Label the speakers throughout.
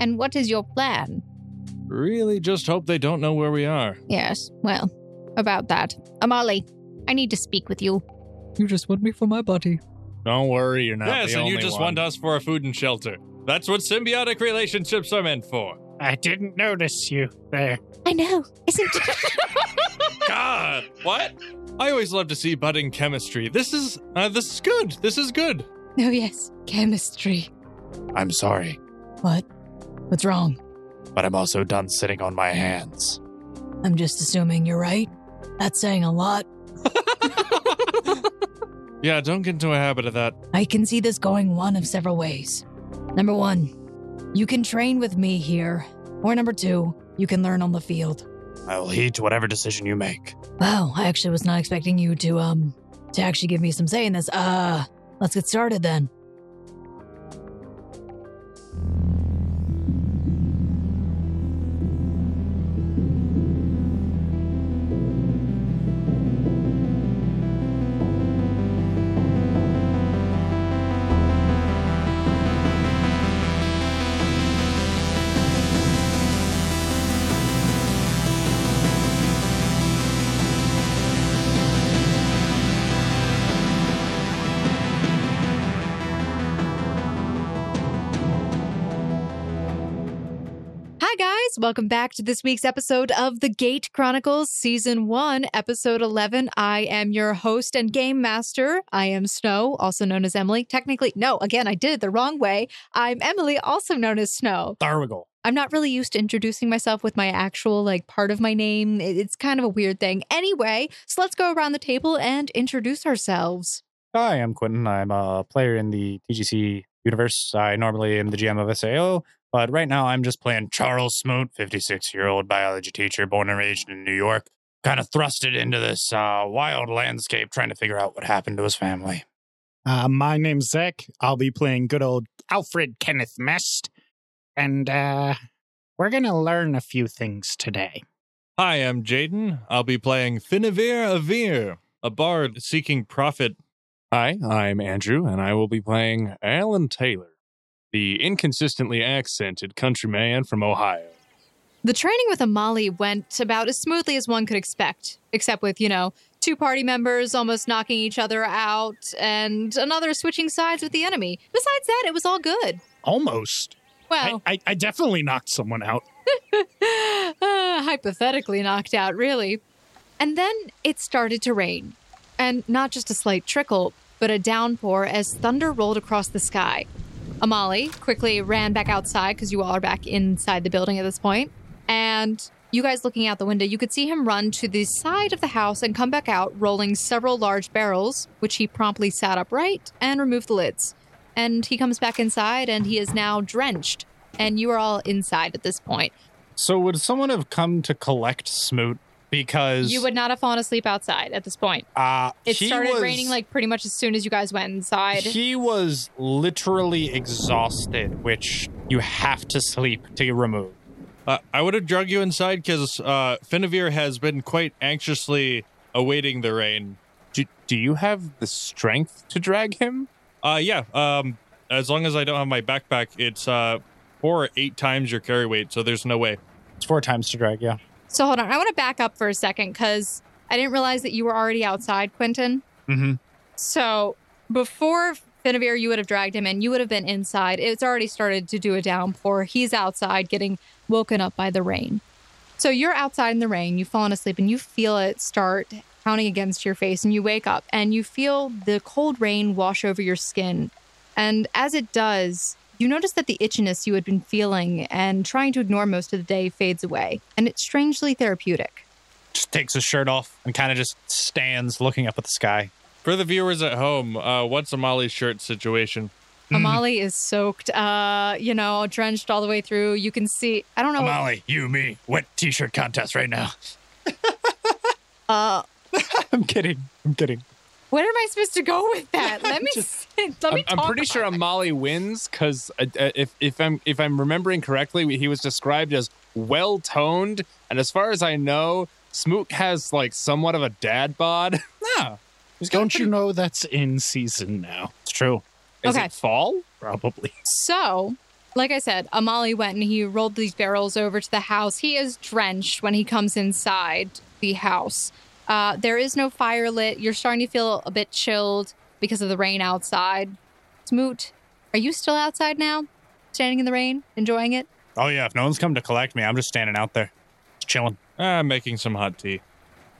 Speaker 1: And what is your plan?
Speaker 2: Really just hope they don't know where we are.
Speaker 1: Yes, well, about that. Amali, I need to speak with you.
Speaker 3: You just want me for my body.
Speaker 4: Don't worry, you're not
Speaker 2: yes,
Speaker 4: the
Speaker 2: and
Speaker 4: only
Speaker 2: you just
Speaker 4: one.
Speaker 2: want us for our food and shelter. That's what symbiotic relationships are meant for.
Speaker 5: I didn't notice you there.
Speaker 1: I know. Isn't
Speaker 2: God, what? I always love to see budding chemistry. This is uh, this is good. This is good.
Speaker 6: Oh,
Speaker 1: No, yes. Chemistry.
Speaker 4: I'm sorry,
Speaker 7: What? What's wrong?
Speaker 4: but I'm also done sitting on my hands.
Speaker 7: I'm just assuming you're right. That's saying a lot.
Speaker 2: Yeah, don't get into a habit of that.
Speaker 7: I can see this going one of several ways. Number one, you can train with me here. Or number two, you can learn on the field.
Speaker 4: I will heed to whatever decision you make.
Speaker 7: Wow, I actually was not expecting you to, um, to actually give me some say in this. Uh, let's get started then.
Speaker 6: Hi, guys. Welcome back to this week's episode of The Gate Chronicles, Season 1, Episode 11. I am your host and game master. I am Snow, also known as Emily. Technically, no, again, I did it the wrong way. I'm Emily, also known as Snow.
Speaker 4: Tharmagal.
Speaker 6: I'm not really used to introducing myself with my actual, like, part of my name. It- It's kind of a weird thing. Anyway, so let's go around the table and introduce ourselves.
Speaker 8: Hi, I'm Quentin. I'm a player in the TGC universe. I normally am the GM of SAO, but right now I'm just playing Charles Smoot, 56 year old biology teacher born and raised in New York. Kind of thrusted into this uh, wild landscape trying to figure out what happened to his family.
Speaker 5: Uh, my name's Zach. I'll be playing good old Alfred Kenneth Mest. And uh, we're going to learn a few things today.
Speaker 2: Hi, I'm Jaden. I'll be playing Finavir Avir, a bard seeking profit.
Speaker 4: Hi, I'm Andrew, and I will be playing Alan Taylor, the inconsistently accented countryman from Ohio.
Speaker 6: The training with Amali went about as smoothly as one could expect, except with, you know, two party members almost knocking each other out and another switching sides with the enemy. Besides that, it was all good.
Speaker 5: Almost.
Speaker 6: Well,
Speaker 5: I, I, I definitely knocked someone out.
Speaker 6: uh, hypothetically knocked out, really. And then it started to rain. And not just a slight trickle, but a downpour as thunder rolled across the sky. Amali quickly ran back outside because you all are back inside the building at this point. And you guys looking out the window, you could see him run to the side of the house and come back out, rolling several large barrels, which he promptly sat upright and removed the lids. And he comes back inside and he is now drenched. And you are all inside at this point.
Speaker 8: So, would someone have come to collect Smoot? Because
Speaker 6: You would not have fallen asleep outside at this point.
Speaker 8: Uh,
Speaker 6: It
Speaker 8: he
Speaker 6: started
Speaker 8: was-
Speaker 6: raining like pretty much as soon as you guys went inside.
Speaker 8: He was literally exhausted, which you have to sleep to remove.
Speaker 2: Uh, I would have drug you inside because uh, Finavir has been quite anxiously awaiting the rain.
Speaker 4: Do, do you have the strength to drag him?
Speaker 2: Uh, yeah. Um, as long as I don't have my backpack, it's uh four or eight times your carry weight, so there's no way.
Speaker 8: It's four times to drag, yeah.
Speaker 6: so hold on, I want to back up for a second because I didn't realize that you were already outside, Quentin.
Speaker 8: Mm-hmm.
Speaker 6: So before Finavir, you would have dragged him in. You would have been inside. It's already started to do a downpour. He's outside getting woken up by the rain. So you're outside in the rain. You've fallen asleep and you feel it start pounding against your face. And you wake up and you feel the cold rain wash over your skin. And as it does, you notice that the itchiness you had been feeling and trying to ignore most of the day fades away. And it's strangely therapeutic.
Speaker 8: just takes his shirt off and kind of just stands looking up at the sky.
Speaker 2: For the viewers at home, uh, what's Amali's shirt situation?
Speaker 4: Mm.
Speaker 6: Amali is soaked, uh, you know, drenched all the way through. You can see, I don't know.
Speaker 4: Molly, you, me, wet t shirt contest right now.
Speaker 6: Uh,
Speaker 8: I'm kidding. I'm kidding.
Speaker 6: where am I supposed to go with that? Let me, let me
Speaker 4: I'm, I'm
Speaker 6: talk
Speaker 4: pretty
Speaker 6: about
Speaker 4: sure
Speaker 6: it.
Speaker 4: Amali wins because uh, uh, if if I'm if I'm remembering correctly, he was described as well toned, and as far as I know, Smoot has like somewhat of a dad bod.
Speaker 8: No.
Speaker 5: Don't you know that's in season now?
Speaker 8: It's true.
Speaker 4: Is
Speaker 6: Okay.
Speaker 4: it fall?
Speaker 5: Probably.
Speaker 6: So Like I said, Amali went and he rolled these barrels over to the house. He is drenched when he comes inside the house. Uh, there is no fire lit. You're starting to feel a bit chilled because of the rain outside. Smoot, are you still outside now? Standing in the rain, enjoying it?
Speaker 5: Oh yeah, if no one's come to collect me, I'm just standing out there, just chilling.
Speaker 2: Ah, I'm making some hot tea.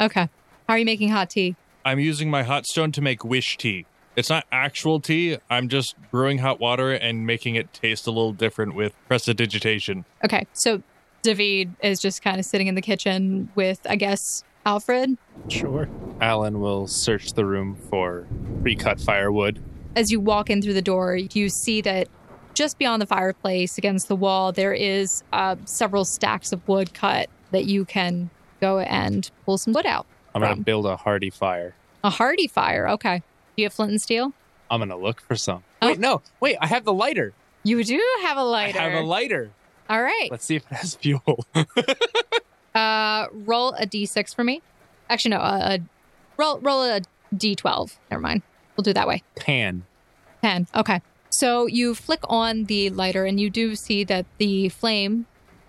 Speaker 6: Okay. How are you making hot tea?
Speaker 2: I'm using my hot stone to make wish tea. It's not actual tea. I'm just brewing hot water and making it taste a little different with prestidigitation.
Speaker 6: Okay, so David is just kind of sitting in the kitchen with, I guess, Alfred.
Speaker 9: Sure.
Speaker 4: Alan will search the room for pre cut firewood.
Speaker 6: As you walk in through the door, you see that just beyond the fireplace against the wall, there is uh, several stacks of wood cut that you can go and pull some wood out.
Speaker 4: I'm going
Speaker 6: Rum.
Speaker 4: to build a hearty fire.
Speaker 6: A hardy fire. Okay. Do you have flint and steel?
Speaker 4: I'm going to look for some.
Speaker 6: Oh.
Speaker 4: Wait, no. Wait, I have the lighter.
Speaker 6: You do have a lighter.
Speaker 4: I have a lighter.
Speaker 6: All right.
Speaker 4: Let's see if it has fuel.
Speaker 6: Uh, roll a d6 for me. Actually, no. A, a roll roll a d12. Never mind. We'll do it that way.
Speaker 4: Pan.
Speaker 6: 10. Okay. So you flick on the lighter and you do see that the flame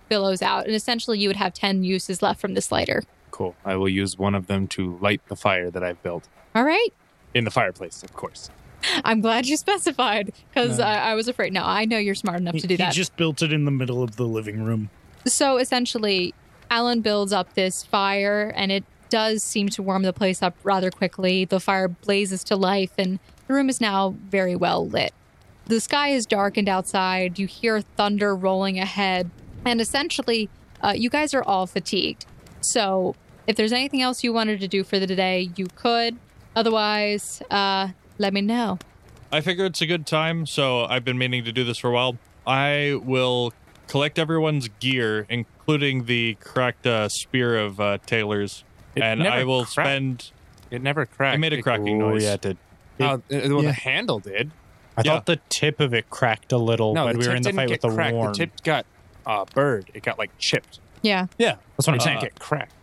Speaker 6: billows out. And essentially, you would have 10 uses left from this lighter.
Speaker 4: Cool. I will use one of them to light the fire that I've built
Speaker 6: All right.
Speaker 4: in the fireplace, of course.
Speaker 6: I'm glad you specified because I, I was afraid. No, I know you're smart enough
Speaker 9: He,
Speaker 6: to do
Speaker 9: he
Speaker 6: that.
Speaker 9: just built it in the middle of the living room.
Speaker 6: so essentially, Alan builds up this fire and it does seem to warm the place up rather quickly. The fire blazes to life and the room is now very well lit. The sky is darkened outside. You hear thunder rolling ahead. And essentially, uh, you guys are all fatigued. So if there's anything else you wanted to do for the day, you could. Otherwise, uh, let me know.
Speaker 2: I figure it's a good time, so I've been meaning to do this for a while. I will collect everyone's gear, including the cracked uh, spear of uh, Taylor's,
Speaker 4: It
Speaker 2: and
Speaker 4: never
Speaker 2: I will
Speaker 4: cracked.
Speaker 2: spend.
Speaker 4: It never cracked.
Speaker 2: I made a cracking
Speaker 5: Oh
Speaker 2: noise.
Speaker 5: yeah, it did.
Speaker 4: Oh, uh, well,
Speaker 5: yeah.
Speaker 4: the handle did.
Speaker 5: I
Speaker 2: Yeah.
Speaker 5: thought the tip of it cracked a little
Speaker 4: No,
Speaker 5: when
Speaker 4: the
Speaker 5: we were
Speaker 4: tip
Speaker 5: in the
Speaker 4: didn't
Speaker 5: fight with
Speaker 4: get
Speaker 5: the
Speaker 4: cracked.
Speaker 5: worm.
Speaker 4: The tip got uh, bird. It got like chipped.
Speaker 6: Yeah.
Speaker 5: Yeah, that's what I'm saying.
Speaker 4: It didn't get cracked.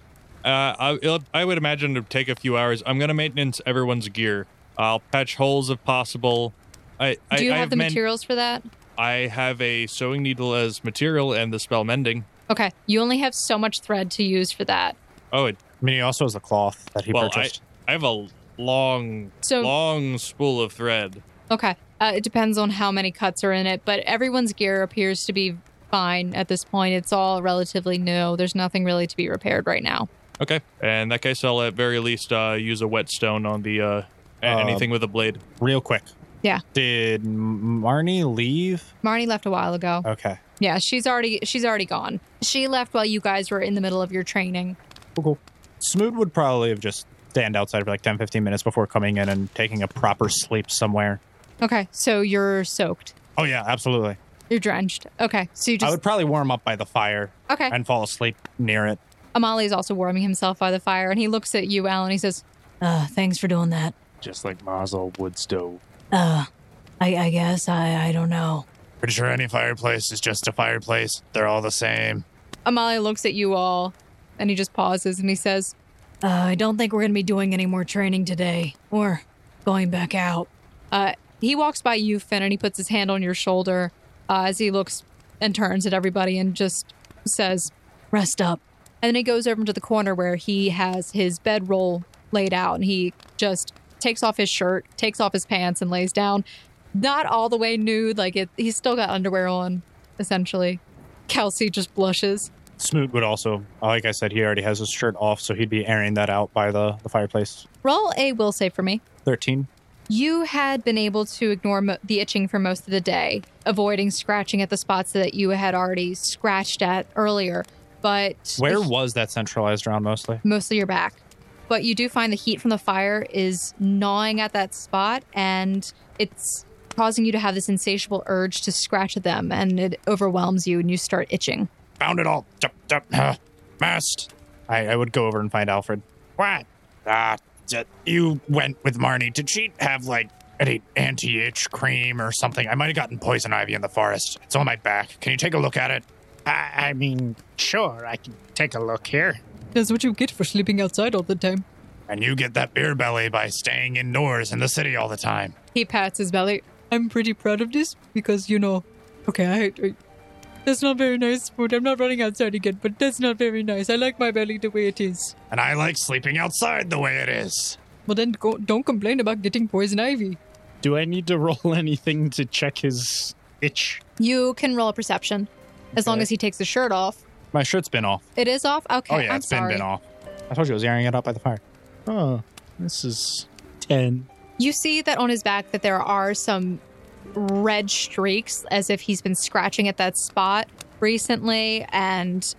Speaker 2: Uh, I, it'll- I would imagine it'd take a few hours. I'm gonna maintenance everyone's gear. I'll patch holes if possible. I, I,
Speaker 6: Do you
Speaker 2: I
Speaker 6: have, the
Speaker 2: men-
Speaker 6: materials for that?
Speaker 2: I have a sewing needle as material and the spell mending.
Speaker 6: Okay. You only have so much thread to use for that.
Speaker 2: Oh, it,
Speaker 5: I mean, he also has a cloth that he
Speaker 2: well, I,
Speaker 5: purchased.
Speaker 2: I have a long,
Speaker 6: So-
Speaker 2: long spool of thread.
Speaker 6: Okay. Uh, it depends on how many cuts are in it, but everyone's gear appears to be fine at this point. It's all relatively new. There's nothing really to be repaired right now.
Speaker 2: Okay. And in that case, I'll at very least uh, use a whetstone on the uh, a-
Speaker 5: Um,
Speaker 2: anything with a blade.
Speaker 5: Real quick.
Speaker 6: Yeah.
Speaker 5: Did M- Marnie leave?
Speaker 6: Marnie left a while ago.
Speaker 5: Okay.
Speaker 6: Yeah, she's already she's already gone. She left while you guys were in the middle of your training.
Speaker 5: Cool, cool. Smoot would probably have just stand outside for like 10, 15 minutes before coming in and taking a proper sleep somewhere.
Speaker 6: Okay, so you're soaked.
Speaker 5: Oh yeah, absolutely.
Speaker 6: You're drenched. Okay, so you
Speaker 5: I
Speaker 6: just
Speaker 5: would probably warm up by the fire
Speaker 6: okay.
Speaker 5: and fall asleep near it.
Speaker 6: Amali is also warming himself by the fire, and he looks at you, Alan. He says,
Speaker 7: Uh, thanks for doing that.
Speaker 4: Just like Mazel wood stove.
Speaker 7: Uh, I, I guess I, I don't know.
Speaker 5: Pretty sure any fireplace is just a fireplace. They're all the same.
Speaker 6: Amali looks at you all, and he just pauses and he says,
Speaker 7: Uh, I don't think we're gonna be doing any more training today, or going back out.
Speaker 6: Uh, he walks by you, Finn, and he puts his hand on your shoulder uh, as he looks and turns at everybody and just says,
Speaker 7: Rest up.
Speaker 6: and then he goes over to the corner where he has his bedroll laid out and he just takes off his shirt, takes off his pants, and lays down. Not all the way nude, like it, he's still got underwear on, essentially. Kelsey just blushes.
Speaker 5: Smoot would also, like I said, he already has his shirt off, so he'd be airing that out by the, the fireplace.
Speaker 6: Roll a will save for me.
Speaker 5: 13.
Speaker 6: You had been able to ignore mo- the itching for most of the day, avoiding scratching at the spots that you had already scratched at earlier. But
Speaker 5: Where was that centralized around mostly?
Speaker 6: mostly your back. But you do find the heat from the fire is gnawing at that spot and it's causing you to have this insatiable urge to scratch at them and it overwhelms you and you start itching.
Speaker 5: Found it all. Dup, dup, ah, mast. I, I would go over and find Alfred. What? Ah, d- you went with Marnie. Did she have like any anti itch cream or something? I might have gotten poison ivy in the forest. It's on my back. Can you take a look at it?
Speaker 9: I, I mean, sure, I can take a look here.
Speaker 3: That's what you get for sleeping outside all the time.
Speaker 5: And you get that beer belly by staying indoors in the city all the time.
Speaker 6: He pats his belly.
Speaker 3: I'm pretty proud of this because, you know, Okay, I, I, that's not very nice, Smoot. I'm not running outside again, but that's not very nice. I like my belly the way it is.
Speaker 5: And I like sleeping outside the way it is.
Speaker 3: Well, then go, don't complain about getting poison ivy.
Speaker 8: Do I need to roll anything to check his itch?
Speaker 6: You can roll a perception as long as he takes the shirt off.
Speaker 5: My shirt's been off.
Speaker 6: It is off? Okay,
Speaker 5: Oh yeah,
Speaker 6: I'm
Speaker 5: it's
Speaker 6: sorry.
Speaker 5: been been off. I told you I was airing it out by the fire.
Speaker 8: Oh, this is 10.
Speaker 6: You see that on his back that there are some red streaks as if he's been scratching at that spot recently and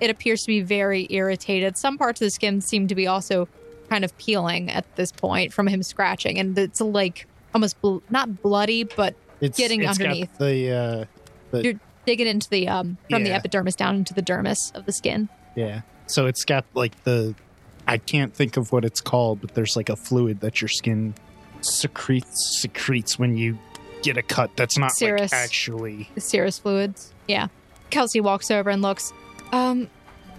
Speaker 6: it appears to be very irritated. Some parts of the skin seem to be also kind of peeling at this point from him scratching and it's like almost bl- not bloody but
Speaker 8: It's
Speaker 6: Getting
Speaker 8: it's got
Speaker 6: underneath.
Speaker 8: the uh, the
Speaker 6: You're- digging into the um from the
Speaker 8: Yeah.
Speaker 6: epidermis down into the dermis of the skin.
Speaker 8: yeah. So it's got like the I can't think of what it's called, but there's like a fluid that your skin secretes secretes when you get a cut. That's not
Speaker 6: Serous.
Speaker 8: like actually.
Speaker 6: the serous fluids. Yeah. Kelsey walks over and looks. Um,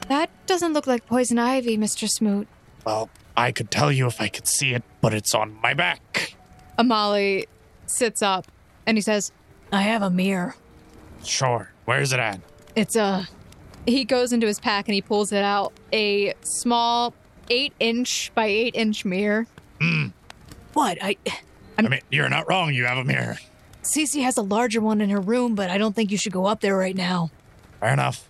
Speaker 6: that doesn't look like poison ivy, Mr. Smoot.
Speaker 5: Well, I could tell you if I could see it, but it's on my back.
Speaker 6: Amali sits up and he says,
Speaker 7: I have a mirror.
Speaker 5: Sure. Where's it at?
Speaker 6: It's a. He goes into his pack and he pulls it out a small eight inch by eight inch mirror.
Speaker 7: What? I
Speaker 5: I mean, you're not wrong. You have a mirror.
Speaker 7: Cece has a larger one in her room, but I don't think you should go up there right now.
Speaker 5: Fair enough.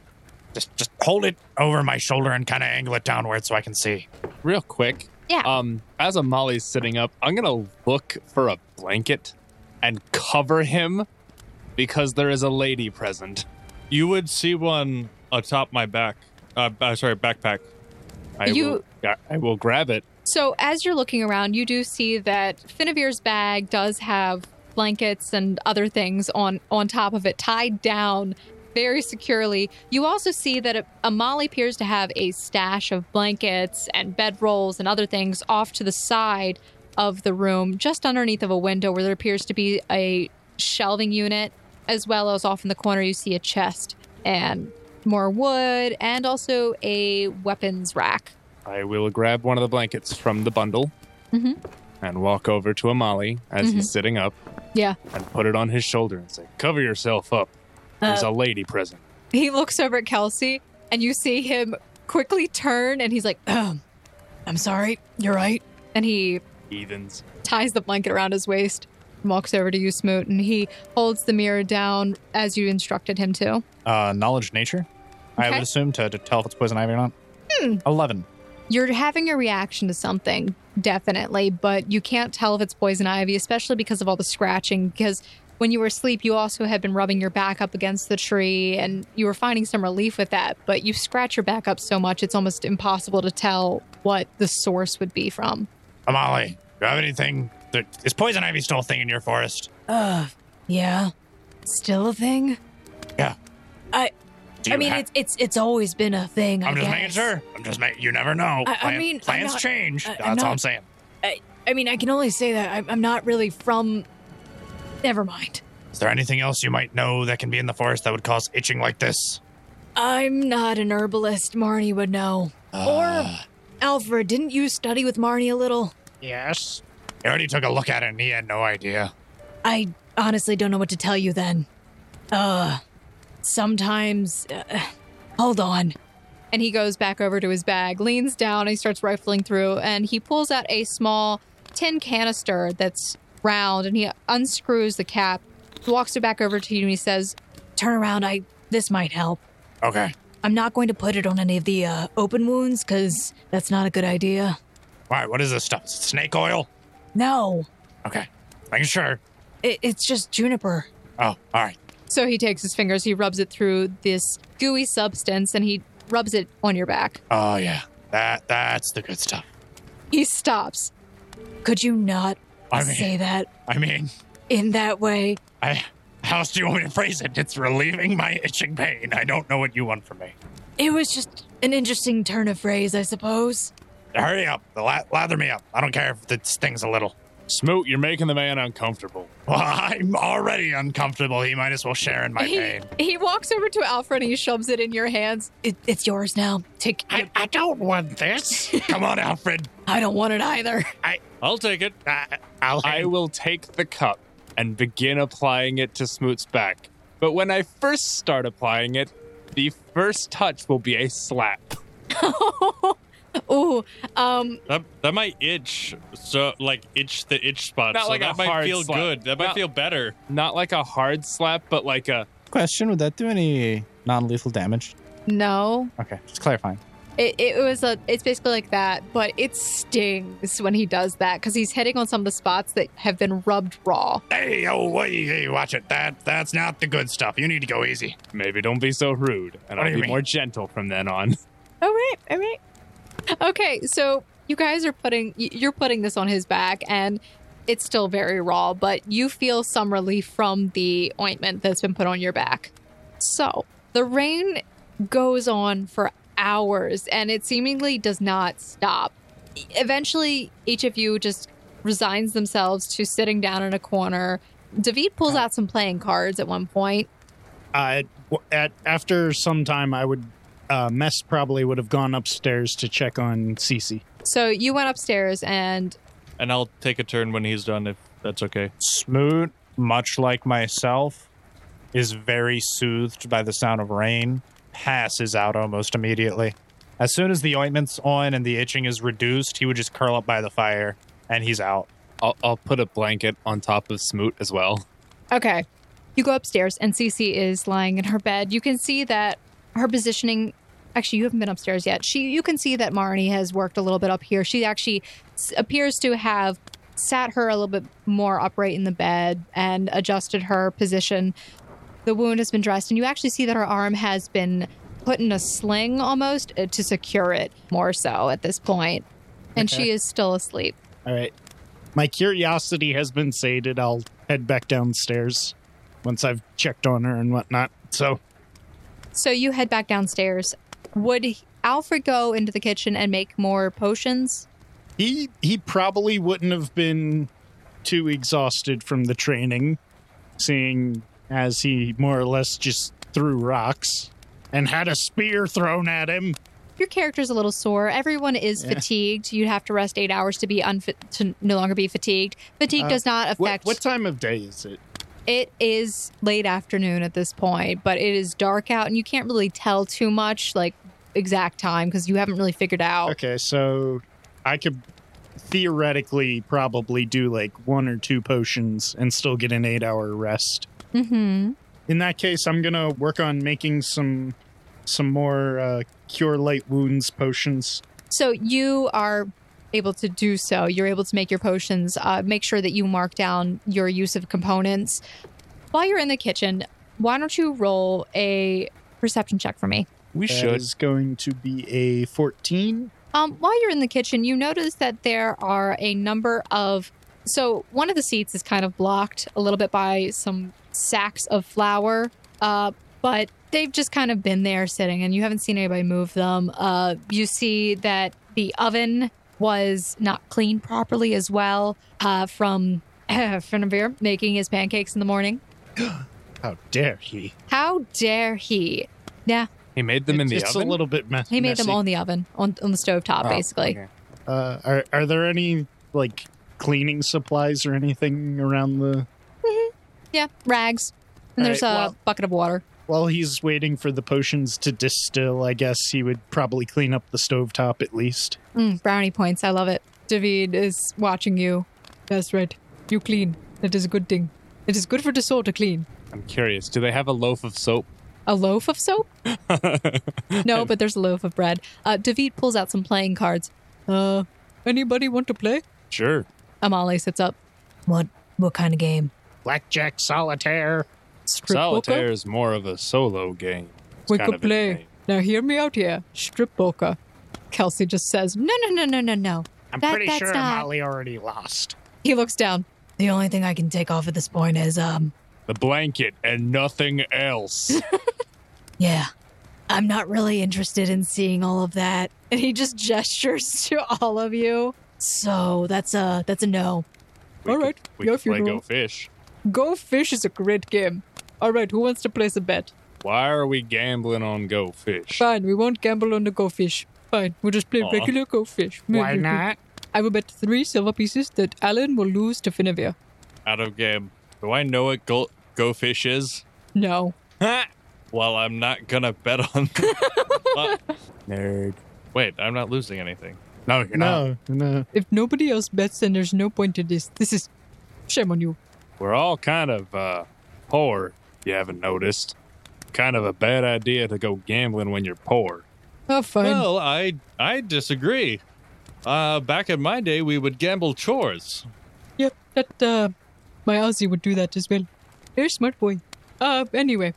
Speaker 5: Just just hold it over my shoulder and kind of angle it downward so I can see.
Speaker 4: Real quick.
Speaker 6: Yeah.
Speaker 4: Um, as Amali's sitting up, I'm gonna look for a blanket and cover him because there is a lady present.
Speaker 2: You would see one atop my back. Uh, uh, sorry, backpack.
Speaker 4: I
Speaker 6: You-
Speaker 4: will, I- I will grab it.
Speaker 6: So as you're looking around, you do see that Finavir's bag does have blankets and other things on on top of it, tied down very securely. You also see that Amali appears to have a stash of blankets and bedrolls and other things off to the side of the room, just underneath of a window where there appears to be a shelving unit, as well as off in the corner you see a chest and more wood and also a weapons rack.
Speaker 4: I will grab one of the blankets from the bundle
Speaker 6: Mhm.
Speaker 4: and walk over to Amali as
Speaker 6: Mm-hmm.
Speaker 4: he's sitting up
Speaker 6: Yeah.
Speaker 4: and put it on his shoulder and say, "Cover yourself up. There's
Speaker 6: Uh,
Speaker 4: a lady present."
Speaker 6: He looks over at Kelsey, and you see him quickly turn, and he's like,
Speaker 7: Um, I'm sorry. You're right.
Speaker 6: and he
Speaker 4: Heathens.
Speaker 6: ties the blanket around his waist, and walks over to you, Smoot, and he holds the mirror down as you instructed him to.
Speaker 5: Uh, knowledge nature. I
Speaker 6: Okay.
Speaker 5: would assume to, to tell if it's poison ivy or not. Hmm. Eleven.
Speaker 6: You're having a reaction to something, definitely, but you can't tell if it's poison ivy, especially because of all the scratching. Because when you were asleep, you also had been rubbing your back up against the tree, and you were finding some relief with that, but you scratch your back up so much, it's almost impossible to tell what the source would be from.
Speaker 5: Amali, do you have anything? That, is poison ivy still a thing in your forest?
Speaker 7: Uh, yeah. Still a thing?
Speaker 5: Yeah.
Speaker 7: I
Speaker 5: Do you
Speaker 7: I mean,
Speaker 5: ha-
Speaker 7: it's it's it's always been a thing.
Speaker 5: I'm
Speaker 7: I
Speaker 5: just making
Speaker 7: guess.
Speaker 5: sure. I'm just making. You never know.
Speaker 7: I- I
Speaker 5: Plan-
Speaker 7: mean, I'm
Speaker 5: plans
Speaker 7: not-
Speaker 5: change.
Speaker 7: I- I'm
Speaker 5: That's all I'm
Speaker 7: not-
Speaker 5: saying.
Speaker 7: I, I mean, I can only say that I'm, I'm not really from. Never mind.
Speaker 5: Is there anything else you might know that can be in the forest that would cause itching like this?
Speaker 7: I'm not an herbalist. Marnie would know.
Speaker 5: Ah.
Speaker 7: or Alfred, didn't you study with Marnie a little?
Speaker 8: Yes.
Speaker 5: I already took a look at it and he had no idea.
Speaker 7: I honestly don't know what to tell you then. Uh, sometimes. Uh, hold on.
Speaker 6: And he goes back over to his bag, leans down, and he starts rifling through, and he pulls out a small tin canister that's round, and he unscrews the cap, walks it back over to you, and he says,
Speaker 7: Turn around. I. This might help.
Speaker 5: Okay.
Speaker 7: I'm not going to put it on any of the uh, open wounds because that's not a good idea.
Speaker 5: All right. What is this stuff? Is it snake oil?
Speaker 7: No,
Speaker 5: Okay. Making sure.
Speaker 7: it, it's just juniper.
Speaker 5: Oh, all right.
Speaker 6: So he takes his fingers, he rubs it through this gooey substance, and he rubs it on your back.
Speaker 5: Oh yeah. That that's the good stuff.
Speaker 6: He stops.
Speaker 7: Could you not
Speaker 5: I mean-
Speaker 7: say that
Speaker 5: I mean,
Speaker 7: in that way?
Speaker 5: I how else do you want me to phrase it? It's relieving my itching pain. I don't know what you want from me.
Speaker 7: It was just an interesting turn of phrase, I suppose.
Speaker 5: Hurry up. La- lather me up. I don't care if it stings a little.
Speaker 4: Smoot, you're making the man uncomfortable.
Speaker 5: Well, I'm already uncomfortable. He might as well share in my
Speaker 6: He,
Speaker 5: pain.
Speaker 6: he walks over to Alfred and he shoves it in your hands.
Speaker 7: It, it's yours now. Take.
Speaker 8: I, I don't want this.
Speaker 5: Come on, Alfred.
Speaker 7: I don't want it either.
Speaker 2: I'll take it.
Speaker 8: I, I'll
Speaker 4: I will take the cup and begin applying it to Smoot's back. But when I first start applying it, the first touch will be a slap.
Speaker 6: Ooh, um,
Speaker 2: That, that might itch, so like itch the itch spot.
Speaker 4: Not
Speaker 2: so
Speaker 4: like a
Speaker 2: that might
Speaker 4: hard
Speaker 2: feel
Speaker 4: slap.
Speaker 2: good. That might
Speaker 4: Not-
Speaker 2: feel better.
Speaker 4: Not like a hard slap, but like a
Speaker 5: Question Would that do any non lethal damage?
Speaker 6: no.
Speaker 5: Okay, just clarifying.
Speaker 6: It, it was a. It's basically like that, but it stings when he does that because he's hitting on some of the spots that have been rubbed raw.
Speaker 8: Hey, oh, wait, hey, watch it. That that's not the good stuff. You need to go easy.
Speaker 4: maybe don't be so rude, and
Speaker 8: What do
Speaker 4: I'll
Speaker 8: you
Speaker 4: be
Speaker 8: mean?
Speaker 4: more gentle from then on.
Speaker 6: All right, all right. Okay, so you guys are putting y- you're putting this on his back, and it's still very raw, but you feel some relief from the ointment that's been put on your back. So the rain goes on for hours, and it seemingly does not stop. E- Eventually, each of you just resigns themselves to sitting down in a corner. David pulls out some playing cards at one point.
Speaker 8: Uh, w- at after some time, I would uh, mess probably would have gone upstairs to check on Cece.
Speaker 6: So you went upstairs and
Speaker 2: And I'll take a turn when he's done if that's okay.
Speaker 5: Smoot, much like myself, is very soothed by the sound of rain, passes out almost immediately. As soon as the ointment's on and the itching is reduced, he would just curl up by the fire and he's out.
Speaker 4: I'll, I'll put a blanket on top of Smoot as well.
Speaker 6: Okay. You go upstairs, and Cece is lying in her bed. You can see that her positioning. Actually, you haven't been upstairs yet. She, you can see that Marnie has worked a little bit up here. She actually s- appears to have sat her a little bit more upright in the bed and adjusted her position. The wound has been dressed, and you actually see that her arm has been put in a sling almost uh, to secure it more so at this point. And she is still asleep.
Speaker 8: All right. My curiosity has been sated. I'll head back downstairs once I've checked on her and whatnot. So
Speaker 6: So you head back downstairs. Would Alfred go into the kitchen and make more potions?
Speaker 8: he he probably wouldn't have been too exhausted from the training, seeing as he more or less just threw rocks and had a spear thrown at him.
Speaker 6: Your character's a little sore. Everyone is fatigued. You'd have to rest eight hours to be unfit to no longer be fatigued. Fatigue
Speaker 8: Uh,
Speaker 6: does not
Speaker 8: What,
Speaker 6: affect.
Speaker 8: what time of day is it?
Speaker 6: it is late afternoon at this point, but it is dark out, and you can't really tell too much like exact time because you haven't really figured out.
Speaker 8: Okay, so I could theoretically probably do like one or two potions and still get an eight hour rest.
Speaker 6: Mm-hmm.
Speaker 8: In that case, I'm gonna work on making some some more uh, cure light wounds potions.
Speaker 6: So you are able to do so. You're able to make your potions. Uh, make sure that you mark down your use of components. While you're in the kitchen, why don't you roll a perception check for me?
Speaker 4: We
Speaker 8: That
Speaker 4: should.
Speaker 8: is going to be a 14.
Speaker 6: Um, while you're in the kitchen, you notice that there are a number of. So one of the seats is kind of blocked a little bit by some sacks of flour, uh, but they've just kind of been there sitting, and you haven't seen anybody move them. Uh, you see that the oven was not cleaned properly as well uh, from Fenivir making his pancakes in the morning.
Speaker 8: How dare he?
Speaker 6: How dare he?
Speaker 4: He made them in the
Speaker 8: it's
Speaker 4: oven.
Speaker 8: a little bit mess-
Speaker 6: He made
Speaker 8: messy.
Speaker 6: them on the oven, on, on the stovetop,
Speaker 5: Oh,
Speaker 6: basically.
Speaker 5: okay.
Speaker 8: Uh, are, are there any like cleaning supplies or anything around the?
Speaker 6: Yeah, rags. And
Speaker 8: All
Speaker 6: there's
Speaker 8: right,
Speaker 6: a
Speaker 8: well-
Speaker 6: bucket of water.
Speaker 8: While he's waiting for the potions to distill, I guess he would probably clean up the stovetop at least.
Speaker 6: Mm, brownie points. I love it.
Speaker 3: David is watching you. That's right. You clean. That is a good thing. It is good for the soul to clean.
Speaker 4: I'm curious. Do they have a loaf of soap?
Speaker 6: A loaf of soap? no, but there's a loaf of bread. Uh, David pulls out some playing cards.
Speaker 3: Uh, anybody want to play?
Speaker 4: Sure.
Speaker 6: Amale sits up.
Speaker 7: What what kind of game?
Speaker 8: Blackjack, solitaire.
Speaker 3: Strip
Speaker 4: Solitaire
Speaker 3: poker?
Speaker 4: is more of a solo game. It's
Speaker 3: We
Speaker 4: kind
Speaker 3: could
Speaker 4: of a
Speaker 3: play.
Speaker 4: game.
Speaker 3: Now hear me out here. Strip poker.
Speaker 6: Kelsey just says, No, no, no, no, no, no.
Speaker 8: I'm
Speaker 6: That- pretty that's sure not-
Speaker 8: Molly already lost.
Speaker 6: He looks down.
Speaker 7: The only thing I can take off at this point is um
Speaker 4: The blanket and nothing else.
Speaker 7: yeah. I'm not really interested in seeing all of that.
Speaker 6: And he just gestures to all of you.
Speaker 7: So that's a that's a no.
Speaker 4: We
Speaker 3: All
Speaker 4: could-
Speaker 3: right.
Speaker 4: We
Speaker 3: Your
Speaker 4: could play
Speaker 3: funeral.
Speaker 4: Go Fish.
Speaker 3: Go Fish is a great game. All right, who wants to place a bet?
Speaker 4: Why are we gambling on Go Fish?
Speaker 3: Fine, we won't gamble on the Go Fish. Fine, we'll just play
Speaker 4: Aw.
Speaker 3: regular Go Fish.
Speaker 8: Why not?
Speaker 3: I will bet three silver pieces that Alan will lose to Finavir.
Speaker 2: Out of game. Do I know what go go fish is?
Speaker 3: No.
Speaker 2: well, I'm not gonna bet on. Uh,
Speaker 8: Nerd.
Speaker 2: wait, I'm not losing anything.
Speaker 8: No, you're not.
Speaker 5: No, no.
Speaker 3: If nobody else bets, then there's no point to this. This is shame on you.
Speaker 4: We're all kind of uh, poor, if you haven't noticed. Kind of a bad idea to go gambling when you're poor.
Speaker 3: Oh, fine.
Speaker 2: Well, I I disagree. Uh, back in my day, we would gamble chores.
Speaker 3: Yep, that, uh, my Aussie would do that as well. Very smart boy. Uh, anyway.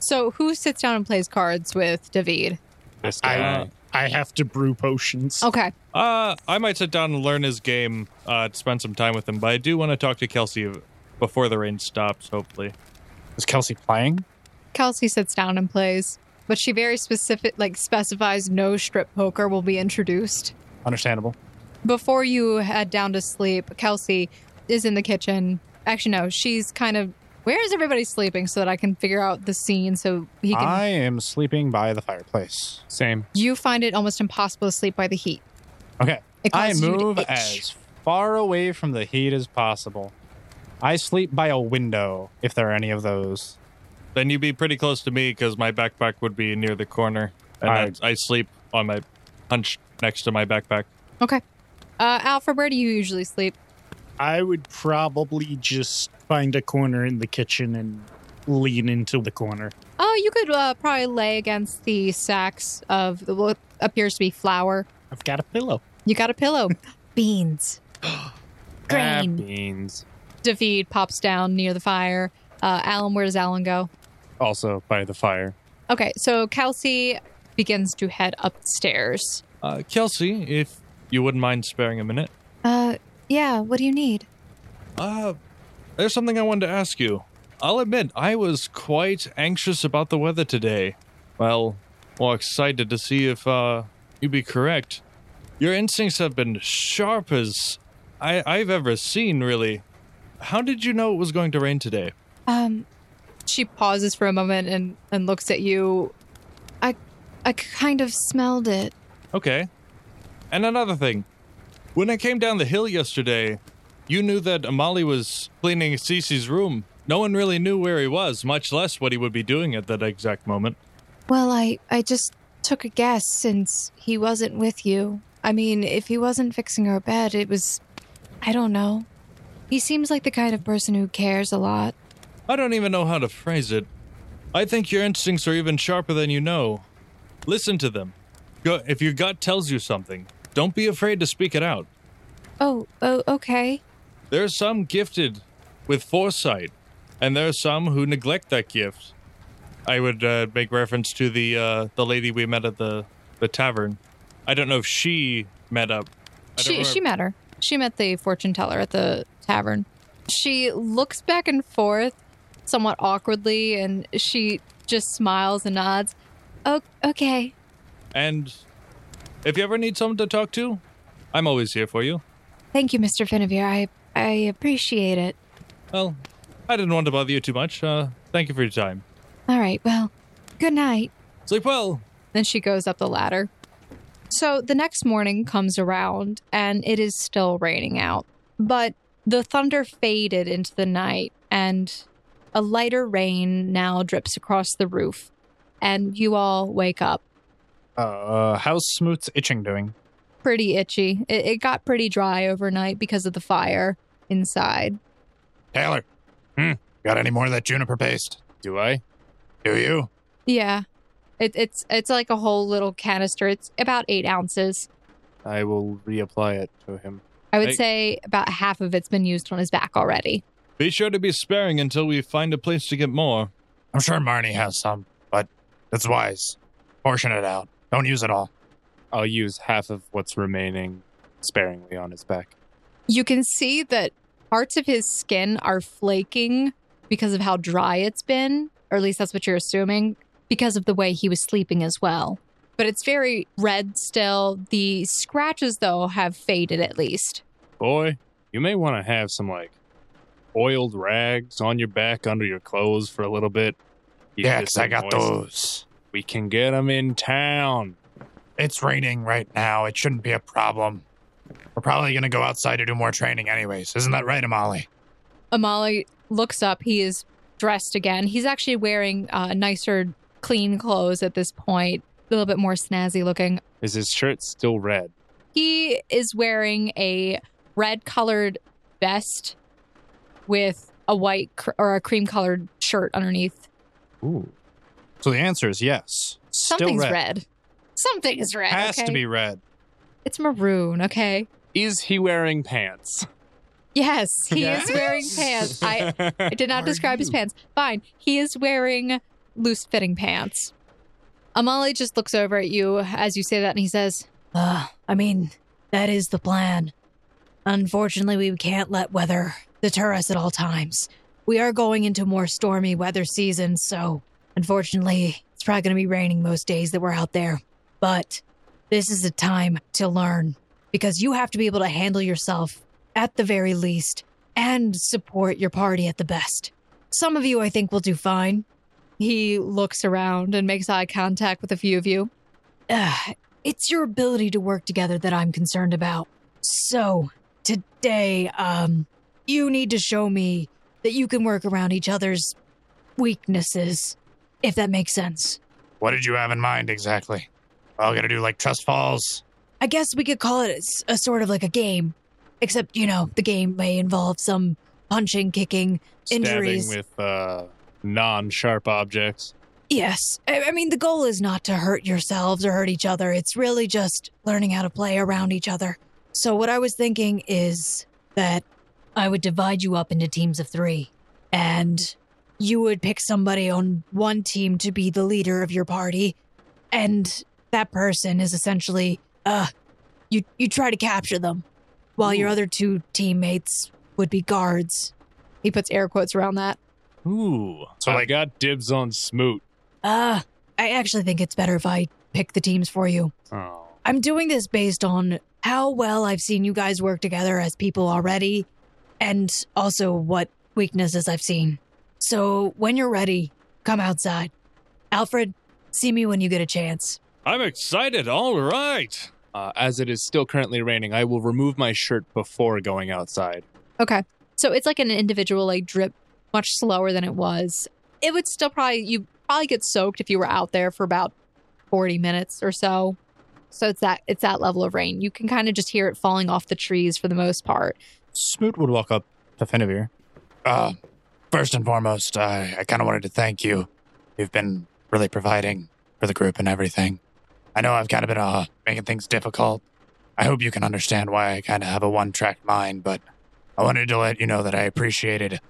Speaker 6: So who sits down and plays cards with David?
Speaker 4: This
Speaker 5: I
Speaker 4: guy.
Speaker 5: I have to brew potions.
Speaker 6: Okay.
Speaker 2: Uh, I might sit down and learn his game, uh, to spend some time with him, but I do want to talk to Kelsey before the rain stops, hopefully.
Speaker 8: Is Kelsey playing?
Speaker 6: Kelsey sits down and plays, but she very specific like specifies no strip poker will be introduced.
Speaker 8: Understandable.
Speaker 6: Before you head down to sleep, Kelsey is in the kitchen. Actually, no, she's kind of where is everybody sleeping so that I can figure out the scene so he can.
Speaker 8: I am sleeping by the fireplace.
Speaker 4: Same.
Speaker 6: You find it almost impossible to sleep by the heat.
Speaker 8: Okay.
Speaker 6: It
Speaker 8: I
Speaker 6: causes you to
Speaker 8: move
Speaker 6: itch.
Speaker 8: as far away from the heat as possible. I sleep by a window, if there are any of those.
Speaker 2: Then you'd be pretty close to me because my backpack would be near the corner, and
Speaker 8: I-
Speaker 2: I, I sleep on my hunch next to my backpack.
Speaker 6: Okay. Uh, Alfred, where do you usually sleep?
Speaker 5: I would probably just find a corner in the kitchen and lean into the corner.
Speaker 6: Oh, you could uh, probably lay against the sacks of the, what appears to be flour.
Speaker 5: I've got a pillow.
Speaker 6: You got a pillow. Beans.
Speaker 4: Ah,
Speaker 6: Grain.
Speaker 4: beans.
Speaker 6: David pops down near the fire. Uh, Alan, where does Alan go?
Speaker 4: Also by the fire.
Speaker 6: Okay, so Kelsey begins to head upstairs.
Speaker 2: Uh, Kelsey, if you wouldn't mind sparing a minute,
Speaker 6: Uh, yeah, what do you need?
Speaker 2: uh, there's something I wanted to ask you. I'll admit, I was quite anxious about the weather today. Well, more excited to see if uh, you'd be correct. Your instincts have been sharp as I- I've ever seen, really. How did you know it was going to rain today?
Speaker 6: Um, she pauses for a moment and, and looks at you. I, I kind of smelled it.
Speaker 2: Okay. And another thing. When I came down the hill yesterday, you knew that Amali was cleaning Cece's room. No one really knew where he was, much less what he would be doing at that exact moment.
Speaker 6: Well, I, I just took a guess since he wasn't with you. I mean, if he wasn't fixing her bed, it was. I don't know. He seems like the kind of person who cares a lot.
Speaker 2: I don't even know how to phrase it. I think your instincts are even sharper than you know. Listen to them. Go, if your gut tells you something, don't be afraid to speak it out.
Speaker 6: Oh, oh, okay.
Speaker 2: There are some gifted with foresight, and there are some who neglect that gift. I would uh, make reference to the uh, the lady we met at the, the tavern. I don't know if she met up. I
Speaker 6: She
Speaker 2: don't
Speaker 6: she
Speaker 2: remember-
Speaker 6: met her. She met the fortune teller at the tavern. She looks back and forth somewhat awkwardly and she just smiles and nods. Oh, okay.
Speaker 2: And if you ever need someone to talk to, I'm always here for you.
Speaker 6: Thank you, Mr. Finevere. I I appreciate it.
Speaker 2: Well, I didn't want to bother you too much. Uh, thank you for your time.
Speaker 6: All right. Well, good night.
Speaker 2: Sleep well.
Speaker 6: Then she goes up the ladder. So the next morning comes around and it is still raining out, but the thunder faded into the night and a lighter rain now drips across the roof. And you all wake up
Speaker 8: Uh, uh, how's Smoot's itching doing?
Speaker 6: pretty itchy. It, it got pretty dry overnight because of the fire inside.
Speaker 8: Taylor, hmm, got any more of that juniper paste?
Speaker 4: Do I?
Speaker 8: Do you?
Speaker 6: Yeah. It, it's it's like a whole little canister. It's about eight ounces.
Speaker 4: I will reapply it to him.
Speaker 6: I would
Speaker 2: Hey.
Speaker 6: say about half of it's been used on his back already.
Speaker 2: Be sure to be sparing until we find a place to get more.
Speaker 8: I'm sure Marnie has some, but that's wise. Portion it out. Don't use it all.
Speaker 4: I'll use half of what's remaining sparingly on his back.
Speaker 6: you can see that parts of his skin are flaking because of how dry it's been, or at least that's what you're assuming, because of the way he was sleeping as well. But it's very red still. The scratches, though, have faded at least.
Speaker 4: Boy, you may want to have some like oiled rags on your back under your clothes for a little bit. Keep
Speaker 8: Yeah,
Speaker 4: this
Speaker 8: 'cause I
Speaker 4: moist.
Speaker 8: got those.
Speaker 4: We can get them in town.
Speaker 8: It's raining right now. It shouldn't be a problem. We're probably going to go outside to do more training, anyways. Isn't that right, Amali?
Speaker 6: Amali looks up. He is dressed again. He's actually wearing uh, nicer, clean clothes at this point, a little bit more snazzy looking.
Speaker 4: Is his shirt still red?
Speaker 6: He is wearing a red colored vest with a white cr- or a cream colored shirt underneath.
Speaker 4: Ooh.
Speaker 5: So the answer is yes. Still
Speaker 6: Something's red.
Speaker 5: red.
Speaker 6: Something is red.
Speaker 5: Has
Speaker 6: okay?
Speaker 5: to be red.
Speaker 6: It's maroon, okay?
Speaker 4: Is he wearing pants?
Speaker 6: Yes, he is wearing
Speaker 5: Yes.
Speaker 6: pants. I, I did not
Speaker 5: Are
Speaker 6: describe his
Speaker 5: you?
Speaker 6: pants. Fine. He is wearing loose fitting pants. Amali just looks over at you as you say that and he says,
Speaker 7: Uh, I mean, that is the plan. Unfortunately, we can't let weather deter us at all times. We are going into more stormy weather season, so unfortunately, it's probably going to be raining most days that we're out there. But this is the time to learn because you have to be able to handle yourself at the very least and support your party at the best. Some of you, I think, will do fine.
Speaker 6: He looks around and makes eye contact with a few of you.
Speaker 7: Ugh, it's your ability to work together that I'm concerned about. So, today, um, you need to show me that you can work around each other's weaknesses, if that makes sense.
Speaker 5: What did you have in mind exactly? We're all gonna do like trust falls.
Speaker 7: I guess we could call it a s- a sort of like a game, except, you know, the game may involve some punching, kicking. Injuries.
Speaker 4: Stabbing with uh, non-sharp objects.
Speaker 7: Yes. I, I mean, the goal is not to hurt yourselves or hurt each other. It's really just learning how to play around each other. So, what I was thinking is that I would divide you up into teams of three, and you would pick somebody on one team to be the leader of your party. And that person is essentially, uh, you, you try to capture them, while your other two teammates would be guards.
Speaker 6: He puts air quotes around that.
Speaker 2: Ooh.
Speaker 4: So
Speaker 5: So
Speaker 4: I
Speaker 5: like
Speaker 4: got dibs on Smoot.
Speaker 7: Uh, I actually think it's better if I pick the teams for you.
Speaker 4: Oh.
Speaker 7: I'm doing this based on how well I've seen you guys work together as people already, and also what weaknesses I've seen. So when you're ready, come outside. Alfred, see me when you get a chance.
Speaker 2: I'm excited. All right.
Speaker 4: Uh, as it is still currently raining, I will remove my shirt before going outside.
Speaker 6: Okay. So it's like an individual like drip much slower than it was. It would still probably you probably get soaked if you were out there for about 40 minutes or so. So it's that it's that level of rain. You can kind of just hear it falling off the trees for the most part.
Speaker 5: Smoot would walk up to Finavir. Uh, first and foremost, I, I kind of wanted to thank you. You've been really providing for the group and everything. I know I've kind of been uh, making things difficult. I hope you can understand why I kind of have a one track mind, but I wanted to let you know that I appreciated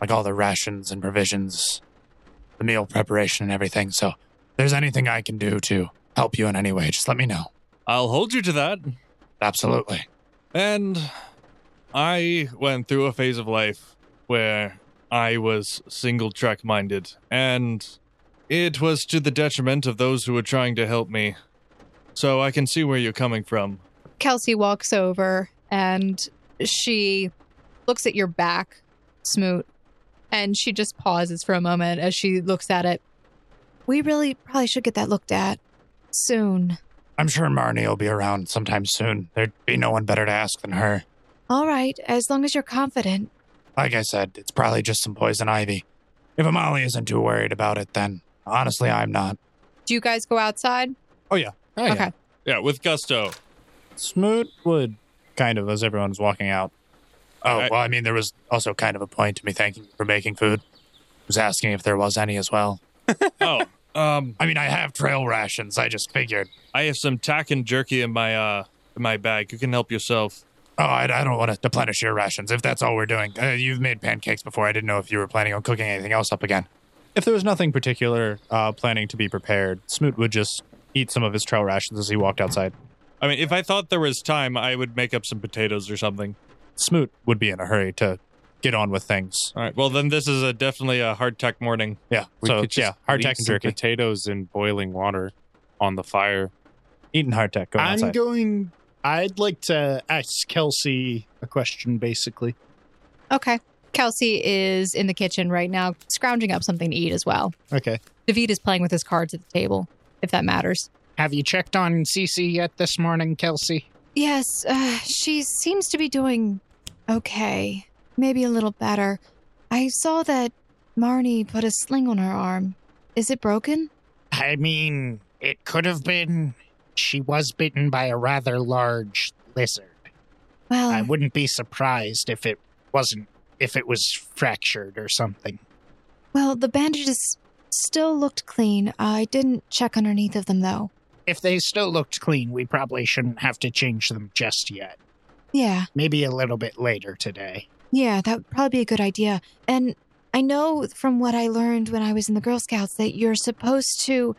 Speaker 5: like all the rations and provisions, the meal preparation and everything. So if there's anything I can do to help you in any way, just let me know.
Speaker 2: I'll hold you to that.
Speaker 5: Absolutely.
Speaker 2: And I went through a phase of life where I was single track minded, and it was to the detriment of those who were trying to help me. So I can see where you're coming from.
Speaker 6: Kelsey walks over and she looks at your back, Smoot, and she just pauses for a moment as she looks at it. We really probably should get that looked at soon.
Speaker 5: I'm sure Marnie will be around sometime soon. There'd be no one better to ask than her.
Speaker 6: All right, as long as you're confident.
Speaker 5: Like I said, it's probably just some poison ivy. If Amali isn't too worried about it, then honestly, I'm not.
Speaker 6: Do you guys go outside?
Speaker 5: Oh,
Speaker 6: Okay.
Speaker 2: Yeah, with gusto.
Speaker 5: Smoot would kind of as everyone's walking out. Oh,
Speaker 2: I-
Speaker 5: well, I mean, there was also kind of a point to me thanking you for making food. I was asking if there was any as well.
Speaker 2: Oh, um,
Speaker 5: I mean, I have trail rations. I just figured.
Speaker 2: I have some tack and jerky in my uh in my bag. You can help yourself.
Speaker 5: Oh, I, I don't want to deplenish your rations if that's all we're doing. Uh, you've made pancakes before. I didn't know if you were planning on cooking anything else up again. If there was nothing particular uh, planning to be prepared, Smoot would just eat some of his trail rations as he walked outside.
Speaker 2: I mean, if I thought there was time, I would make up some potatoes or something.
Speaker 5: Smoot would be in a hurry to get on with things.
Speaker 2: All right. Well, then this is a definitely a hardtack morning.
Speaker 5: Yeah.
Speaker 4: We
Speaker 5: so,
Speaker 4: could just
Speaker 5: yeah, hardtack
Speaker 4: leave
Speaker 5: and
Speaker 4: some
Speaker 5: jerky.
Speaker 4: potatoes in boiling water on the fire.
Speaker 5: Eating hardtack. Going
Speaker 8: I'm
Speaker 5: outside.
Speaker 8: going. I'd like to ask Kelsey a question, basically.
Speaker 6: Okay. Kelsey is in the kitchen right now, scrounging up something to eat as well.
Speaker 8: Okay.
Speaker 6: David is playing with his cards at the table, if that matters.
Speaker 8: Have you checked on Cece yet this morning, Kelsey?
Speaker 6: Yes, uh, she seems to be doing okay. Maybe a little better. I saw that Marnie put a sling on her arm. Is it broken?
Speaker 8: I mean, it could have been. She was bitten by a rather large lizard.
Speaker 6: Well,
Speaker 8: I wouldn't be surprised if it wasn't, if it was fractured or something.
Speaker 6: well, the bandages still looked clean. I didn't check underneath of them though.
Speaker 8: If they still looked clean, we probably shouldn't have to change them just yet.
Speaker 6: Yeah,
Speaker 8: Maybe a little bit later today.
Speaker 6: yeah, that would probably be a good idea. And I know from what I learned when I was in the Girl Scouts that you're supposed to,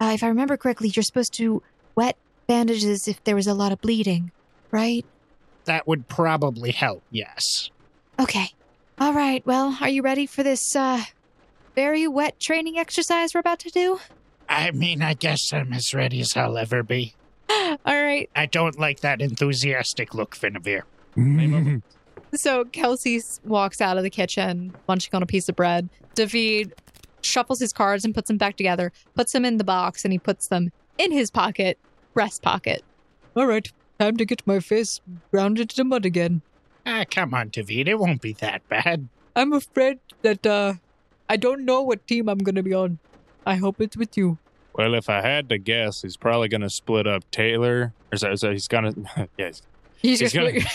Speaker 6: uh, if I remember correctly, you're supposed to wet bandages if there was a lot of bleeding, right?
Speaker 8: That would probably help, yes.
Speaker 6: Okay. All right. Well, are you ready for this uh very wet training exercise we're about to do?
Speaker 8: I mean, I guess I'm as ready as I'll ever be.
Speaker 6: All right.
Speaker 8: I don't like that enthusiastic look, Finavir.
Speaker 6: So Kelsey s- walks out of the kitchen, munching on a piece of bread. David shuffles his cards and puts them back together, puts them in the box, and he puts them in his pocket, breast pocket.
Speaker 3: All right, time to get my face ground into the mud again.
Speaker 8: Ah, come on, David. It won't be that bad.
Speaker 3: I'm afraid that uh, I don't know what team I'm gonna be on. I hope it's with you.
Speaker 4: Well, if I had to guess, he's probably going to split up Taylor. Or so, so he's going to, yeah, he's, He's
Speaker 6: gonna-
Speaker 4: gonna-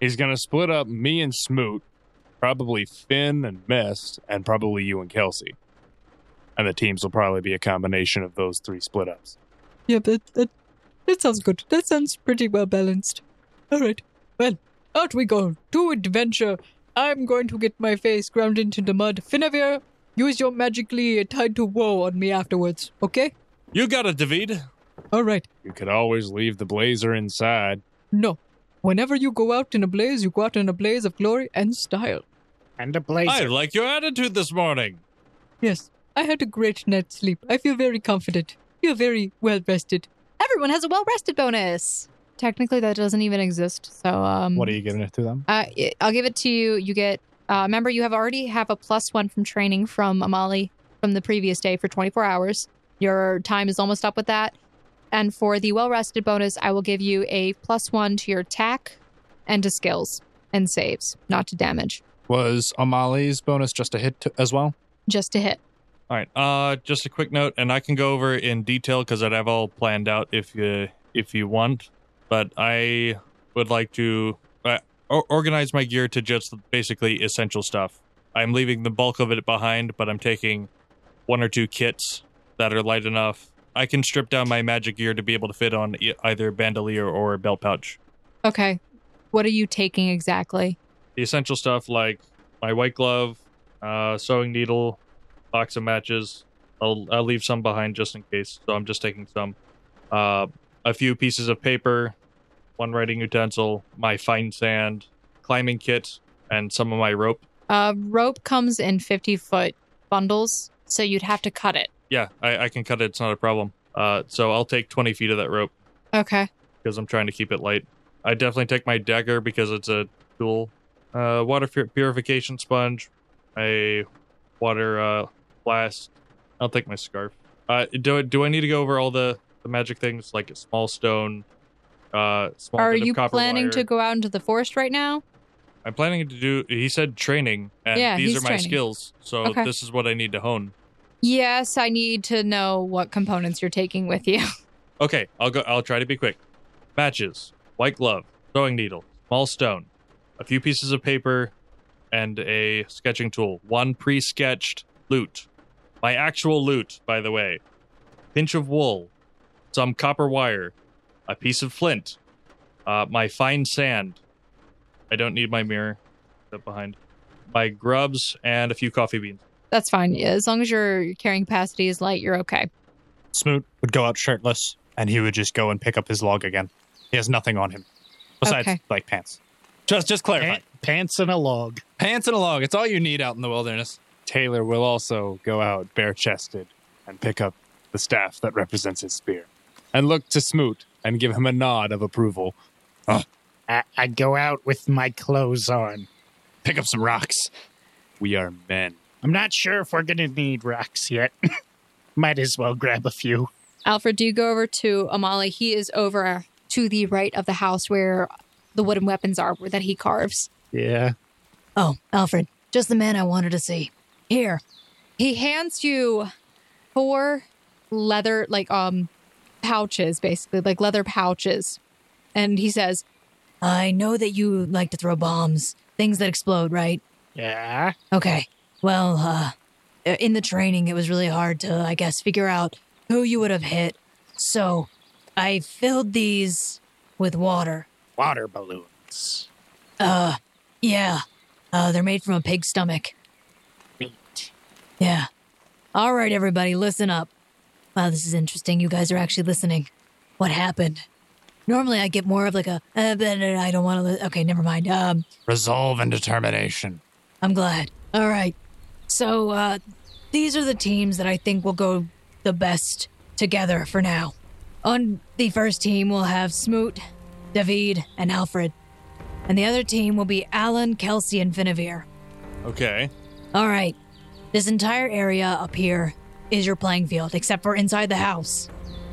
Speaker 4: he's going to split up me and Smoot, probably Finn and Mess, and probably you and Kelsey. And the teams will probably be a combination of those three split ups.
Speaker 3: Yeah, that, that that sounds good. That sounds pretty well balanced. All right, well, out we go to adventure. I'm going to get my face ground into the mud. Finavir, use your magically tied to woe on me afterwards. Okay?
Speaker 2: You got it, David.
Speaker 3: All right.
Speaker 4: You could always leave the blazer inside.
Speaker 3: No. Whenever you go out in a blaze, you go out in a blaze of glory and style.
Speaker 8: And a blazer.
Speaker 2: I like your attitude this morning.
Speaker 3: Yes, I had a great night's sleep. I feel very confident. You're very well rested.
Speaker 6: Everyone has a well rested bonus. Technically, that doesn't even exist. So, um,
Speaker 5: What are you giving it to them?
Speaker 6: Uh, I- I'll give it to you. You get. Uh, remember, you have already have a plus one from training from Amali from the previous day for 24 hours. Your time is almost up with that. And for the well rested bonus, I will give you a plus one to your attack and to skills and saves, not to damage,
Speaker 5: Was Amali's bonus just a hit to, as well?
Speaker 6: just to hit.
Speaker 2: All right. Uh, just a quick note, and I can go over in detail because I'd have all planned out if you if you want. But I would like to uh, or- organize my gear to just basically essential stuff. I'm leaving the bulk of it behind, but I'm taking one or two kits that are light enough. I can strip down my magic gear to be able to fit on e- either bandolier or belt pouch.
Speaker 6: Okay. What are you taking exactly?
Speaker 2: the essential stuff like my white glove, uh, sewing needle, box of matches. I'll, I'll leave some behind just in case. So I'm just taking some. Uh, a few pieces of paper, one writing utensil, my fine sand, climbing kit, and some of my rope.
Speaker 6: Uh, rope comes in 50 foot bundles, so you'd have to cut it.
Speaker 2: Yeah, I, I can cut it. It's not a problem. Uh, so I'll take 20 feet of that rope
Speaker 6: Okay.
Speaker 2: because I'm trying to keep it light. I definitely take my dagger because it's a tool. Uh, water pur- purification sponge, a water uh, flask. I'll take my scarf. Uh, do I- do I need to go over all the, the magic things like a small stone? Uh, small
Speaker 6: Are
Speaker 2: bit of
Speaker 6: you
Speaker 2: copper
Speaker 6: planning
Speaker 2: wire?
Speaker 6: to go out into the forest right now?
Speaker 2: I'm planning to do. He said training, and
Speaker 6: Yeah,
Speaker 2: these
Speaker 6: he's
Speaker 2: are my
Speaker 6: training.
Speaker 2: skills. So
Speaker 6: Okay.
Speaker 2: this is what I need to hone.
Speaker 6: Yes, I need to know what components you're taking with you.
Speaker 2: Okay, I'll go. I'll try to be quick. Matches, white glove, sewing needle, small stone, a few pieces of paper, and a sketching tool. One pre-sketched loot. My actual loot, by the way. Pinch of wool, some copper wire, a piece of flint, uh, my fine sand. I don't need my mirror. That behind. My grubs and a few coffee beans.
Speaker 6: That's fine. Yeah, as long as your carrying capacity is light, you're okay.
Speaker 5: Smoot would go out shirtless and he would just go and pick up his log again. He has nothing on him besides
Speaker 6: Okay.
Speaker 5: like pants. Just just clarify.
Speaker 8: Pa- pants and a log.
Speaker 5: Pants and a log. It's all you need out in the wilderness.
Speaker 4: Taylor will also go out bare chested and pick up the staff that represents his spear and look to Smoot and give him a nod of approval.
Speaker 8: I, I go out with my clothes on.
Speaker 4: Pick up some rocks. We are men.
Speaker 8: I'm not sure if we're going to need rocks yet. Might as well grab a few.
Speaker 6: Alfred, do you go over to Amali? He is over uh, to the right of the house where the wooden weapons are that he carves.
Speaker 8: Yeah.
Speaker 7: Oh, Alfred, just the man I wanted to see. Here.
Speaker 6: He hands you four leather, like, um, pouches, basically, like leather pouches. And he says,
Speaker 7: I know that you like to throw bombs, things that explode, right?
Speaker 5: Yeah.
Speaker 7: Okay. Well, uh, in the training, it was really hard to, I guess, figure out who you would have hit. So I filled these with water.
Speaker 5: Water balloons.
Speaker 7: Uh, yeah. Uh, they're made from a pig's stomach.
Speaker 5: Meat.
Speaker 7: Yeah. All right, everybody, listen up. Wow, this is interesting. You guys are actually listening. What happened? Normally, I get more of like a, uh, blah, blah, blah, I don't want to. Li- okay, never mind. Um,
Speaker 8: Resolve and determination.
Speaker 7: I'm glad. All right. So, uh, these are the teams that I think will go the best together for now. On the first team, we'll have Smoot, David, and Alfred. And the other team will be Alan, Kelsey, and Finavir.
Speaker 2: Okay.
Speaker 7: All right. This entire area up here is your playing field, except for inside the house.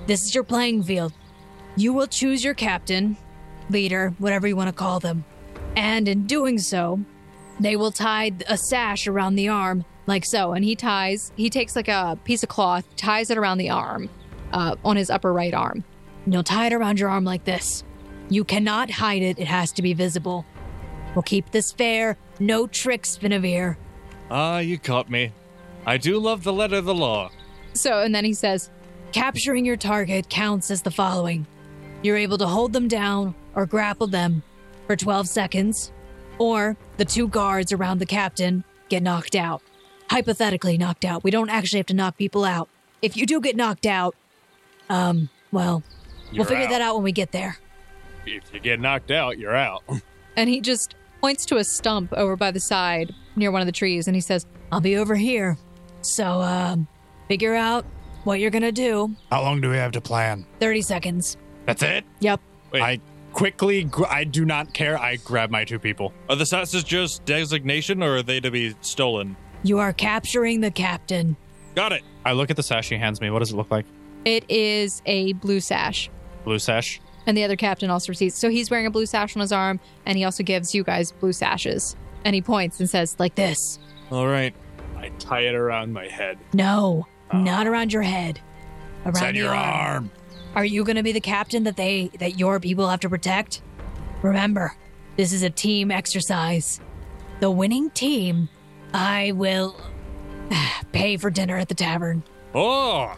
Speaker 7: This is your playing field. You will choose your captain, leader, whatever you want to call them. And in doing so, they will tie a sash around the arm, like so.
Speaker 6: and he ties, he takes like a piece of cloth, ties it around the arm, uh, on his upper right arm.
Speaker 7: And you'll tie it around your arm like this. You cannot hide it, it has to be visible. We'll keep this fair. No tricks, Finavir.
Speaker 2: Ah, you caught me. I do love the letter of the law.
Speaker 6: So, and then he says,
Speaker 7: Capturing your target counts as the following you're able to hold them down or grapple them for 12 seconds, or the two guards around the captain get knocked out. Hypothetically, knocked out. We don't actually have to knock people out. If you do get knocked out, um, well,
Speaker 4: You're
Speaker 7: we'll figure
Speaker 4: out.
Speaker 7: that out when we get there.
Speaker 4: If you get knocked out, you're out.
Speaker 6: and he just points to a stump over by the side near one of the trees, and he says,
Speaker 7: I'll be over here. So, um, figure out what you're gonna do.
Speaker 8: How long do we have to plan?
Speaker 7: 30 seconds.
Speaker 8: That's it?
Speaker 7: Yep.
Speaker 2: Wait.
Speaker 8: I quickly, gr- I do not care. I grab my two people.
Speaker 2: Are the sasses just designation or are they to be stolen?
Speaker 7: You are capturing the captain.
Speaker 2: Got it.
Speaker 8: I look at the sash she hands me. What does it look like?
Speaker 6: It is a blue sash.
Speaker 8: Blue sash.
Speaker 6: And the other captain also receives. So he's wearing a blue sash on his arm, and he also gives you guys blue sashes. And he points and says, like this.
Speaker 7: This.
Speaker 2: All right.
Speaker 4: I tie it around my head.
Speaker 7: No, not around your head. Around
Speaker 8: It's on
Speaker 7: the
Speaker 8: your arm.
Speaker 7: Are you going to be the captain that they that your people have to protect? Remember, this is a team exercise. The winning team, I will pay for dinner at the tavern.
Speaker 2: Oh,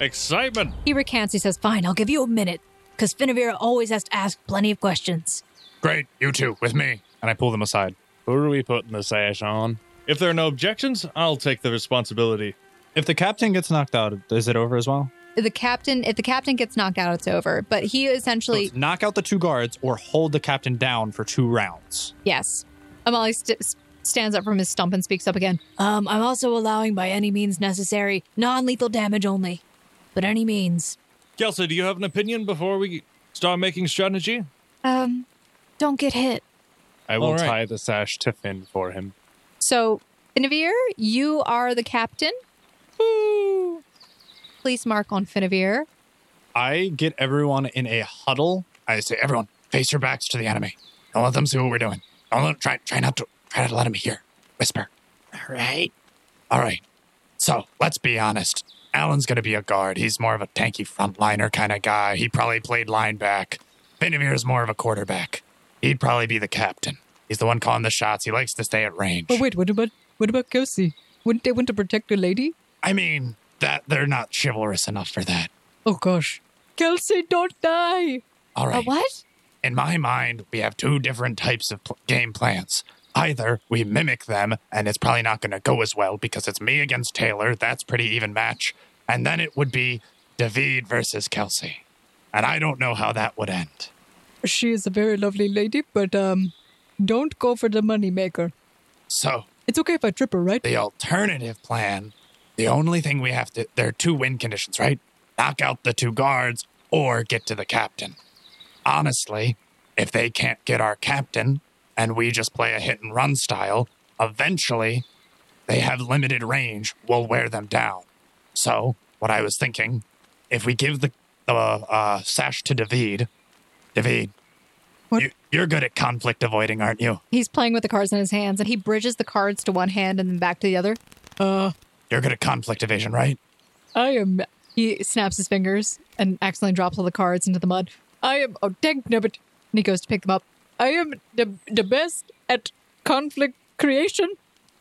Speaker 2: excitement.
Speaker 6: He recants.
Speaker 7: He says, "Fine, I'll give you a minute." Because Finavir always has to ask plenty of questions.
Speaker 8: Great. You two with me. And I pull them aside.
Speaker 4: Who are we putting the sash on?
Speaker 2: If there are no objections, I'll take the responsibility.
Speaker 8: If the captain gets knocked out, is it over as well?
Speaker 6: The captain, if the captain gets knocked out, it's over. But he essentially,
Speaker 8: knock out the two guards or hold the captain down for two rounds.
Speaker 6: yes. Amali st- stands up from his stump and speaks up again.
Speaker 7: Um, I'm also allowing, by any means necessary, non-lethal damage only, but any means.
Speaker 2: Kelsey, do you have an opinion before we start making strategy?
Speaker 6: Um,
Speaker 7: Don't get hit.
Speaker 4: I will
Speaker 2: All right.
Speaker 4: tie the sash to Finn for him.
Speaker 6: so, Finavir, you are the captain. Woo! Please mark on Finavir.
Speaker 8: I get everyone in a huddle. I say, everyone, face your backs to the enemy. Don't let them see what we're doing. Don't let, try, try not to try not to let them hear. Whisper. All right. All right. So let's be honest. Alan's going to be a guard. He's more of a tanky frontliner kind of guy. He probably played lineback. Benavir is more of a quarterback. He'd probably be the captain. He's the one calling the shots. He likes to stay at range.
Speaker 3: But wait, what about what about Kelsey? Wouldn't they want to protect a lady?
Speaker 8: I mean, that they're not chivalrous enough for that.
Speaker 3: Oh gosh, Kelsey, don't die!
Speaker 8: All right.
Speaker 6: What?
Speaker 8: In my mind, we have two different types of pl- game plans. Either we mimic them, and it's probably not going to go as well because it's me against Taylor. That's pretty even match. And then it would be David versus Kelsey. And I don't know how that would end.
Speaker 3: She is a very lovely lady, but um, don't go for the moneymaker.
Speaker 8: So
Speaker 3: It's okay if I trip her, right?
Speaker 8: the alternative plan, the only thing we have to, there are two win conditions, right? Knock out the two guards or get to the captain. Honestly, if they can't get our captain and we just play a hit and run style, eventually they have limited range. We'll wear them down. So, what I was thinking, if we give the, the uh, sash to David, David,
Speaker 3: What?
Speaker 8: You, you're good at conflict avoiding, aren't you?
Speaker 6: He's playing with the cards in his hands, and he bridges the cards to one hand and then back to the other.
Speaker 3: Uh,
Speaker 8: You're good at conflict evasion, right?
Speaker 3: I am. He snaps his fingers and accidentally drops all the cards into the mud. I am. Oh, dang nabbit. And he goes to pick them up. I am the, the best at conflict creation,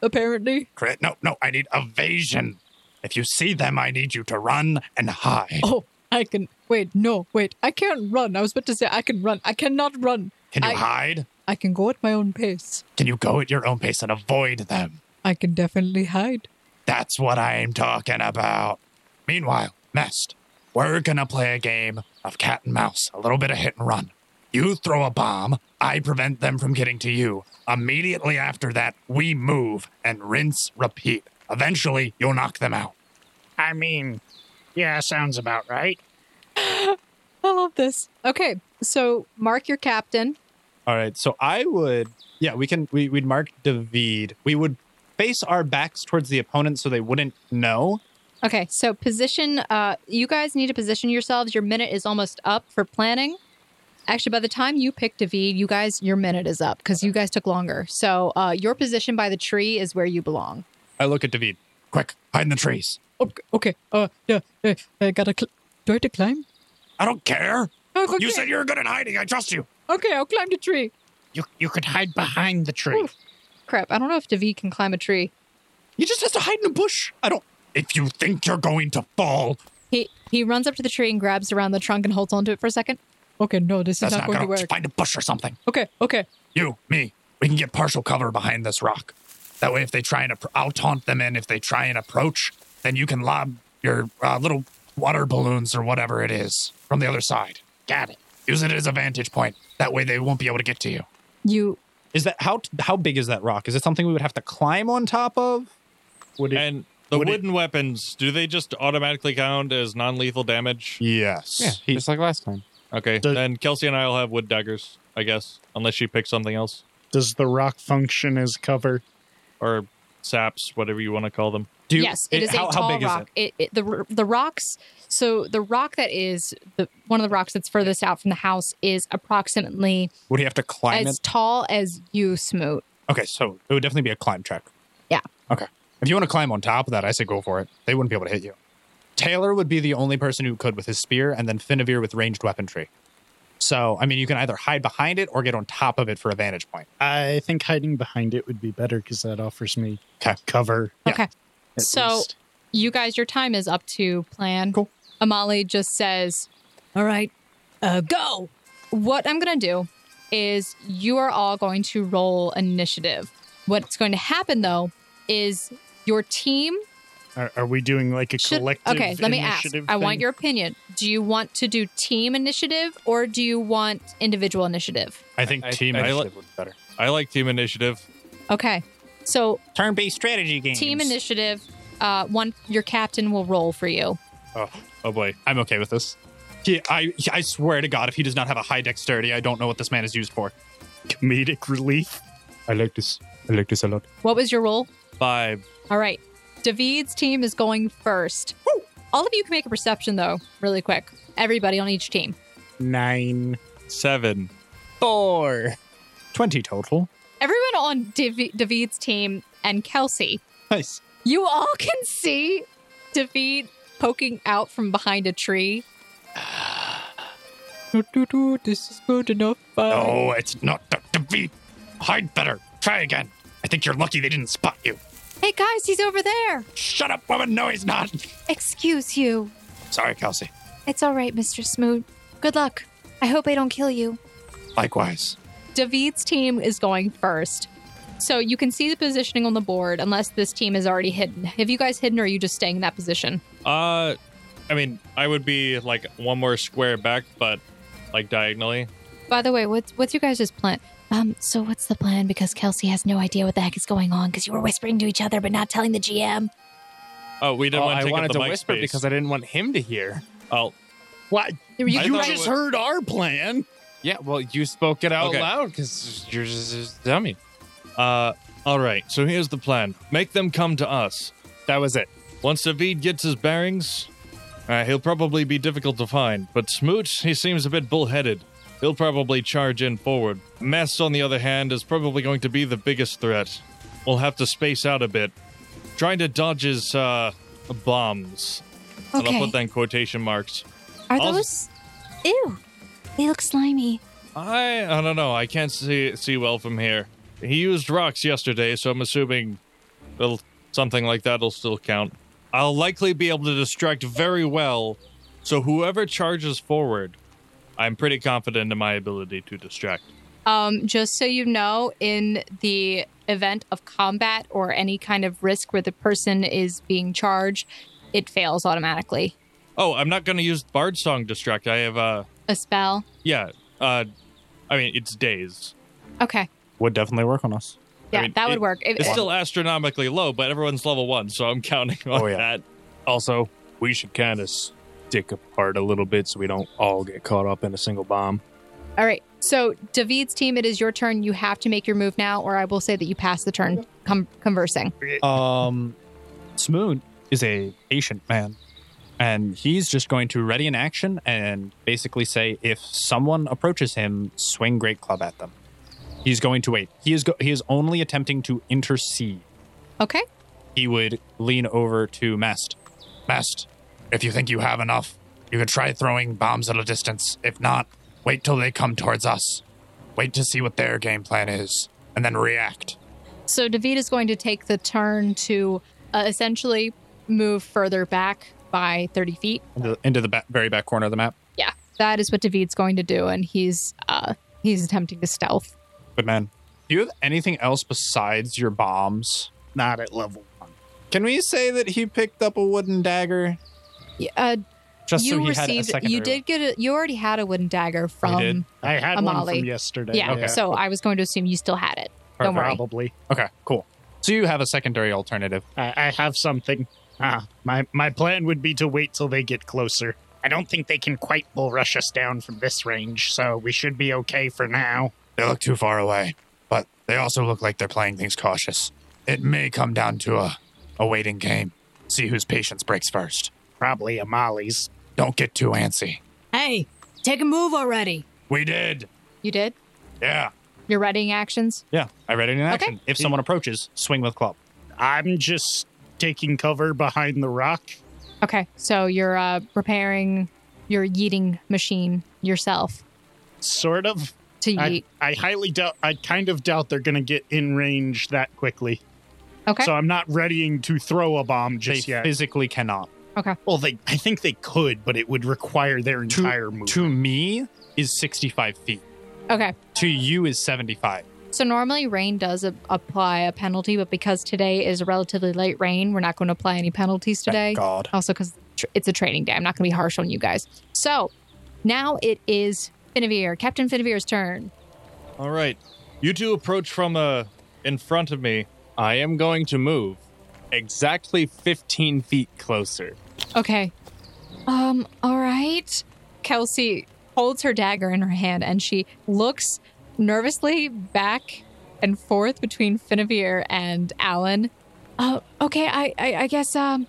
Speaker 3: apparently.
Speaker 8: Correct. No, no, I need evasion. If you see them, I need you to run and hide.
Speaker 3: Oh, I can. Wait, no, wait. I can't run. I was about to say I can run. I cannot run.
Speaker 8: Can you
Speaker 3: I-
Speaker 8: hide?
Speaker 3: I can go at my own pace.
Speaker 8: Can you go at your own pace and avoid them?
Speaker 3: I can definitely hide.
Speaker 8: That's what I'm talking about. Meanwhile, Nest, we're gonna play a game of cat and mouse, a little bit of hit and run. You throw a bomb, I prevent them from getting to you. Immediately after that, we move and rinse, repeat. Eventually, you'll knock them out.
Speaker 5: I mean, yeah, sounds about right.
Speaker 3: I love this.
Speaker 7: Okay, so mark your captain.
Speaker 4: All right. So I would, yeah, we can, we, we'd mark David.
Speaker 8: We would face our backs towards the opponent so they wouldn't know.
Speaker 7: Okay, so position. Uh, you guys need to position yourselves. Your minute is almost up for planning. Actually, by the time you pick David, you guys, your minute is up because you guys took longer. So uh, your position by the tree is where you belong.
Speaker 4: I look at David.
Speaker 8: Quick, hide in the trees.
Speaker 3: Okay, okay. Uh, yeah, yeah, I gotta. Cl- Do I have to climb?
Speaker 8: I don't care.
Speaker 3: Oh, okay.
Speaker 8: You said you were good at hiding. I trust you.
Speaker 3: okay, I'll climb the tree.
Speaker 5: You you could hide behind the tree.
Speaker 7: Crap, I don't know if David can climb a tree.
Speaker 8: You just have to hide in a bush. I don't. If you think you're going to fall,
Speaker 7: He he runs up to the tree and grabs around the trunk and holds onto it for a second.
Speaker 3: Okay, no, this is
Speaker 8: that's
Speaker 3: not,
Speaker 8: not,
Speaker 3: going
Speaker 8: gonna
Speaker 3: to work.
Speaker 8: find a bush or something.
Speaker 3: Okay, okay.
Speaker 8: You, me, we can get partial cover behind this rock. That way, if they try and, appro- I'll taunt them in. If they try and approach, then you can lob your uh, little water balloons or whatever it is from the other side. Got it. Use it as a vantage point. That way, they won't be able to get to you.
Speaker 7: You
Speaker 4: Is that, how, how big is that rock? Is it something we would have to climb on top of?
Speaker 5: Would it?
Speaker 2: And the
Speaker 5: Would it-
Speaker 2: wooden weapons, do they just automatically count as non lethal damage?
Speaker 5: yes.
Speaker 4: Yeah. just like last time.
Speaker 2: Okay.
Speaker 5: Does-
Speaker 2: then Kelsey and I will have wood daggers, I guess, unless she picks something else
Speaker 5: Does the rock function as cover?
Speaker 2: or saps, whatever you want to call them.
Speaker 4: Do,
Speaker 7: yes, it is
Speaker 4: how,
Speaker 7: a
Speaker 4: how
Speaker 7: tall
Speaker 4: big
Speaker 7: rock.
Speaker 4: is
Speaker 7: it? It, the r- the rocks. So the rock that is the one of the rocks that's furthest out from the house is approximately
Speaker 4: it? Would he have to climb
Speaker 7: as
Speaker 4: it?
Speaker 7: tall as you, Smoot.
Speaker 4: Okay, so it would definitely be a climb track.
Speaker 7: Yeah.
Speaker 4: Okay. If you want to climb on top of that, I say go for it. They wouldn't be able to hit you. Taylor would be the only person who could with his spear, and then Finavir with ranged weaponry. So, I mean, you can either hide behind it or get on top of it for a vantage point.
Speaker 5: I think hiding behind it would be better because that offers me
Speaker 4: 'Kay.
Speaker 5: cover.
Speaker 4: Yeah.
Speaker 7: Okay,
Speaker 5: at
Speaker 7: So-
Speaker 5: least.
Speaker 7: you guys, your time is up to plan.
Speaker 4: Cool.
Speaker 7: Amali just says,
Speaker 6: All right, uh, go.
Speaker 7: What I'm going to do is you are all going to roll initiative. What's going to happen though is your team
Speaker 5: Are, are we doing like a
Speaker 7: should.
Speaker 5: collective?
Speaker 7: Okay, let me ask.
Speaker 5: initiative
Speaker 7: I want
Speaker 5: thing?
Speaker 7: your opinion. Do you want to do team initiative or do you want individual initiative?
Speaker 8: I think
Speaker 2: I-
Speaker 8: team
Speaker 2: I li-
Speaker 8: initiative would be better.
Speaker 2: I like team initiative.
Speaker 7: Okay. So
Speaker 8: Turn-based strategy games.
Speaker 7: team initiative, uh, one your captain will roll for you.
Speaker 2: Oh boy.
Speaker 4: I'm okay with this. He, I, I swear to God, if he does not have a high dexterity, I don't know what this man is used for.
Speaker 5: comedic relief.
Speaker 8: I like this. I like this a lot.
Speaker 7: What was your roll?
Speaker 2: Five.
Speaker 7: All right. David's team is going first. All of you can make a perception, though, really quick. Everybody on each team.
Speaker 5: Nine.
Speaker 2: Seven.
Speaker 4: Four. 20 total.
Speaker 7: Everyone on Davi- David's team and Kelsey,
Speaker 4: Nice.
Speaker 7: you all can see David poking out from behind a tree.
Speaker 3: Do, do, do, this is good enough.
Speaker 5: Oh.
Speaker 3: Bye.
Speaker 8: No, it's not Dr. V. Hide better. Try again. I think you're lucky they didn't spot you.
Speaker 7: Hey, guys, he's over there.
Speaker 8: Shut up, woman. No, he's not.
Speaker 6: Excuse you.
Speaker 8: Sorry, Kelsey.
Speaker 6: It's all right, Mr. Smoot. Good luck. I hope I don't kill you.
Speaker 8: Likewise.
Speaker 7: David's team is going first. So you can see the positioning on the board, unless this team is already hidden. Have you guys hidden or are you just staying in that position?
Speaker 2: Uh, I mean, I would be like one more square back, but like diagonally.
Speaker 7: By the way, what's, what's your guys' plan?
Speaker 6: Um, so what's the plan? Because Kelsey has no idea what the heck is going on because you were whispering to each other but not telling the GM.
Speaker 2: Oh, we didn't
Speaker 4: Oh,
Speaker 2: want
Speaker 4: I
Speaker 2: to take up
Speaker 4: wanted
Speaker 2: the
Speaker 4: to
Speaker 2: mic
Speaker 4: whisper
Speaker 2: space.
Speaker 4: because I didn't want him to hear.
Speaker 2: oh,
Speaker 5: What? You,
Speaker 2: I thought it
Speaker 5: just
Speaker 2: was-
Speaker 5: heard our plan.
Speaker 4: Yeah, well, you spoke it out
Speaker 2: Okay.
Speaker 4: loud because you're just a dummy.
Speaker 2: Uh, all right. So here's the plan: make them come to us.
Speaker 4: That was it.
Speaker 2: Once David gets his bearings, uh, he'll probably be difficult to find. But Smoot, he seems a bit bullheaded. He'll probably charge in forward. Mess, on the other hand, is probably going to be the biggest threat. We'll have to space out a bit. trying to dodge his uh, bombs. And I'll
Speaker 7: Okay.
Speaker 2: put that in quotation marks.
Speaker 6: Are
Speaker 2: I'll-
Speaker 6: those? Ew, they look slimy.
Speaker 2: I I don't know. I can't see see well from here. He used rocks yesterday, so I'm assuming it'll, something like that'll still count. I'll likely be able to distract very well, so whoever charges forward, I'm pretty confident in my ability to distract.
Speaker 3: Um, just so you know, in the event of combat or any kind of risk where the person is being charged, it fails automatically.
Speaker 2: Oh, I'm not going to use Bard Song distract. I have uh
Speaker 3: A spell.
Speaker 2: yeah uh, I mean it's days.
Speaker 3: Okay.
Speaker 5: Would definitely work on us.
Speaker 3: Yeah,
Speaker 2: mean,
Speaker 3: that
Speaker 2: it-
Speaker 3: would work. If-
Speaker 2: It's still astronomically low, but everyone's level one, so I'm counting on
Speaker 5: Oh, yeah.
Speaker 2: that.
Speaker 4: Also, we should kind of stick apart a little bit so we don't all get caught up in a single bomb.
Speaker 3: all right. So, David's team, it is your turn. You have to make your move now, or I will say that you pass the turn com- conversing.
Speaker 5: Um, Smoon is a patient man, and he's just going to ready an action and basically say if someone approaches him, swing great club at them. He's going to wait. He is go- he is only attempting to intercede.
Speaker 3: Okay.
Speaker 5: He would lean over to Mast.
Speaker 8: Best, if you think you have enough, you can try throwing bombs at a distance. If not, wait till they come towards us. Wait to see what their game plan is, and then react.
Speaker 3: So David is going to take the turn to uh, essentially move further back by 30 feet.
Speaker 5: into, into the ba- very back corner of the map.
Speaker 3: Yeah, that is what David's going to do, and he's uh, he's attempting to stealth.
Speaker 5: Good man. Do you have anything else besides your bombs?
Speaker 10: Not at level one.
Speaker 5: Can we say that he picked up a wooden dagger?
Speaker 3: Y- Uh,
Speaker 5: Just
Speaker 3: you
Speaker 5: so he had a
Speaker 3: received,
Speaker 5: secondary.
Speaker 3: you did get, a, you already had a wooden dagger
Speaker 5: did?
Speaker 3: from,
Speaker 10: I had one
Speaker 3: Amali.
Speaker 10: from yesterday.
Speaker 3: yeah. So I was going to assume you still had it. Don't worry.
Speaker 10: probably.
Speaker 5: Okay, cool. So you have a secondary alternative.
Speaker 10: I, I have something. Ah, my my plan would be to wait till they get closer. I don't think they can quite bull rush us down from this range, so we should be okay for now.
Speaker 8: They look too far away, but they also look like they're playing things cautious. It may come down to a, a waiting game. See whose patience breaks first.
Speaker 10: Probably Amali's.
Speaker 8: Don't get too antsy.
Speaker 7: Hey, take a move already.
Speaker 8: We did.
Speaker 3: You did.
Speaker 8: Yeah.
Speaker 3: You're readying actions.
Speaker 5: Yeah, I read it in action.
Speaker 3: Okay.
Speaker 5: If someone approaches, swing with club.
Speaker 10: I'm just taking cover behind the rock.
Speaker 3: Okay. So you're uh, preparing your yeeting machine yourself
Speaker 10: Sort of.
Speaker 3: to
Speaker 10: I,
Speaker 3: yeet.
Speaker 10: I highly doubt. I kind of doubt they're going to get in range that quickly.
Speaker 3: okay.
Speaker 10: So I'm not readying to throw a bomb just
Speaker 5: they
Speaker 10: yet.
Speaker 5: physically cannot.
Speaker 10: well, they. I think they could, but it would require their
Speaker 5: To-
Speaker 10: entire move.
Speaker 5: To me, is 65 feet.
Speaker 3: okay.
Speaker 5: To you is 75.
Speaker 3: So normally rain does a- apply a penalty, but because today is a relatively late rain, we're not going to apply any penalties today.
Speaker 5: Thank God.
Speaker 3: Also, because it's a training day, I'm not going to be harsh on you guys. So now it is Finavir, Captain Finavir's turn.
Speaker 2: All right. You two approach from uh, in front of me.
Speaker 4: I am going to move exactly 15 feet closer.
Speaker 3: Okay. Um. All right. Kelsey holds her dagger in her hand and she looks nervously back and forth between Finavir and Alan. Uh, okay. I, I. I guess. Um.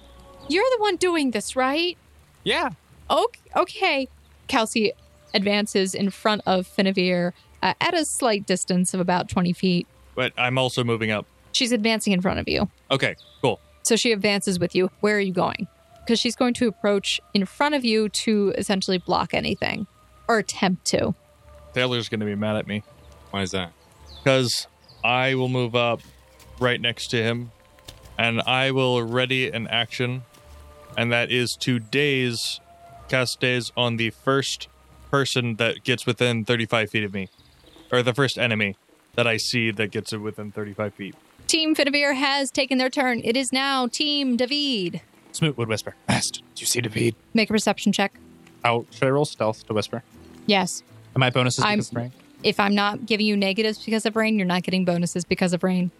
Speaker 3: You're the one doing this, right?
Speaker 4: Yeah.
Speaker 3: okay, okay. Kelsey advances in front of Finavir uh, at a slight distance of about 20 feet.
Speaker 2: But I'm also moving up.
Speaker 3: She's advancing in front of you.
Speaker 2: Okay, cool.
Speaker 3: So she advances with you. Where are you going? Because she's going to approach in front of you to essentially block anything or attempt to.
Speaker 2: Taylor's going to be mad at me
Speaker 4: Why is that?
Speaker 2: because I will move up right next to him and I will ready an action. And that is to daze, cast daze on the first person that gets within 35 feet of me, or the first enemy that I see that gets it within 35 feet.
Speaker 3: Team Finavir has taken their turn. It is now Team David.
Speaker 5: Smoot would whisper.
Speaker 8: Best. Do you see David?
Speaker 3: Make a perception check.
Speaker 5: Out. Should I roll stealth to whisper?
Speaker 3: Yes.
Speaker 5: Am I bonuses
Speaker 3: I'm-
Speaker 5: because of rank?
Speaker 3: If I'm not giving you negatives because of rain, you're not getting bonuses because of rain.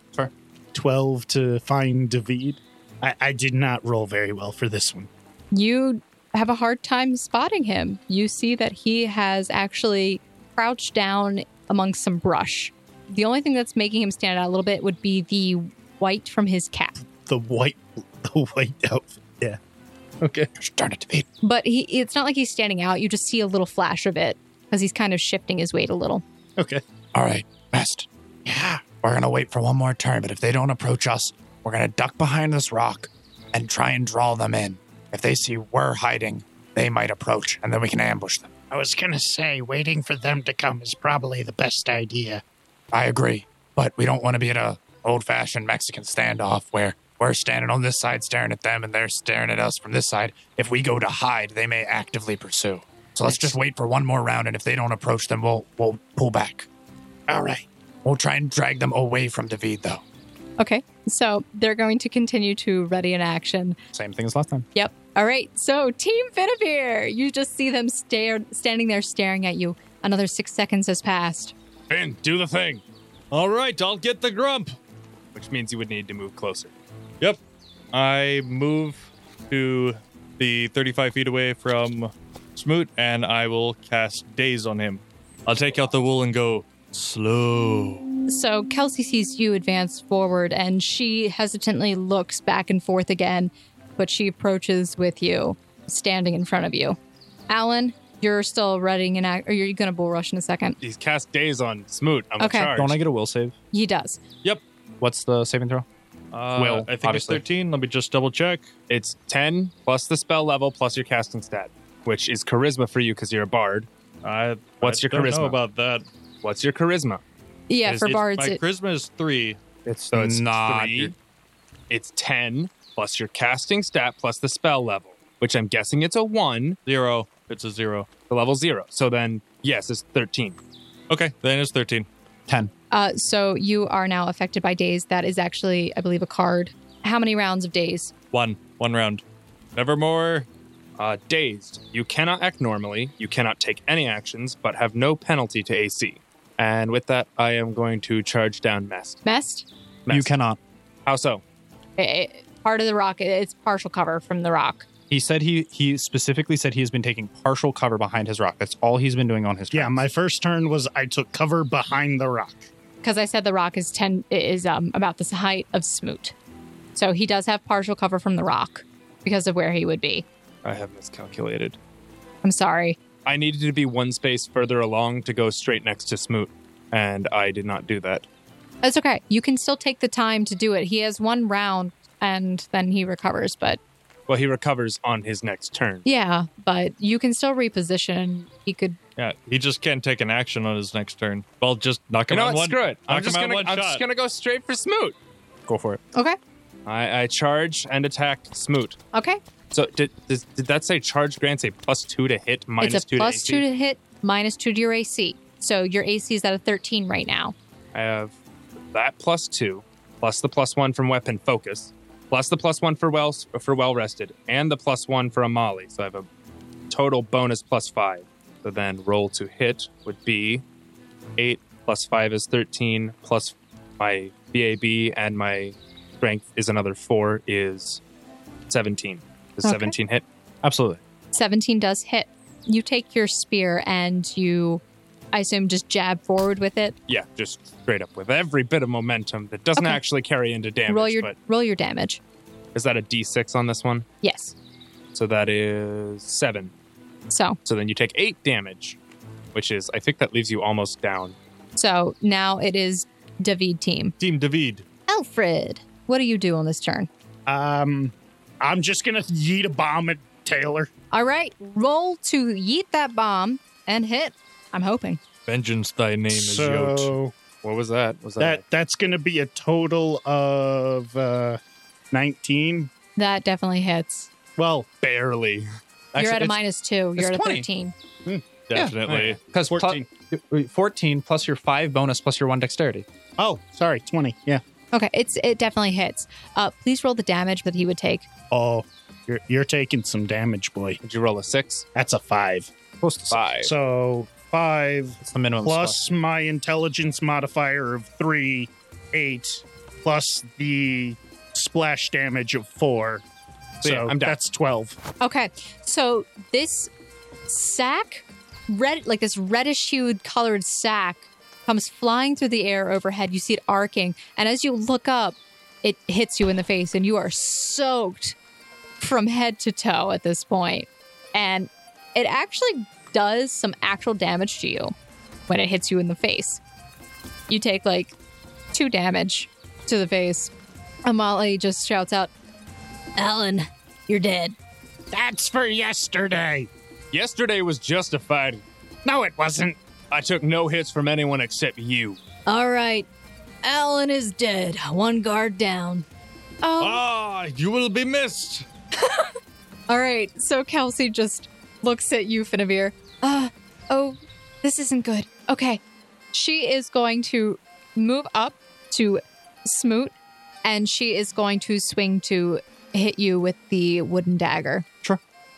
Speaker 10: Twelve to find David. I, I did not roll very well for this one.
Speaker 3: you have a hard time spotting him. You see that he has actually crouched down among some brush. The only thing that's making him stand out a little bit would be the white from his cap.
Speaker 10: The white, the white outfit. Yeah. Okay.
Speaker 8: Darn it, David.
Speaker 3: But he it's not like he's standing out. You just see a little flash of it because he's kind of shifting his weight a little.
Speaker 10: Okay.
Speaker 8: All right, Best. Yeah. We're going to wait for one more turn, but if they don't approach us,
Speaker 11: We're going to duck behind this rock and try and draw them in. If they see we're hiding, they might approach, and then we can ambush them.
Speaker 8: I was gonna say, waiting for them to come is probably the best idea.
Speaker 11: I agree, but we don't want to be in a old-fashioned Mexican standoff where we're standing on this side staring at them and they're staring at us from this side. If we go to hide, they may actively pursue. So let's just wait for one more round, and if they don't approach them, we'll we'll pull back.
Speaker 8: All right.
Speaker 11: We'll try and drag them away from David, though.
Speaker 3: Okay, so they're going to continue to ready in action.
Speaker 5: Same thing as last time.
Speaker 3: Yep. All right. So, Team Finavir, you just see them stare, standing there staring at you. Another six seconds has passed.
Speaker 4: Finn, do the thing.
Speaker 2: All right, I'll get the grump.
Speaker 4: Which means you would need to move closer.
Speaker 2: Yep. I move to the 35 feet away from Smoot and I will cast Daze on him. I'll take out the wool and go slow.
Speaker 3: So, Kelsey sees you advance forward and she hesitantly looks back and forth again, but she approaches with you, standing in front of you. Alan, you're still readying in act, or you're going to bull rush in a second.
Speaker 4: He's cast days on Smoot. I'm
Speaker 3: Okay.
Speaker 4: in charge.
Speaker 5: Don't I get a will save?
Speaker 3: He does.
Speaker 2: Yep.
Speaker 5: What's the saving throw?
Speaker 2: Uh,
Speaker 4: Will,
Speaker 2: I think
Speaker 4: obviously.
Speaker 2: it's 13. Let me just double check.
Speaker 4: It's 10 plus the spell level plus your casting stat, which is charisma for you because you're a bard.
Speaker 2: I
Speaker 4: What's
Speaker 2: I
Speaker 4: your
Speaker 2: don't know
Speaker 4: charisma?
Speaker 2: about that.
Speaker 4: What's your charisma?
Speaker 3: Yeah,
Speaker 4: Is
Speaker 3: for
Speaker 4: it
Speaker 3: bards.
Speaker 2: My
Speaker 3: It,
Speaker 2: charisma is three.
Speaker 5: It's
Speaker 4: So it's
Speaker 5: not.
Speaker 4: three. It's 10 plus your casting stat plus the spell level, which I'm guessing it's a 1,
Speaker 2: Zero. It's a zero.
Speaker 4: the level 0. So then, yes, it's 13.
Speaker 2: Okay, then it's 13.
Speaker 5: Ten.
Speaker 3: uh, so, you are now affected by days. That is actually, I believe, a card. How many rounds of days?
Speaker 2: One. One round. Nevermore.
Speaker 4: Uh, dazed. You cannot act normally. You cannot take any actions, but have no penalty to AC. And with that, I am going to charge down Mest.
Speaker 3: Mest?
Speaker 5: You
Speaker 4: Mest.
Speaker 5: cannot.
Speaker 4: How so?
Speaker 3: it, it- part of the rock. it- It's partial cover from the rock.
Speaker 5: He said he he specifically said he has been taking partial cover behind his rock. That's all he's been doing on his.
Speaker 8: Yeah,
Speaker 5: turn.
Speaker 8: my first turn was I took cover behind the rock.
Speaker 3: Because I said the rock is ten is um, about the height of Smoot, so he does have partial cover from the rock because of where he would be.
Speaker 4: I have miscalculated.
Speaker 3: I'm sorry.
Speaker 4: I needed to be one space further along to go straight next to Smoot, and I did not do that.
Speaker 3: That's okay. You can still take the time to do it. He has one round and then he recovers, but
Speaker 4: Well, he recovers on his next turn.
Speaker 3: yeah, but you can still reposition. He could.
Speaker 2: Yeah, he just can't take an action on his next turn. Well, just knock
Speaker 4: You
Speaker 2: him
Speaker 4: know
Speaker 2: out
Speaker 4: what?
Speaker 2: one.
Speaker 4: Screw it. I'm
Speaker 2: knock
Speaker 4: just
Speaker 2: him out
Speaker 4: gonna.
Speaker 2: one
Speaker 4: I'm
Speaker 2: shot.
Speaker 4: just gonna go straight for Smoot.
Speaker 5: go for it.
Speaker 3: Okay.
Speaker 4: I, I charge and attack Smoot.
Speaker 3: Okay.
Speaker 4: So did, did did that say charge grants a plus two to hit, minus
Speaker 3: it's a
Speaker 4: two
Speaker 3: plus
Speaker 4: to
Speaker 3: two
Speaker 4: AC?
Speaker 3: to hit, minus two to your AC. So your AC is at a 13 right now.
Speaker 4: I have that plus two, plus the plus one from weapon focus, plus the plus one for well for well rested, and the plus one for Amali. So I have a total bonus plus five. So then roll to hit would be eight plus five is thirteen plus my BAB and my strength is another four is seventeen. Does
Speaker 3: Okay.
Speaker 4: seventeen hit?
Speaker 5: Absolutely.
Speaker 3: 17 does hit. You take your spear and you, I assume, just jab forward with it.
Speaker 4: Yeah, just straight up with every bit of momentum that doesn't
Speaker 3: Okay.
Speaker 4: actually carry into damage.
Speaker 3: roll your
Speaker 4: but
Speaker 3: roll your damage.
Speaker 4: is that a D6 on this one?
Speaker 3: Yes.
Speaker 4: So that is seven.
Speaker 3: So
Speaker 4: So then you take eight damage, which is, I think that leaves you almost down.
Speaker 3: so now it is David team.
Speaker 2: Team David.
Speaker 3: Alfred, what do you do on this turn?
Speaker 8: Um, I'm just gonna yeet a bomb at Taylor.
Speaker 3: All right, roll to yeet that bomb and hit. I'm hoping.
Speaker 2: Vengeance, thy name is Yot.
Speaker 8: So
Speaker 4: What was that? Was
Speaker 8: that that's gonna be a total of uh, 19.
Speaker 3: That definitely hits.
Speaker 8: Well,
Speaker 4: barely?
Speaker 3: You're at a
Speaker 5: it's-
Speaker 3: minus two.
Speaker 5: it's
Speaker 3: You're at a
Speaker 5: 20.
Speaker 3: 13.
Speaker 2: Definitely.
Speaker 5: Because
Speaker 8: 14.
Speaker 5: 14 plus your five bonus plus your one dexterity.
Speaker 8: oh, sorry, 20. Yeah.
Speaker 3: Okay, it's it definitely hits. Uh, please roll the damage that he would take.
Speaker 8: Oh, you're you're taking some damage, boy.
Speaker 4: Did you roll a six?
Speaker 8: That's a five.
Speaker 5: Close to
Speaker 4: Five.
Speaker 8: So five
Speaker 5: It's the minimum. spell.
Speaker 8: plus my intelligence modifier of three, eight, plus the splash damage of four.
Speaker 4: So,
Speaker 8: So,
Speaker 4: yeah, I'm down.
Speaker 8: that's 12.
Speaker 3: Okay, so this sack, red like this reddish hued colored sack, comes flying through the air overhead. You see it arcing, and as you look up, it hits you in the face, and you are soaked from head to toe at this point. And it actually does some actual damage to you when it hits you in the face. You take like two damage to the face. Amali just shouts out,
Speaker 7: Alan, you're dead.
Speaker 8: That's for yesterday.
Speaker 4: Yesterday was justified.
Speaker 8: No, it wasn't.
Speaker 4: I took no hits from anyone except you.
Speaker 7: All right. Alan is dead. One guard down.
Speaker 3: Oh,
Speaker 2: Ah, you will be missed.
Speaker 3: all right. So Kelsey just looks at you, Finavir. Uh, oh, this isn't good. Okay. She is going to move up to Smoot, and she is going to swing to hit you with the wooden dagger.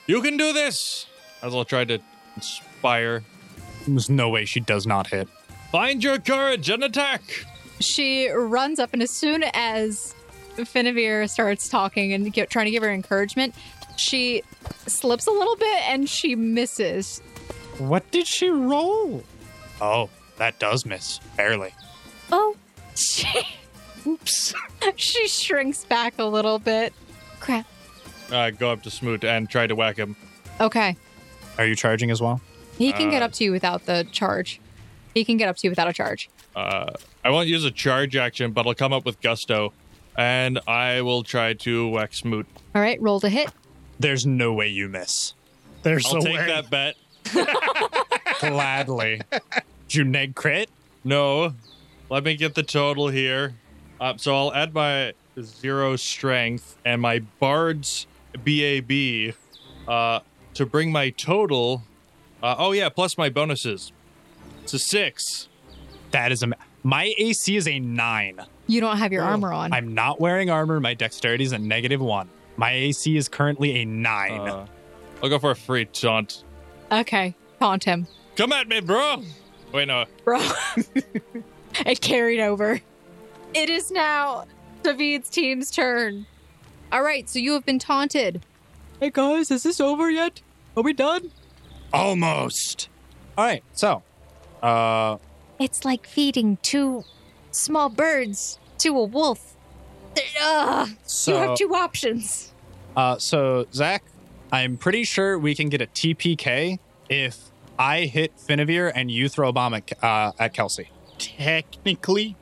Speaker 2: You can do this. As I'll try to inspire.
Speaker 5: There's no way she does not hit.
Speaker 2: Find your courage and attack.
Speaker 3: she runs up and as soon as Finavir starts talking and get, trying to give her encouragement, she slips a little bit and she misses.
Speaker 5: What did she roll?
Speaker 12: Oh, that does miss. Barely.
Speaker 13: Oh,
Speaker 3: She Oops. she shrinks back a little bit. Crap.
Speaker 2: I go up to Smoot and try to whack him.
Speaker 3: Okay.
Speaker 5: Are you charging as well?
Speaker 3: He can
Speaker 12: Uh.
Speaker 3: get up to you without the charge. He can get up to you without a charge.
Speaker 2: Uh, I won't use a charge action, but I'll come up with gusto, and I will try to whack Smoot.
Speaker 3: All right, roll to hit.
Speaker 5: There's no way you miss.
Speaker 8: There's
Speaker 2: I'll
Speaker 8: a
Speaker 2: take
Speaker 8: way.
Speaker 2: that bet.
Speaker 5: Gladly. Did you neg crit?
Speaker 2: No, let me get the total here. Uh, so I'll add my zero strength and my bard's BAB uh, to bring my total. Uh, oh yeah, plus my bonuses. It's a six.
Speaker 5: That is a. My AC is a nine.
Speaker 3: You don't have your armor on.
Speaker 5: I'm not wearing armor. My dexterity is a negative one. My AC is currently a nine.
Speaker 2: Uh, I'll go for a free taunt.
Speaker 3: okay. Taunt him.
Speaker 2: Come at me, bro. Wait, no.
Speaker 3: Bro. it carried over. It is now David's team's turn. All right, so you have been taunted.
Speaker 14: Hey guys, is this over yet? Are we done?
Speaker 5: Almost. All right. So, uh,
Speaker 13: it's like feeding two small birds to a wolf. Ugh,
Speaker 5: so
Speaker 13: you have two options.
Speaker 5: Uh, so Zach, I'm pretty sure we can get a TPK if I hit Finavir and you throw a bomb at, Ke- uh, at Kelsey.
Speaker 8: Technically,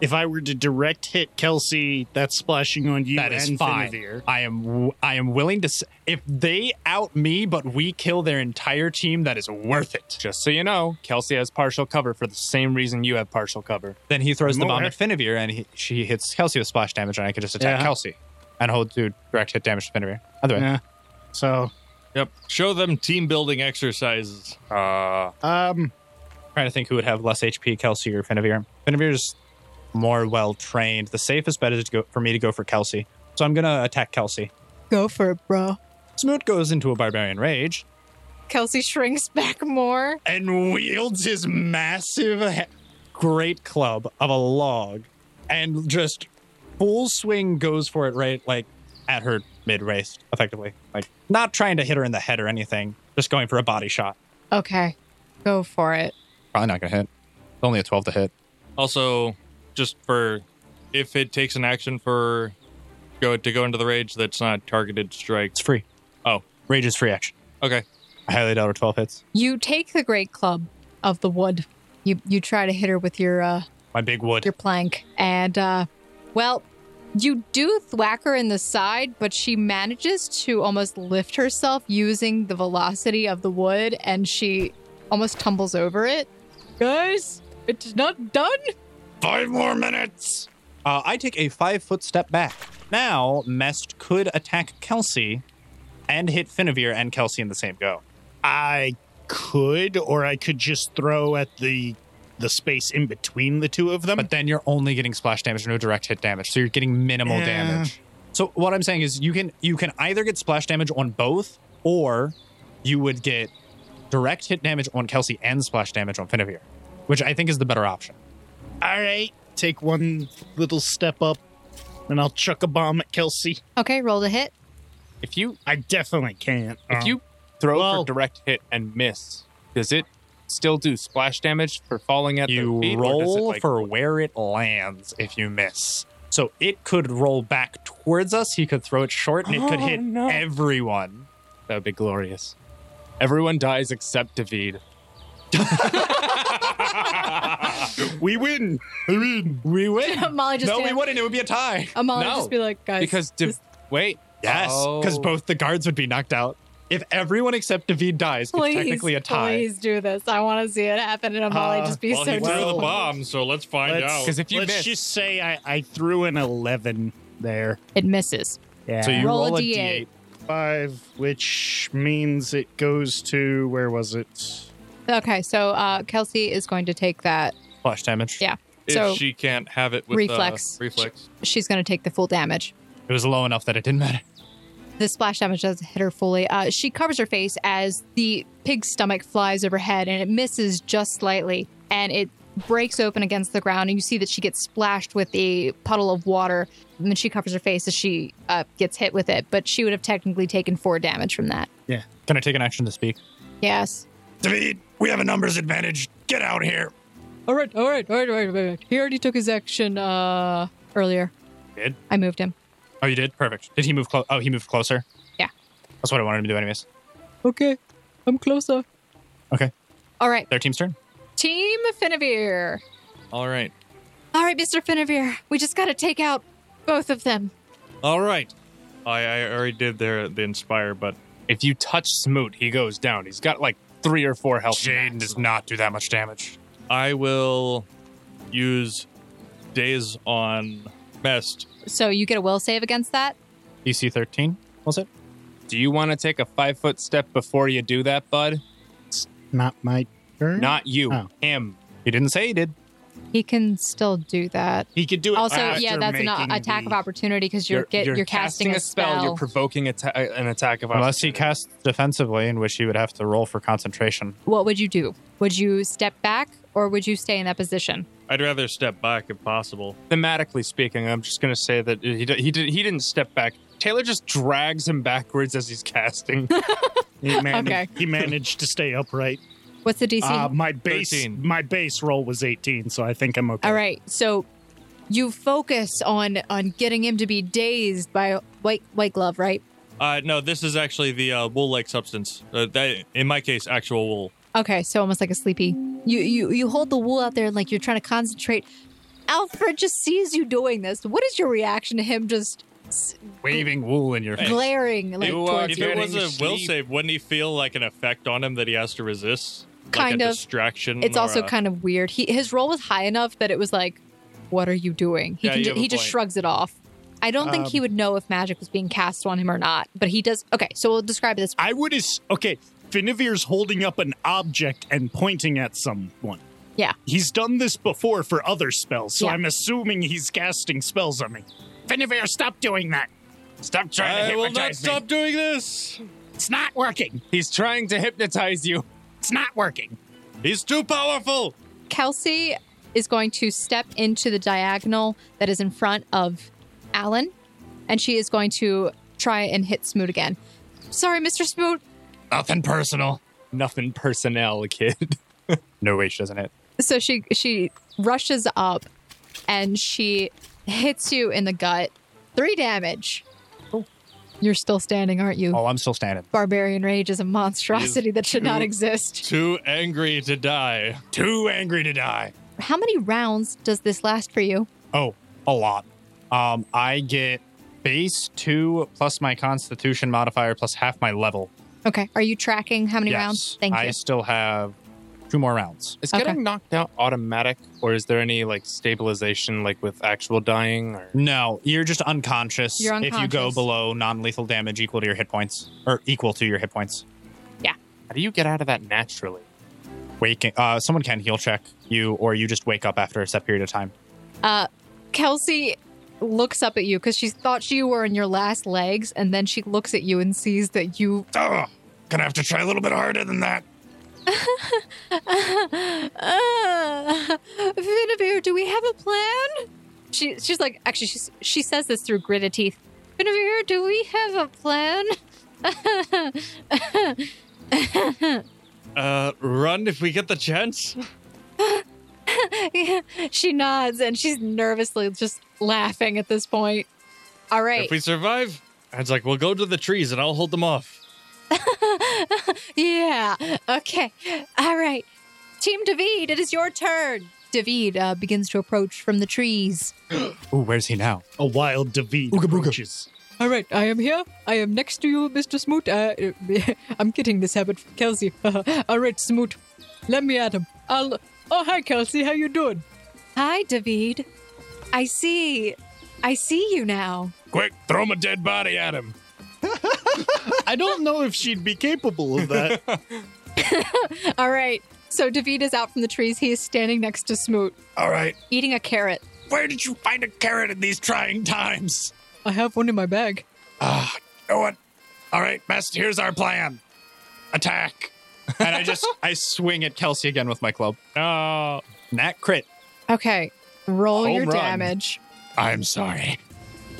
Speaker 8: if I were to direct hit Kelsey, that's splashing on you
Speaker 5: that is
Speaker 8: and
Speaker 5: fine.
Speaker 8: Finavir.
Speaker 5: I am w- I am willing to s- if they out me, but we kill their entire team. That is worth it.
Speaker 4: Just so you know, Kelsey has partial cover for the same reason you have partial cover.
Speaker 5: Then he throws the bomb
Speaker 8: More.
Speaker 5: at Finavir and he, she hits Kelsey with splash damage, and I can just attack
Speaker 8: Yeah.
Speaker 5: Kelsey and hold do direct hit damage to Finavir. Either way,
Speaker 8: Yeah. So,
Speaker 2: Yep. Show them team building exercises.
Speaker 8: um,
Speaker 5: trying to think who would have less HP, Kelsey or Finavir. Finavir's more well trained. The safest bet is to go, for me to go for Kelsey. So I'm gonna attack Kelsey.
Speaker 14: Go for it, bro.
Speaker 5: Smoot goes into a barbarian rage
Speaker 3: Kelsey shrinks back more.
Speaker 5: and wields his massive, he- great club of a log, and just full swing goes for it right like at her mid waist, effectively. Like not trying to hit her in the head or anything, just going for a body shot.
Speaker 3: Okay, go for it.
Speaker 5: Probably not gonna hit. Only a twelve to hit.
Speaker 2: Also, just for if it takes an action for go to go into the rage, that's not targeted strike.
Speaker 5: It's free.
Speaker 2: Oh,
Speaker 5: Rage is free action.
Speaker 2: okay.
Speaker 5: I highly doubt her twelve hits.
Speaker 3: You take the great club of the wood. You you try to hit her with your uh,
Speaker 5: My big wood.
Speaker 3: your plank, and uh, well, you do thwack her in the side, but she manages to almost lift herself using the velocity of the wood, and she almost tumbles over it.
Speaker 14: Guys, it's not done?
Speaker 5: Five more minutes. Uh, I take a five foot step back. Now, Mest could attack Kelsey and hit Finavir and Kelsey in the same go.
Speaker 8: I could, or I could just throw at the the space in between the two of them.
Speaker 4: Um,
Speaker 5: But then you're only getting splash damage, no direct hit damage. So you're getting minimal
Speaker 8: Yeah.
Speaker 5: damage. So what I'm saying is you can you can either get splash damage on both, or you would get direct hit damage on Kelsey and splash damage on Finavir, which I think is the better option.
Speaker 8: All right, take one little step up, and I'll chuck a bomb at Kelsey.
Speaker 3: Okay, roll to hit.
Speaker 4: If you
Speaker 8: I definitely can't.
Speaker 4: if
Speaker 8: Um,
Speaker 4: you throw
Speaker 8: well-
Speaker 4: for direct hit and miss, does it still do splash damage for falling at
Speaker 5: you
Speaker 4: their feet? or does it,
Speaker 5: roll
Speaker 4: like-
Speaker 5: for where it lands if you miss. So it could roll back towards us. He could throw it short, and it could
Speaker 4: Oh,
Speaker 5: hit
Speaker 4: no.
Speaker 5: everyone.
Speaker 4: That would be glorious. Everyone dies except David.
Speaker 8: We win.
Speaker 5: We win.
Speaker 3: Uh, Molly just
Speaker 5: no, we
Speaker 3: stand-
Speaker 5: wouldn't. It would be a tie.
Speaker 3: Uh, Molly
Speaker 5: no.
Speaker 3: just be like, guys,
Speaker 4: because div-
Speaker 3: this-
Speaker 4: wait,
Speaker 5: Yes, because
Speaker 4: Oh.
Speaker 5: both the guards would be knocked out. If everyone except David dies,
Speaker 3: please,
Speaker 5: it's technically a tie.
Speaker 3: please do this. I want to see it happen, and Molly
Speaker 5: Uh,
Speaker 3: just be
Speaker 2: well,
Speaker 3: so
Speaker 2: he threw the
Speaker 3: disappointed.
Speaker 2: bomb, so let's find out.
Speaker 5: Because if you
Speaker 8: Let's
Speaker 5: miss,
Speaker 8: just say I, I threw an 11 there.
Speaker 15: It misses.
Speaker 8: Yeah.
Speaker 5: so you
Speaker 15: Roll
Speaker 5: roll,
Speaker 15: a
Speaker 5: a
Speaker 15: D8.
Speaker 5: d8.
Speaker 8: Five, which means it goes to where was it?
Speaker 3: Okay, so uh, Kelsey is going to take that.
Speaker 5: Flash damage.
Speaker 3: Yeah,
Speaker 2: if
Speaker 3: so
Speaker 2: she can't have it with uh,
Speaker 3: reflex.
Speaker 2: reflex.
Speaker 3: she's going to take the full damage.
Speaker 5: It was low enough that it didn't matter.
Speaker 3: The splash damage doesn't hit her fully. Uh, she covers her face as the pig's stomach flies overhead and it misses just slightly and it breaks open against the ground. And you see that she gets splashed with a puddle of water. And then she covers her face as she uh, gets hit with it. But she would have technically taken four damage from that.
Speaker 5: Can I take an action to speak?
Speaker 3: Yes.
Speaker 5: David, we have a numbers advantage. Get out here.
Speaker 16: All right, all right, all right, all right, all right. He already took his action uh earlier.
Speaker 5: Did?
Speaker 3: I moved him.
Speaker 5: Oh, you did. Perfect. Did he move close? Oh, he moved closer.
Speaker 3: Yeah.
Speaker 5: That's what I wanted him to do, anyways.
Speaker 16: Okay, I'm closer.
Speaker 3: All right.
Speaker 5: Their team's turn.
Speaker 3: Team Finavir.
Speaker 2: All right.
Speaker 3: All right, Mr. Finavir. We just got to take out both of them.
Speaker 2: All right. I, I already did there the inspire, but
Speaker 4: if you touch Smoot, he goes down. He's got like three or four health.
Speaker 5: Jaden does not do that much damage.
Speaker 2: I will use days on best.
Speaker 3: So you get a will save against that?
Speaker 5: DC 13. Was it?
Speaker 4: Do you want to take a five foot step before you do that, bud?
Speaker 8: Not my turn.
Speaker 4: Not you,
Speaker 8: Oh.
Speaker 4: him.
Speaker 5: He didn't say he did.
Speaker 3: He can still do that.
Speaker 8: He could do it.
Speaker 3: also, yeah,
Speaker 8: after
Speaker 3: that's an uh,
Speaker 8: making
Speaker 3: attack of
Speaker 8: the-
Speaker 3: opportunity because you're, get, you're, casting, a spell.
Speaker 4: You're provoking atta- an attack of
Speaker 5: Unless he casts defensively, in which he would have to roll for concentration.
Speaker 3: what would you do? Would you step back or would you stay in that position?
Speaker 2: I'd rather step back if possible.
Speaker 4: thematically speaking, I'm just going to say that he d- he, did, he didn't step back. Taylor just drags him backwards as he's casting.
Speaker 8: He managed,
Speaker 3: Okay.
Speaker 8: he managed to stay upright.
Speaker 3: What's the DC?
Speaker 8: Uh, my base
Speaker 2: 13.
Speaker 8: my base roll was 18, so I think I'm okay.
Speaker 3: All right, so you focus on on getting him to be dazed by white white glove, right?
Speaker 2: Uh, no, this is actually the uh, wool-like substance. Uh, that, in my case, actual wool.
Speaker 3: Okay, so almost like a sleepy. You you you hold the wool out there and like you're trying to concentrate. Alfred just sees you doing this. What is your reaction to him just
Speaker 5: Waving wool in your face.
Speaker 3: glaring like
Speaker 4: You are
Speaker 2: If
Speaker 4: It's
Speaker 3: towards
Speaker 2: it
Speaker 4: getting
Speaker 2: was a will
Speaker 4: sleep.
Speaker 2: save, wouldn't he feel like an effect on him that he has to resist?
Speaker 3: Kind
Speaker 2: like a
Speaker 3: of.
Speaker 2: distraction.
Speaker 3: It's
Speaker 2: or
Speaker 3: also
Speaker 2: a-
Speaker 3: kind of weird. He his role was high enough that it was like, what are you doing? He
Speaker 2: Yeah,
Speaker 3: can
Speaker 2: you
Speaker 3: ju-
Speaker 2: have a
Speaker 3: he just
Speaker 2: point. Um,
Speaker 3: shrugs it off. I don't think he would know if magic was being cast on him or not, but he does. Okay, so we'll describe this.
Speaker 8: I would as okay. Finavir's holding up an object and pointing at someone.
Speaker 3: Yeah.
Speaker 8: He's done this before for other spells, so
Speaker 3: Yeah.
Speaker 8: I'm assuming he's casting spells on me. Finivir, stop doing that. Stop trying
Speaker 2: I
Speaker 8: to
Speaker 2: will
Speaker 8: hypnotize
Speaker 2: not stop
Speaker 8: me.
Speaker 2: doing this.
Speaker 8: It's not working.
Speaker 4: he's trying to hypnotize you.
Speaker 8: It's not working.
Speaker 2: He's too powerful.
Speaker 3: Kelsey is going to step into the diagonal that is in front of Alan, and she is going to try and hit Smoot again. Sorry, Mr. Smoot.
Speaker 5: Nothing personal.
Speaker 4: Nothing personnel, kid.
Speaker 5: No way she doesn't hit.
Speaker 3: So she she rushes up and she hits you in the gut. Three damage. You're still standing, aren't you?
Speaker 5: Oh, I'm still standing.
Speaker 3: Barbarian rage is a monstrosity that should not exist.
Speaker 2: Too angry to die.
Speaker 5: Too angry to die.
Speaker 3: How many rounds does this last for you?
Speaker 5: Oh, a lot. Um, I get base two plus my constitution modifier plus half my level.
Speaker 3: Okay. Are you tracking how many rounds? Thank
Speaker 5: I
Speaker 3: you.
Speaker 5: still have two more rounds.
Speaker 4: Is
Speaker 3: Okay.
Speaker 4: getting knocked out automatic, or is there any like stabilization, like with actual dying? Or
Speaker 5: No, you're just unconscious,
Speaker 3: You're
Speaker 5: if you go
Speaker 3: unconscious.
Speaker 5: below non lethal damage equal to your hit points or equal to your hit points.
Speaker 4: how do you get out of that naturally?
Speaker 5: Waking, uh, someone can heal check you, or you just wake up after a set period of time.
Speaker 3: Kelsey looks up at you because she thought you were in your last legs, and then she looks at you and sees that you.
Speaker 5: Oh, gonna have to try a little bit harder than that.
Speaker 3: Uh, Vinavir, do we have a plan? She, she's like, actually, she's, she says this through gritted teeth. Vinavir, do we have a plan?
Speaker 2: Uh, run if we get the chance.
Speaker 3: Yeah, she nods and she's nervously just laughing at this point. All right.
Speaker 2: If we survive, it's like we'll go to the trees and I'll hold them off.
Speaker 3: yeah. Okay. All right. Team David, it is your turn. David uh, begins to approach from the trees.
Speaker 17: Ooh, where's he now?
Speaker 5: A wild David
Speaker 8: Ooga booga.
Speaker 5: approaches.
Speaker 18: All right, I am here. I am next to you, Mr. Smoot. Uh, I'm getting this habit from Kelsey. All right, Smoot, let me at him. I'll. Oh, hi, Kelsey. How you doing?
Speaker 3: Hi, David. I see. I see you now.
Speaker 4: Quick, throw my dead body at him.
Speaker 5: I don't know if she'd be capable of that.
Speaker 3: All right. So David is out from the trees. He is standing next to Smoot,
Speaker 4: All right.
Speaker 3: eating a carrot.
Speaker 4: Where did you find a carrot in these trying times?
Speaker 18: I have one in my bag.
Speaker 4: You know what? All right, best. Here's our plan.
Speaker 8: Attack. And I just I swing at Kelsey again with my club.
Speaker 4: Oh,
Speaker 8: Nat crit.
Speaker 3: Okay. Roll
Speaker 8: Home
Speaker 3: your
Speaker 8: run.
Speaker 3: damage.
Speaker 8: I'm sorry.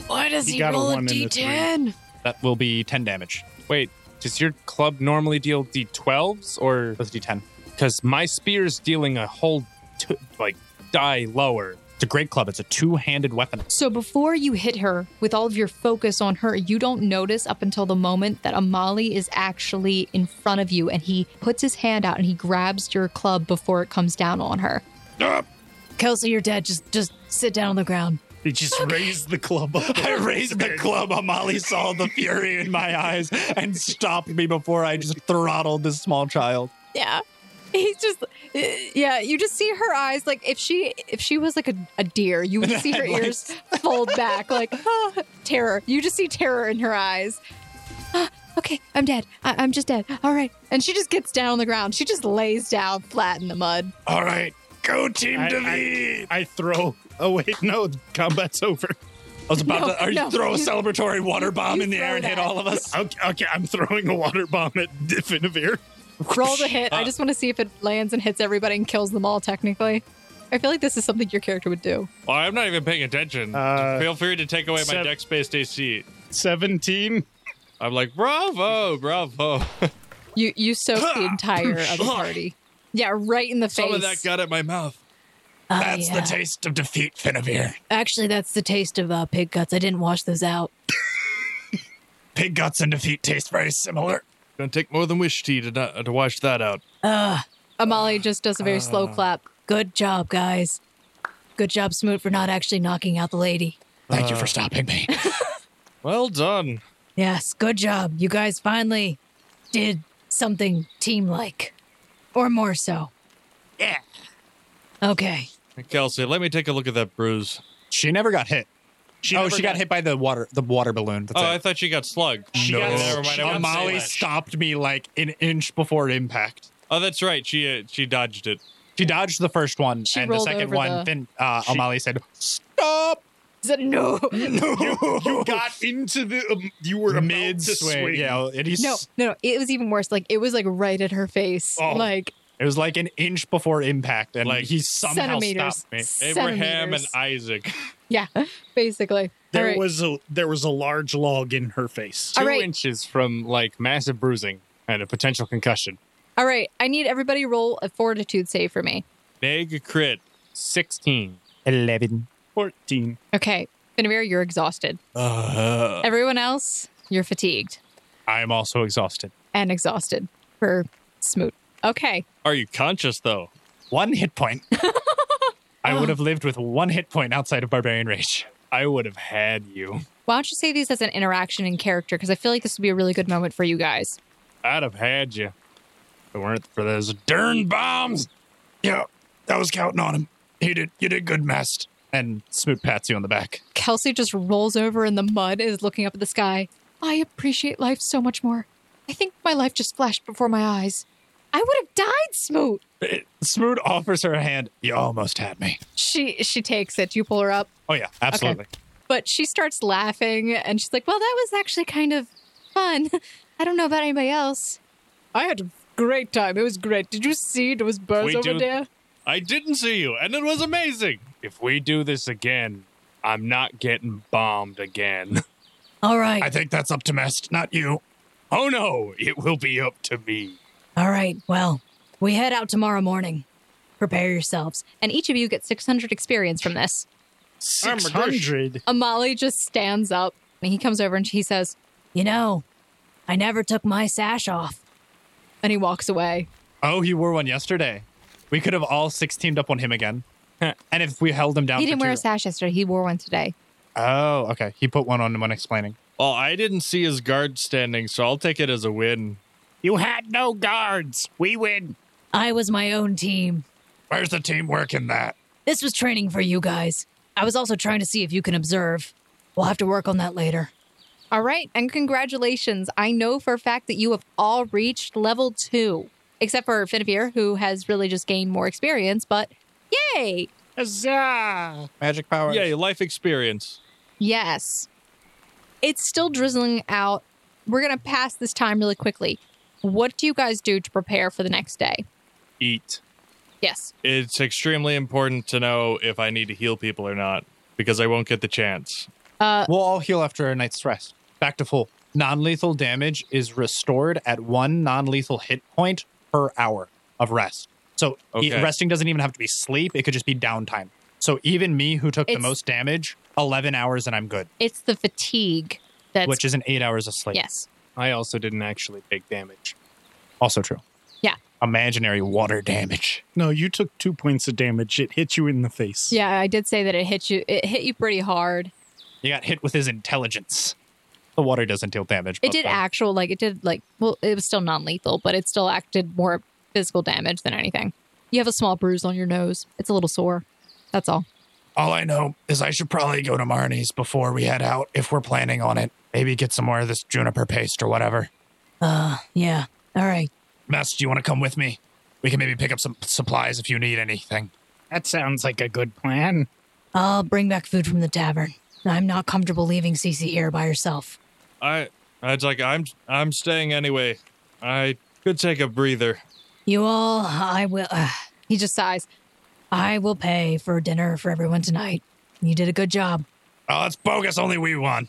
Speaker 7: Why does
Speaker 5: You
Speaker 7: he
Speaker 5: got a
Speaker 7: roll a
Speaker 5: one and a three.
Speaker 7: d10?
Speaker 8: That will be ten damage.
Speaker 4: wait. Does your club normally deal d12s or
Speaker 8: That's D ten.
Speaker 4: because my spear's dealing a whole t- like die lower?
Speaker 8: It's a great club. It's a two handed weapon.
Speaker 3: So before you hit her, with all of your focus on her, you don't notice up until the moment that Amali is actually in front of you and he puts his hand out and he grabs your club before it comes down on her.
Speaker 7: Kelsey, you're dead. Just just sit down on the ground.
Speaker 5: He just raised the club up.
Speaker 8: I raised the club. Amali saw the fury in my eyes and stopped me before I just throttled this small child.
Speaker 3: Yeah. He's just yeah, you just see her eyes like if she if she was like a, a deer, you would see her ears fold back like "Ah," terror. You just see terror in her eyes. "Ah, okay, I'm dead. I- I'm just dead. All right. And she just gets down on the ground. She just lays down flat in the mud.
Speaker 4: All right, go team
Speaker 5: I-
Speaker 4: David.
Speaker 5: I throw. Oh wait, no, combat's over.
Speaker 8: I was about
Speaker 3: No,
Speaker 8: to are
Speaker 3: no,
Speaker 8: you throw a
Speaker 3: you-
Speaker 8: celebratory water bomb
Speaker 3: you
Speaker 8: in the air
Speaker 3: throw
Speaker 8: and hit
Speaker 3: that.
Speaker 8: all of us.
Speaker 5: Okay, okay, I'm throwing a water bomb at Finavir.
Speaker 3: Roll the hit. I just want to see if it lands and hits everybody and kills them all technically. I feel like this is something your character would do.
Speaker 2: Oh, I'm not even paying attention.
Speaker 5: Uh,
Speaker 2: Feel free to take away my
Speaker 5: sev-
Speaker 2: deck based AC.
Speaker 5: Seventeen.
Speaker 2: I'm like, bravo, bravo.
Speaker 3: You you soak the entire other party. Yeah, right in the face.
Speaker 2: Some of that got at my mouth.
Speaker 7: Ah,
Speaker 8: That's
Speaker 7: yeah.
Speaker 8: the taste of defeat, Finavir.
Speaker 7: Actually, that's the taste of uh, pig guts. I didn't wash those out.
Speaker 8: Pig guts and defeat taste very similar.
Speaker 2: Gonna take more than wish tea to not, to wash that out.
Speaker 3: Amali just does a very slow clap.
Speaker 7: Good job, guys. Good job, Smoot, for not actually knocking out the lady.
Speaker 8: Thank you for stopping me.
Speaker 2: Well done.
Speaker 7: Yes, good job. You guys finally did something team like, or more so. Yeah. Okay.
Speaker 2: Kelsey, let me take a look at that bruise.
Speaker 8: She never got hit. oh,
Speaker 2: never
Speaker 8: she got,
Speaker 2: got-
Speaker 8: hit by the water the water balloon. That's
Speaker 2: Oh,
Speaker 8: it.
Speaker 2: I thought she got slugged. no.
Speaker 8: got-
Speaker 2: never mind.
Speaker 8: she-
Speaker 2: I wouldn't say
Speaker 8: Molly
Speaker 2: that.
Speaker 8: stopped me like an inch before impact.
Speaker 2: Oh, that's right. She uh, she dodged it.
Speaker 8: She dodged the first one,
Speaker 3: She
Speaker 8: and the
Speaker 3: rolled
Speaker 8: second
Speaker 3: over
Speaker 8: one,
Speaker 3: the-
Speaker 8: Fin uh, Amali said, "Stop!"
Speaker 3: Said, no,
Speaker 5: You got into the. Um, you were
Speaker 8: Mid swing, yeah, and he's
Speaker 3: no, no, no. It was even worse. Like it was like right at her face.
Speaker 8: Oh.
Speaker 3: Like
Speaker 8: It was like an inch before impact, and
Speaker 2: Like-
Speaker 8: he somehow
Speaker 3: centimeters.
Speaker 8: stopped me.
Speaker 2: Abraham and
Speaker 3: Centimeters.
Speaker 2: Isaac.
Speaker 3: yeah, basically.
Speaker 5: There
Speaker 3: All right.
Speaker 5: was a there was a large log in her face.
Speaker 4: Two
Speaker 3: All right.
Speaker 4: inches from like massive bruising and a potential concussion.
Speaker 3: All right. I need everybody roll a fortitude save for me.
Speaker 2: Neg crit.
Speaker 4: Sixteen.
Speaker 17: Eleven.
Speaker 5: Fourteen.
Speaker 3: Okay, Finavir, you're exhausted. Everyone else, you're fatigued
Speaker 8: I'm also exhausted.
Speaker 3: and exhausted for Smoot. Okay.
Speaker 2: Are you conscious though?
Speaker 8: One hit point. I would have lived with one hit point outside of Barbarian Rage.
Speaker 4: I would have had you.
Speaker 3: Why don't you say these as an interaction in character? Because I feel like this would be a really good moment for you guys.
Speaker 4: I'd have had you. If it weren't for those darn bombs.
Speaker 8: Yeah, I was counting on him. He did. You did good, Mast. And Smoot pats you on the back.
Speaker 3: Kelsey just rolls over in the mud and is looking up at the sky. I appreciate life so much more. I think my life just flashed before my eyes. I would have died, Smoot.
Speaker 8: Smoot offers her a hand. You almost had me.
Speaker 3: She she takes it. You pull her up,
Speaker 8: Oh yeah, absolutely.
Speaker 3: but she starts laughing and she's like, "Well, that was actually kind of fun. I don't know about anybody else."
Speaker 18: I had a great time. It was great. Did you see there was birds
Speaker 2: We
Speaker 18: over
Speaker 2: do-
Speaker 18: there?
Speaker 2: I didn't see you, and it was amazing.
Speaker 4: If we do this again, I'm not getting bombed again.
Speaker 7: All right.
Speaker 8: I think that's up to Mast, not you.
Speaker 4: oh no, it will be up to me.
Speaker 7: All right. Well, we head out tomorrow morning. Prepare yourselves.
Speaker 3: And each of you get 600 experience from this.
Speaker 5: Six hundred.
Speaker 3: Amali just stands up and he comes over and he says,
Speaker 7: You know, I never took my sash off.
Speaker 3: and he walks away.
Speaker 8: Oh, he wore one yesterday.
Speaker 19: We could have all six teamed up on him again. and if we held him down,
Speaker 3: He
Speaker 19: for
Speaker 3: didn't wear
Speaker 19: two-
Speaker 3: a sash yesterday. He wore one today.
Speaker 19: Oh, okay. He put one on when explaining.
Speaker 2: Well, I didn't see his guard standing, so I'll take it as a win.
Speaker 5: You had no guards. We win.
Speaker 7: I was my own team.
Speaker 19: Where's the teamwork in that?
Speaker 7: This was training for you guys. I was also trying to see if you can observe. We'll have to work on that later.
Speaker 3: All right, and congratulations. I know for a fact that you have all reached level two, except for Finavir, who has really just gained more experience, but yay!
Speaker 5: Huzzah!
Speaker 8: Magic powers.
Speaker 2: Yay, life experience.
Speaker 3: Yes. It's still drizzling out. We're going to pass this time really quickly. What do you guys do to prepare for the next day?
Speaker 4: Eat.
Speaker 3: Yes.
Speaker 2: It's extremely important to know if I need to heal people or not, because I won't get the chance.
Speaker 19: We'll all heal after a night's rest. Back to full. Non lethal damage is restored at one non lethal hit point per hour of rest. So e-
Speaker 2: Okay.
Speaker 19: resting doesn't even have to be sleep, it could just be downtime. So even me, who took the
Speaker 3: It's-
Speaker 19: most damage, 11 hours and I'm good,
Speaker 3: It's the fatigue that's.
Speaker 19: which is an eight hours of sleep.
Speaker 3: yes.
Speaker 4: I also didn't actually take damage.
Speaker 19: Also true.
Speaker 3: Yeah.
Speaker 19: Imaginary water damage.
Speaker 5: No, you took two points of damage. It hit you in the face.
Speaker 3: Yeah, I did say that it hit you. It hit you pretty hard.
Speaker 19: You got hit with his intelligence. The water doesn't deal damage.
Speaker 3: It
Speaker 19: but
Speaker 3: did
Speaker 19: the-
Speaker 3: actual, like, it did, like, well, it was still non lethal, but it still acted more physical damage than anything. You have a small bruise on your nose. It's a little sore. That's all.
Speaker 8: All I know is I should probably go to Marnie's before we head out if we're planning on it. Maybe get some more of this juniper paste or whatever.
Speaker 7: Uh, yeah. All right.
Speaker 8: Mess, do you want to come with me? We can maybe pick up some supplies if you need anything.
Speaker 5: That sounds like a good plan.
Speaker 7: I'll bring back food from the tavern. I'm not comfortable leaving Cece here by herself.
Speaker 2: I, I was like, I'm, I'm staying anyway. I could take a breather.
Speaker 7: You all, I will. Uh,
Speaker 3: He just sighs.
Speaker 7: I will pay for dinner for everyone tonight. You did a good job.
Speaker 8: Oh, that's bogus. Only we won.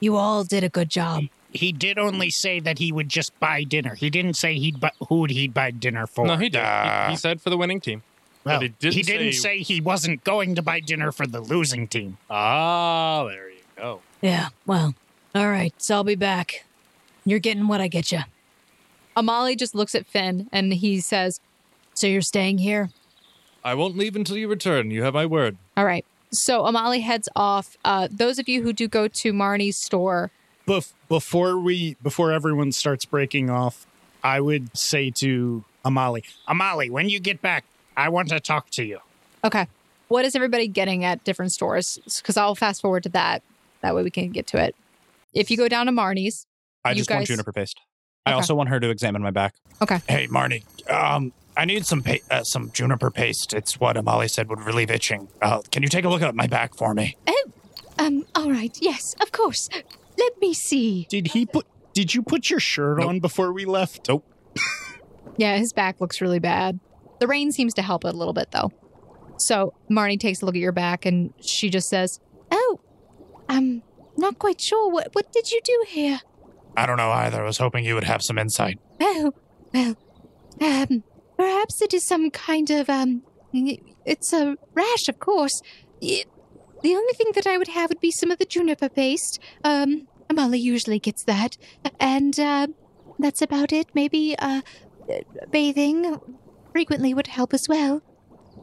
Speaker 7: You all did a good job.
Speaker 5: He did only say that he would just buy dinner. He didn't say he'd bu- who'd he'd buy dinner for.
Speaker 4: No, he did. He, he said for the winning team.
Speaker 5: Well,
Speaker 2: But
Speaker 5: he
Speaker 2: it didn't
Speaker 5: didn't,
Speaker 2: say-
Speaker 5: say... he wasn't going to buy dinner for the losing team.
Speaker 4: Ah, there you go.
Speaker 7: Yeah. Well. All right. So I'll be back. You're getting what I get you.
Speaker 3: Amali just looks at Finn and he says,
Speaker 7: So you're staying here.
Speaker 2: I won't leave until you return. You have my word.
Speaker 3: All right. So Amali heads off. Uh, those of you who do go to Marnie's store,
Speaker 5: Bef- before we before everyone starts breaking off, I would say to Amali, Amali, when you get back, I want to talk to you.
Speaker 3: okay, what is everybody getting at different stores? Because I'll fast forward to that. That way we can get to it. If you go down to Marnie's,
Speaker 19: I
Speaker 3: You
Speaker 19: just want
Speaker 3: guys-
Speaker 19: juniper paste. I
Speaker 3: Okay.
Speaker 19: also want her to examine my back.
Speaker 8: Hey, Marnie, um, I need some pa- uh, some juniper paste. It's what Amali said would relieve itching. Uh, can you take a look at my back for me?
Speaker 6: Um, all right, yes, of course. Let me see.
Speaker 5: Did he put? Did you put your shirt on before we left? Nope.
Speaker 3: yeah, his back looks really bad. The rain seems to help it a little bit though. So Marnie takes a look at your back and she just says,
Speaker 6: Oh, I'm not quite sure. What, what did you do here?
Speaker 8: I don't know either. I was hoping you would have some insight.
Speaker 6: Oh, well, um, perhaps it is some kind of, um, y- it's a rash, of course. Y- The only thing that I would have would be some of the juniper paste. Um, Molly usually gets that. And, uh, that's about it. Maybe, uh, bathing frequently would help as well.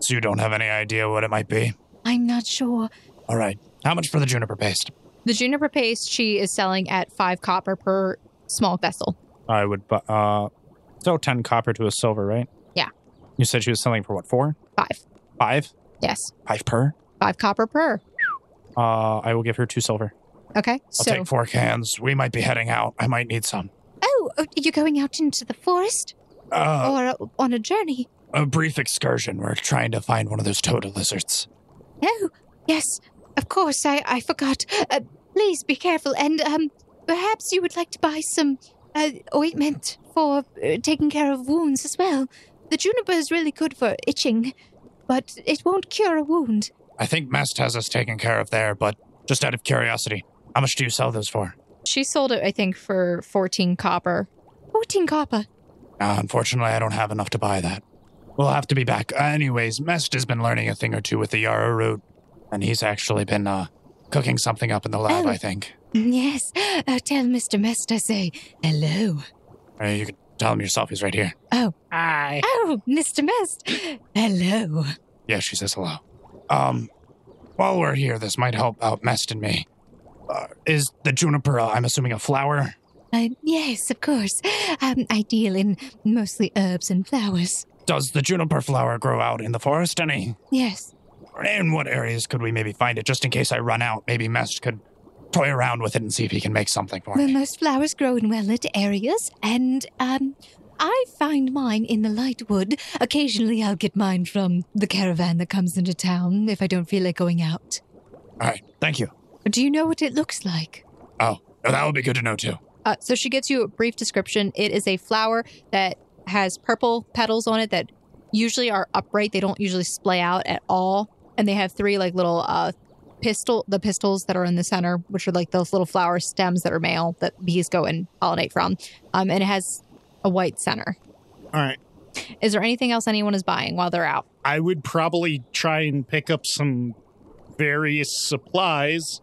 Speaker 8: So you don't have any idea what it might be?
Speaker 6: I'm not sure.
Speaker 8: All right. How much for the juniper paste?
Speaker 3: "The juniper paste she is selling at five copper per small vessel."
Speaker 19: I would, bu- uh, so 10 copper to a silver, right?
Speaker 3: Yeah.
Speaker 19: You said she was selling for what, four?
Speaker 3: Five.
Speaker 19: Five?
Speaker 3: Yes,
Speaker 19: Five per?
Speaker 3: five copper per.
Speaker 19: Uh, I will give her two silver.
Speaker 3: Okay,
Speaker 8: I'll
Speaker 3: so
Speaker 8: take four cans. We might be heading out. I might need some.
Speaker 6: Oh, uh, you're going out into the forest
Speaker 8: Uh,
Speaker 6: or uh, on a journey?
Speaker 8: a brief excursion. We're trying to find one of those toad lizards.
Speaker 6: Oh, yes, of course, I, I forgot. Uh, please be careful, and um, perhaps you would like to buy some uh, ointment for uh, taking care of wounds as well. The juniper is really good for itching, but it won't cure a wound.
Speaker 8: I think Mest has us taken care of there, but just out of curiosity, how much do you sell those for?
Speaker 3: She sold it, I think, for 14 copper.
Speaker 6: 14 copper.
Speaker 8: Uh, unfortunately, I don't have enough to buy that. We'll have to be back. Uh, anyways, Mest has been learning a thing or two with the Yarrow root, and he's actually been uh, cooking something up in the lab,
Speaker 6: Oh.
Speaker 8: I think.
Speaker 6: Yes, uh, tell Mr. Mest I say hello.
Speaker 8: Uh, you could Tell him yourself. He's right here.
Speaker 5: I
Speaker 6: Oh, Mr. Mest.
Speaker 7: Hello.
Speaker 8: Yeah, she says hello. Um, while we're here, this might help out Mest and me. Uh, is the juniper, uh, I'm assuming, a flower?
Speaker 6: Uh, yes, of course. Um, I deal in mostly herbs and flowers.
Speaker 8: Does the juniper flower grow out in the forest any?
Speaker 6: Yes.
Speaker 8: In what areas could we maybe find it? Just in case I run out, maybe Mest could toy around with it and see if he can make something for
Speaker 6: Well,
Speaker 8: me.
Speaker 6: most flowers grow in well-lit areas, and um, I find mine in the light wood. Occasionally, I'll get mine from the caravan that comes into town if I don't feel like going out.
Speaker 8: All right, thank you.
Speaker 6: Do you know what it looks like?
Speaker 8: Oh, that would be good to know too.
Speaker 3: Uh, so she gets you a brief description. It is a flower that has purple petals on it that usually are upright. They don't usually splay out at all, and they have three like little uh, pistol the pistils that are in the center, which are like those little flower stems that are male that bees go and pollinate from. Um, and it has a white center.
Speaker 5: all right.
Speaker 3: Is there anything else anyone is buying while they're out?
Speaker 5: I would probably try and pick up some various supplies,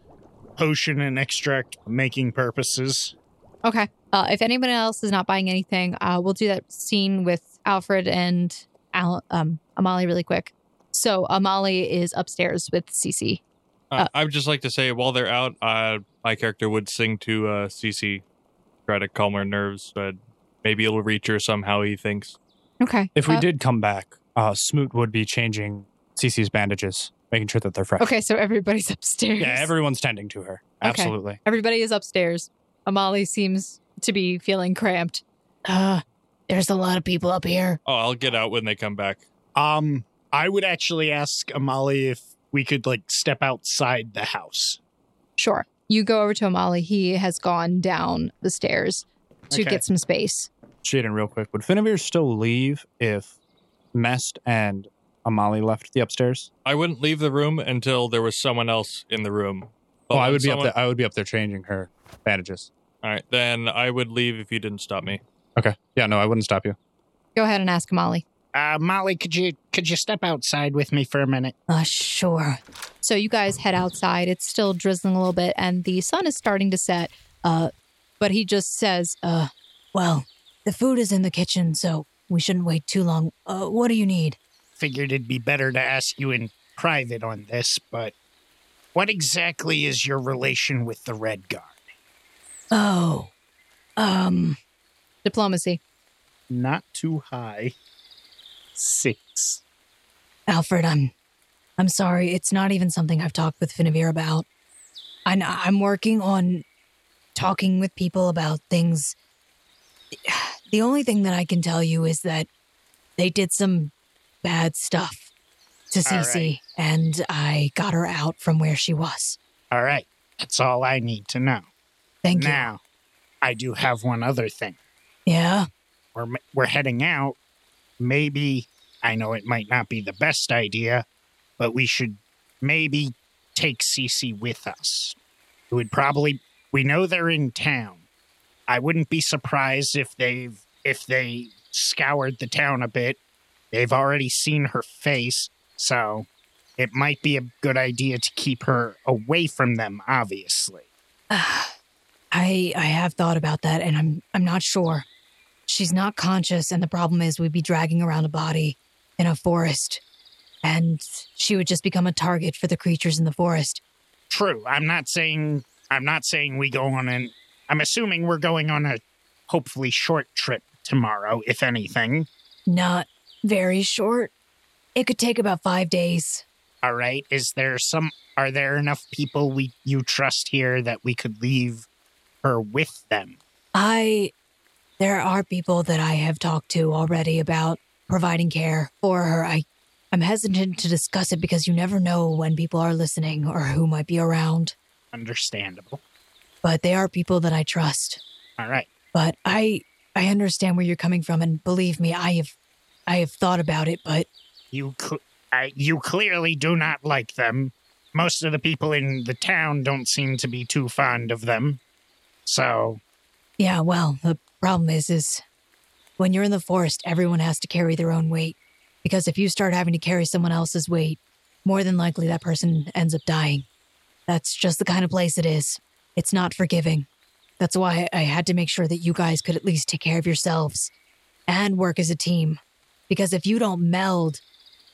Speaker 5: potion and extract making purposes.
Speaker 3: Okay. Uh, if anyone else is not buying anything, uh, we'll do that scene with Alfred and Al- um, Amali really quick. So Amali is upstairs with Cece.
Speaker 8: Oh.
Speaker 2: Uh, I would just like to say while they're out, uh, my character would sing to uh, Cece, try to calm her nerves. But maybe it'll reach her somehow. He thinks.
Speaker 3: Okay.
Speaker 8: If we did come back, uh, Smoot would be changing Cece's bandages, making sure that they're fresh.
Speaker 3: Okay, so everybody's upstairs.
Speaker 8: Yeah, everyone's tending to her.
Speaker 3: Okay.
Speaker 8: Absolutely.
Speaker 3: Everybody is upstairs. Amali seems to be feeling cramped.
Speaker 7: Uh, there's a lot of people up here.
Speaker 2: Oh, I'll get out when they come back.
Speaker 5: Um, I would actually ask Amali if we could like step outside the house.
Speaker 3: Sure. You go over to Amali. He has gone down the stairs to
Speaker 5: Okay.
Speaker 3: get some space.
Speaker 8: Jaden, real quick, would Finavir still leave if Mest and Amali left the upstairs?
Speaker 2: I wouldn't leave the room until there was someone else in the room.
Speaker 8: Oh, I
Speaker 2: when
Speaker 8: would be up
Speaker 2: someone-
Speaker 8: there. I would be up there changing her bandages.
Speaker 2: All right, then I would leave if you didn't stop me.
Speaker 8: Okay. Yeah, no, I wouldn't stop you.
Speaker 3: Go ahead and ask Amali.
Speaker 5: Uh, Molly, could you could you step outside with me for a minute?
Speaker 7: Uh, sure.
Speaker 3: So you guys head outside. It's still drizzling a little bit, and the sun is starting to set. Uh, but he just says,
Speaker 7: Uh, well, the food is in the kitchen, so we shouldn't wait too long. Uh, what do you need?
Speaker 5: Figured it'd be better to ask you in private on this, but what exactly is your relation with the Red Guard?
Speaker 7: Oh, um,
Speaker 3: "Diplomacy."
Speaker 5: Not too high. Six.
Speaker 7: Alfred, I'm, I'm sorry. It's not even something I've talked with Finavir about. I, kn- I'm working on talking with people about things. The only thing that I can tell you is that they did some bad stuff to
Speaker 5: All
Speaker 7: Cece, and I got her out from where she was.
Speaker 5: All right, that's all I need to know.
Speaker 7: Thank you.
Speaker 5: now, I do have one other thing.
Speaker 7: Yeah.
Speaker 5: we're we're heading out. Maybe I know it might not be the best idea, but we should maybe take Cece with us. It would probably we know they're in town. I wouldn't be surprised if they've if they scoured the town a bit. They've already seen her face, so it might be a good idea to keep her away from them, obviously.
Speaker 7: I I have thought about that and I'm I'm not sure. She's not conscious and the problem is we'd be dragging around a body in a forest and she would just become a target for the creatures in the forest.
Speaker 5: True. I'm not saying I'm not saying we go on an I'm assuming we're going on a hopefully short trip tomorrow, if anything.
Speaker 7: Not very short. It could take about 5 days.
Speaker 5: All right. Is there some are there enough people we you trust here that we could leave her with them?
Speaker 7: I there are people that I have talked to already about providing care for her. I I'm hesitant to discuss it because you never know when people are listening or who might be around,
Speaker 5: Understandable.
Speaker 7: but they are people that I trust.
Speaker 5: All right.
Speaker 7: but i i understand where you're coming from and believe me i have i have thought about it but
Speaker 5: You cl- I, you clearly do not like them. Most of the people in the town don't seem to be too fond of them. So,
Speaker 7: yeah well the problem is is when you're in the forest everyone has to carry their own weight because if you start having to carry someone else's weight more than likely that person ends up dying that's just the kind of place it is it's not forgiving that's why i had to make sure that you guys could at least take care of yourselves and work as a team. Because if you don't meld,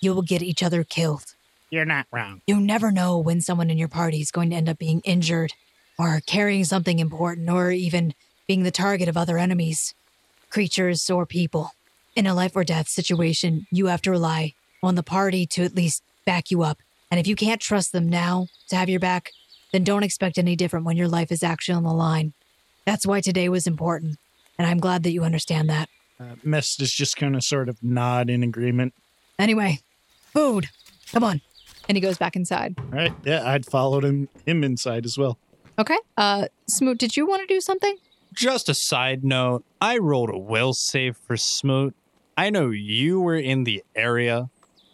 Speaker 7: you will get each other killed.
Speaker 20: You're not wrong.
Speaker 7: You never know when someone in your party is going to end up being injured or carrying something important or even being the target of other enemies, creatures, or people. In a life or death situation, you have to rely on the party to at least back you up. And if you can't trust them now to have your back, then don't expect any different when your life is actually on the line. That's why today was important. And I'm glad that you understand that.
Speaker 20: Uh, Mist is just going to sort of nod in agreement.
Speaker 7: Anyway, food. Come on.
Speaker 3: And he goes back inside.
Speaker 20: All right. Yeah, I'd followed him him inside as well.
Speaker 3: Okay. Uh, Smoot, did you want to do something?
Speaker 5: Just a side note, I rolled a will save for Smoot. I know you were in the area.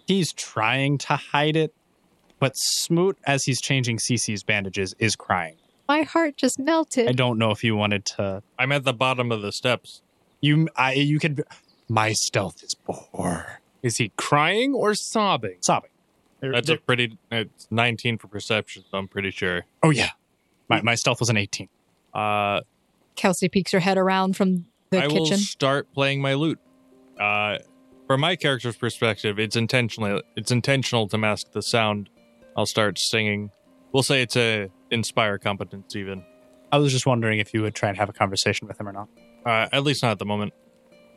Speaker 5: He's trying to hide it, but Smoot, as he's changing CC's bandages, is crying.
Speaker 3: My heart just melted.
Speaker 5: I don't know if you wanted to.
Speaker 2: I'm at the bottom of the steps.
Speaker 5: You, I, you could. My stealth is poor.
Speaker 4: Is he crying or sobbing?
Speaker 5: Sobbing.
Speaker 20: They're-
Speaker 2: That's a
Speaker 20: they're-
Speaker 2: pretty. It's 19 for perception. So I'm pretty sure.
Speaker 5: Oh yeah, my my stealth was an eighteen.
Speaker 2: Uh,
Speaker 3: Kelsey peeks her head around from the
Speaker 2: I will
Speaker 3: kitchen.
Speaker 2: start playing my loot. Uh, from my character's perspective, it's intentionally it's intentional to mask the sound. I'll start singing. We'll say it's a inspire competence even.
Speaker 5: I was just wondering if you would try and have a conversation with him or not.
Speaker 2: Uh, at least not at the moment,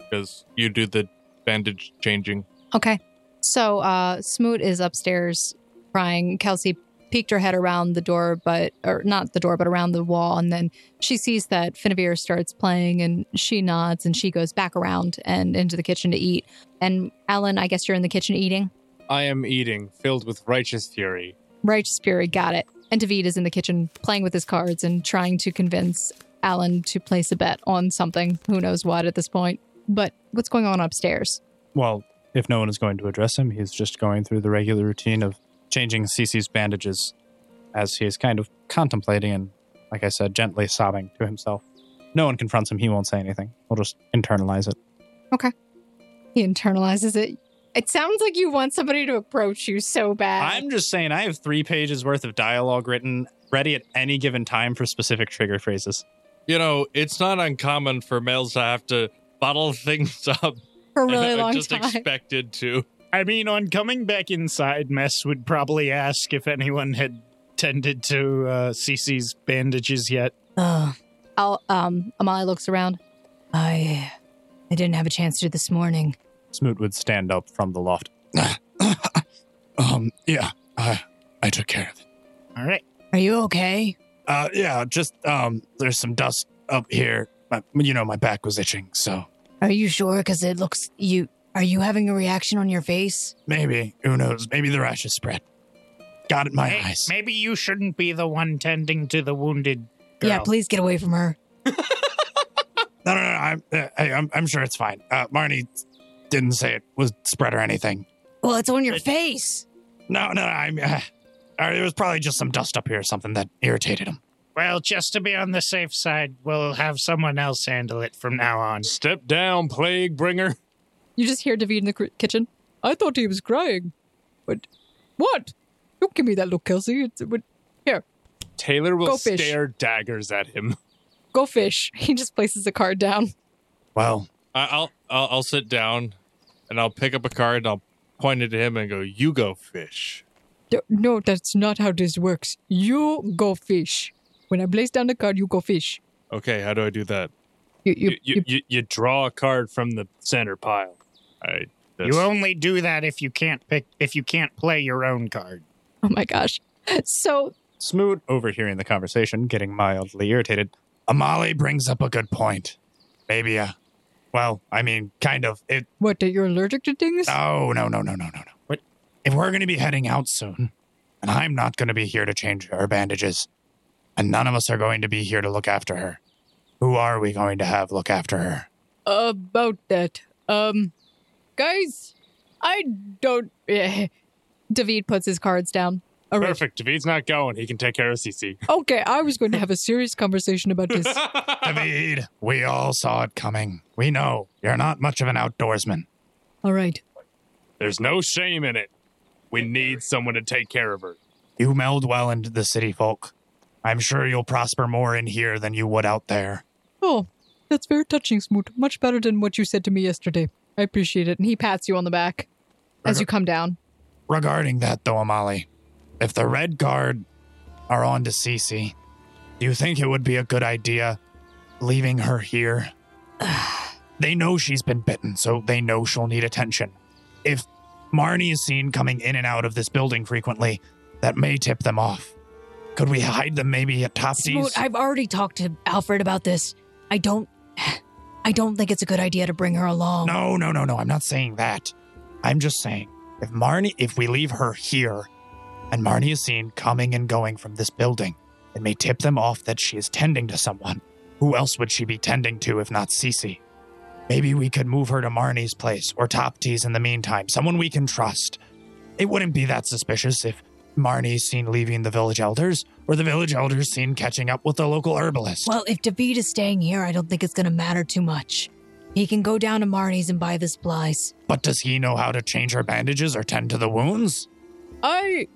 Speaker 2: because you do the bandage changing.
Speaker 3: Okay. So uh, Smoot is upstairs crying. Kelsey peeked her head around the door, but, or not the door, but around the wall. And then she sees that Finnevere starts playing and she nods and she goes back around and into the kitchen to eat. And Alan, I guess you're in the kitchen eating.
Speaker 4: I am eating, filled with righteous fury.
Speaker 3: Righteous Fury, got it. And David is in the kitchen playing with his cards and trying to convince Alan to place a bet on something. Who knows what at this point. But what's going on upstairs?
Speaker 5: Well, if no one is going to address him, he's just going through the regular routine of changing Cece's bandages as he is kind of contemplating and, like I said, gently sobbing to himself. No one confronts him. He won't say anything. We'll just internalize it.
Speaker 3: He internalizes it. It sounds like you want somebody to approach you so bad.
Speaker 5: I'm just saying, I have three pages worth of dialogue written, ready at any given time for specific trigger phrases.
Speaker 2: You know, it's not uncommon for males to have to bottle things up.
Speaker 3: for a really long
Speaker 2: just
Speaker 3: time.
Speaker 2: expected to.
Speaker 20: I mean, on coming back inside, Mess would probably ask if anyone had tended to uh, Cece's bandages yet.
Speaker 7: Uh,
Speaker 3: I'll, um, Amali looks around.
Speaker 7: I, I didn't have a chance to this morning.
Speaker 5: Smoot would stand up from the loft.
Speaker 8: um, yeah, I I took care of it.
Speaker 20: All right.
Speaker 7: Are you okay?
Speaker 8: Uh, yeah, just um, there's some dust up here. My, you know, my back was itching, so
Speaker 7: Are you sure? Because it looks you. Are you having a reaction on your face?
Speaker 8: maybe who knows? Maybe the rash has spread. Got it in my eyes.
Speaker 20: Maybe you shouldn't be the one tending to the wounded
Speaker 7: Yeah, please get away from her.
Speaker 8: No, no, no. I'm, uh, hey, I'm, I'm sure it's fine. Uh, Marnie didn't say it was spread or anything.
Speaker 7: Well, it's on your face.
Speaker 8: No, no, no I'm. Uh, uh, there was probably just some dust up here or something that irritated him.
Speaker 20: Well, just to be on the safe side, we'll have someone else handle it from now on.
Speaker 4: Step down, plague bringer.
Speaker 21: You just hear David in the cr- kitchen. I thought he was crying. But what? Don't give me that look, Kelsey. It's, it would, here,
Speaker 4: Taylor will
Speaker 21: Go fish.
Speaker 4: stare daggers at him.
Speaker 21: go fish.
Speaker 3: He just places a card down.
Speaker 8: Well,
Speaker 2: I, I'll, I'll I'll sit down, and I'll pick up a card and I'll point it at him and go, "You go fish."
Speaker 21: D- No, that's not how this works. You go fish. When I place down the card, you go fish.
Speaker 2: Okay, how do I do that?
Speaker 21: You, you,
Speaker 4: You, you,
Speaker 21: you-
Speaker 4: you, you draw a card from the center pile.
Speaker 2: I
Speaker 20: You only do that if you can't pick if you can't play your own card.
Speaker 3: Oh my gosh. So
Speaker 5: Smoot, overhearing the conversation, getting mildly irritated,
Speaker 8: Amali brings up a good point. Maybe, uh, well, I mean, kind of. It. oh,
Speaker 21: what, that you're allergic to things?
Speaker 8: No, no, no, no, no, no, no. But if we're going to be heading out soon, and I'm not going to be here to change her bandages, and none of us are going to be here to look after her, who are we going to have look after her?
Speaker 21: About that. Um, guys, I don't. eh,
Speaker 3: David puts his cards down.
Speaker 21: all right.
Speaker 4: Perfect. David's not going. He can take care of CC.
Speaker 21: Okay, I was going to have a serious conversation about this.
Speaker 8: David, we all saw it coming. We know you're not much of an outdoorsman.
Speaker 21: All right.
Speaker 4: There's no shame in it. We need someone to take care of her.
Speaker 8: You meld well into the city folk. I'm sure you'll prosper more in here than you would out there.
Speaker 21: Oh,
Speaker 3: That's very touching, Smoot. Much better than what you said to me yesterday. I appreciate it.
Speaker 6: And he pats you on the back as you come down.
Speaker 8: Regarding that, though, Amali, if the Red Guard are on to Cece, do you think it would be a good idea leaving her here? they know she's been bitten, so they know she'll need attention. If Marnie is seen coming in and out of this building frequently, that may tip them off. Could we hide them maybe at Topsy's?
Speaker 7: Smoot, I've already talked to Alfred about this. I don't. I don't think it's a good idea to bring her along.
Speaker 8: No, no, no, no. I'm not saying that. I'm just saying if Marnie, if we leave her here and Marnie is seen coming and going from this building, it may tip them off that she is tending to someone. Who else would she be tending to if not Cece? Maybe we could move her to Marnie's place or Top T's in the meantime, someone we can trust. It wouldn't be that suspicious if Marnie is seen leaving the village elders or the village elders seen catching up with the local herbalist.
Speaker 7: Well, if David is staying here, I don't think it's going to matter too much. He can go down to Marnie's and buy the supplies.
Speaker 8: But does he know how to change her bandages or tend to the wounds?
Speaker 3: I.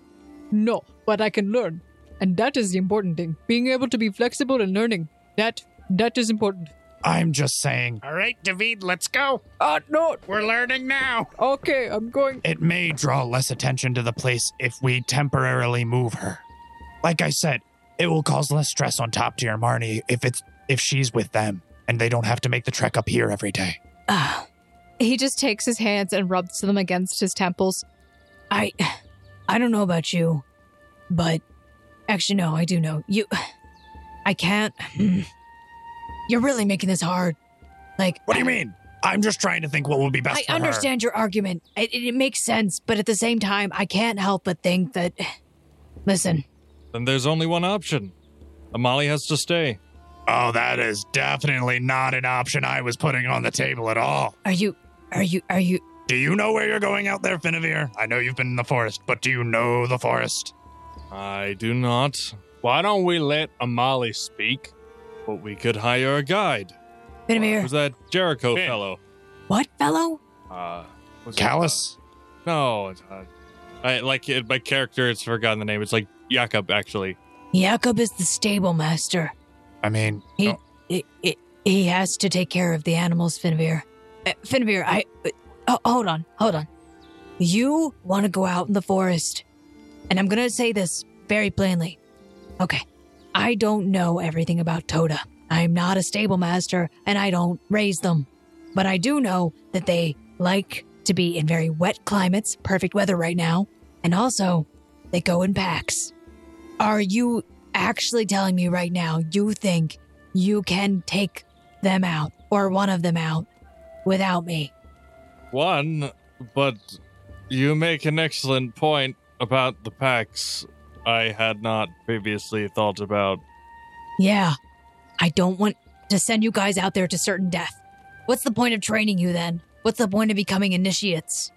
Speaker 3: No, but I can learn. And that is the important thing. Being able to be flexible and learning. That. That is important.
Speaker 8: I'm just saying
Speaker 5: All right, David, let's go.
Speaker 3: Ah, no.
Speaker 5: We're learning now.
Speaker 3: Okay, I'm going.
Speaker 8: it may draw less attention to the place if we temporarily move her. Like I said, it will cause less stress on top tier Marnie if it's if she's with them and they don't have to make the trek up here every day.
Speaker 7: Ah,
Speaker 6: He just takes his hands and rubs them against his temples.
Speaker 7: I. I don't know about you, but actually, no, I do know you. I can't. hmm. You're really making this hard. Like,
Speaker 8: What do you mean? I'm just trying to think what will be best
Speaker 7: I
Speaker 8: for her.
Speaker 7: understand your argument. It, it, it makes sense, but at the same time, I can't help but think that. Listen,
Speaker 2: Then there's only one option. Amali has to stay.
Speaker 8: Oh, that is definitely not an option I was putting on the table at all.
Speaker 7: are you, are you, are you?
Speaker 8: Do you know where you're going out there, Finavir? I know you've been in the forest, but do you know the forest?
Speaker 2: I do not,
Speaker 22: Why don't we let Amali speak?
Speaker 2: but we could hire a guide.
Speaker 7: Vinamir,
Speaker 2: Who's that Jericho
Speaker 22: Finn.
Speaker 2: fellow?
Speaker 7: what fellow?
Speaker 2: Uh, was it,
Speaker 8: Callus?
Speaker 2: uh, no, it's, uh, I like it, my character. It's forgotten the name. It's like Jakob, actually.
Speaker 7: Jakob is the stable master.
Speaker 8: I mean,
Speaker 7: He,
Speaker 8: no-
Speaker 7: he- he- he has to take care of the animals, Finavir. Uh, Finavir, I. uh, oh, hold on, hold on. You want to go out in the forest, and I'm going to say this very plainly. Okay, I don't know everything about Toda. I'm not a stable master, and I don't raise them. But I do know that they like to be in very wet climates, perfect weather right now, and also they go in packs. Are you actually telling me right now you think you can take them out or one of them out without me.
Speaker 2: One, but you make an excellent point about the packs. I had not previously thought about.
Speaker 7: Yeah, I don't want to send you guys out there to certain death. What's the point of training you then? What's the point of becoming initiates?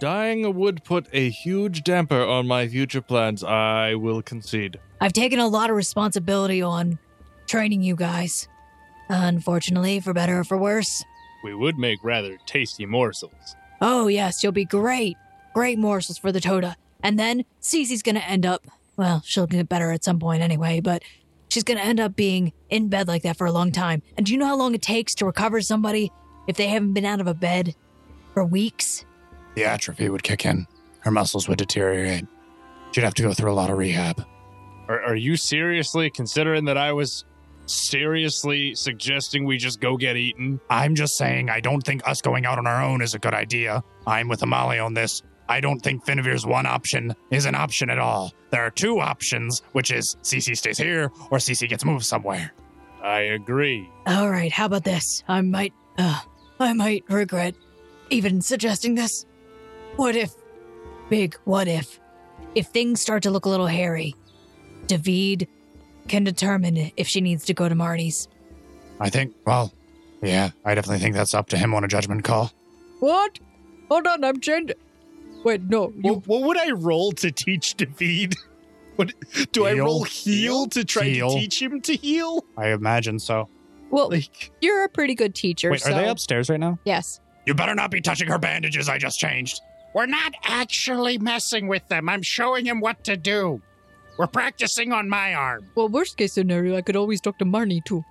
Speaker 2: Dying would put a huge damper on my future plans. I will concede.
Speaker 7: I've taken a lot of responsibility on training you guys. Unfortunately, for better or for worse.
Speaker 22: We would make rather tasty morsels.
Speaker 7: Oh, yes, you'll be great. Great morsels for the Toda. And then Cece's going to end up, well, she'll get better at some point anyway, but she's going to end up being in bed like that for a long time. And do you know how long it takes to recover somebody if they haven't been out of a bed for weeks?
Speaker 8: the atrophy would kick in. Her muscles would deteriorate. She'd have to go through a lot of rehab.
Speaker 22: Are, are you seriously considering that I was seriously suggesting we just go get eaten?
Speaker 8: I'm just saying, I don't think us going out on our own is a good idea. I'm with Amali on this. I don't think Finavir's one option is an option at all. There are two options, which is CC stays here or CC gets moved somewhere.
Speaker 22: I agree.
Speaker 7: All right, how about this? I might, uh, I might regret even suggesting this. What if, big what if, if things start to look a little hairy, David can determine if she needs to go to Marty's.
Speaker 8: I think, well, yeah, I definitely think that's up to him on a judgment call.
Speaker 3: What? Hold on, I'm changing. Wait, no. You,
Speaker 5: What, what would I roll to teach David? What, do I
Speaker 8: Heal.
Speaker 5: roll heal to try
Speaker 8: Heal.
Speaker 5: to teach him to heal?
Speaker 8: I imagine so.
Speaker 6: Well,
Speaker 5: Like,
Speaker 6: you're a pretty good teacher.
Speaker 8: Wait,
Speaker 6: so
Speaker 8: are they upstairs right now?
Speaker 6: Yes.
Speaker 8: You better not be touching her bandages I just changed.
Speaker 5: we're not actually messing with them. I'm showing him what to do. We're practicing on my arm.
Speaker 3: well, worst case scenario, I could always talk to Marnie too.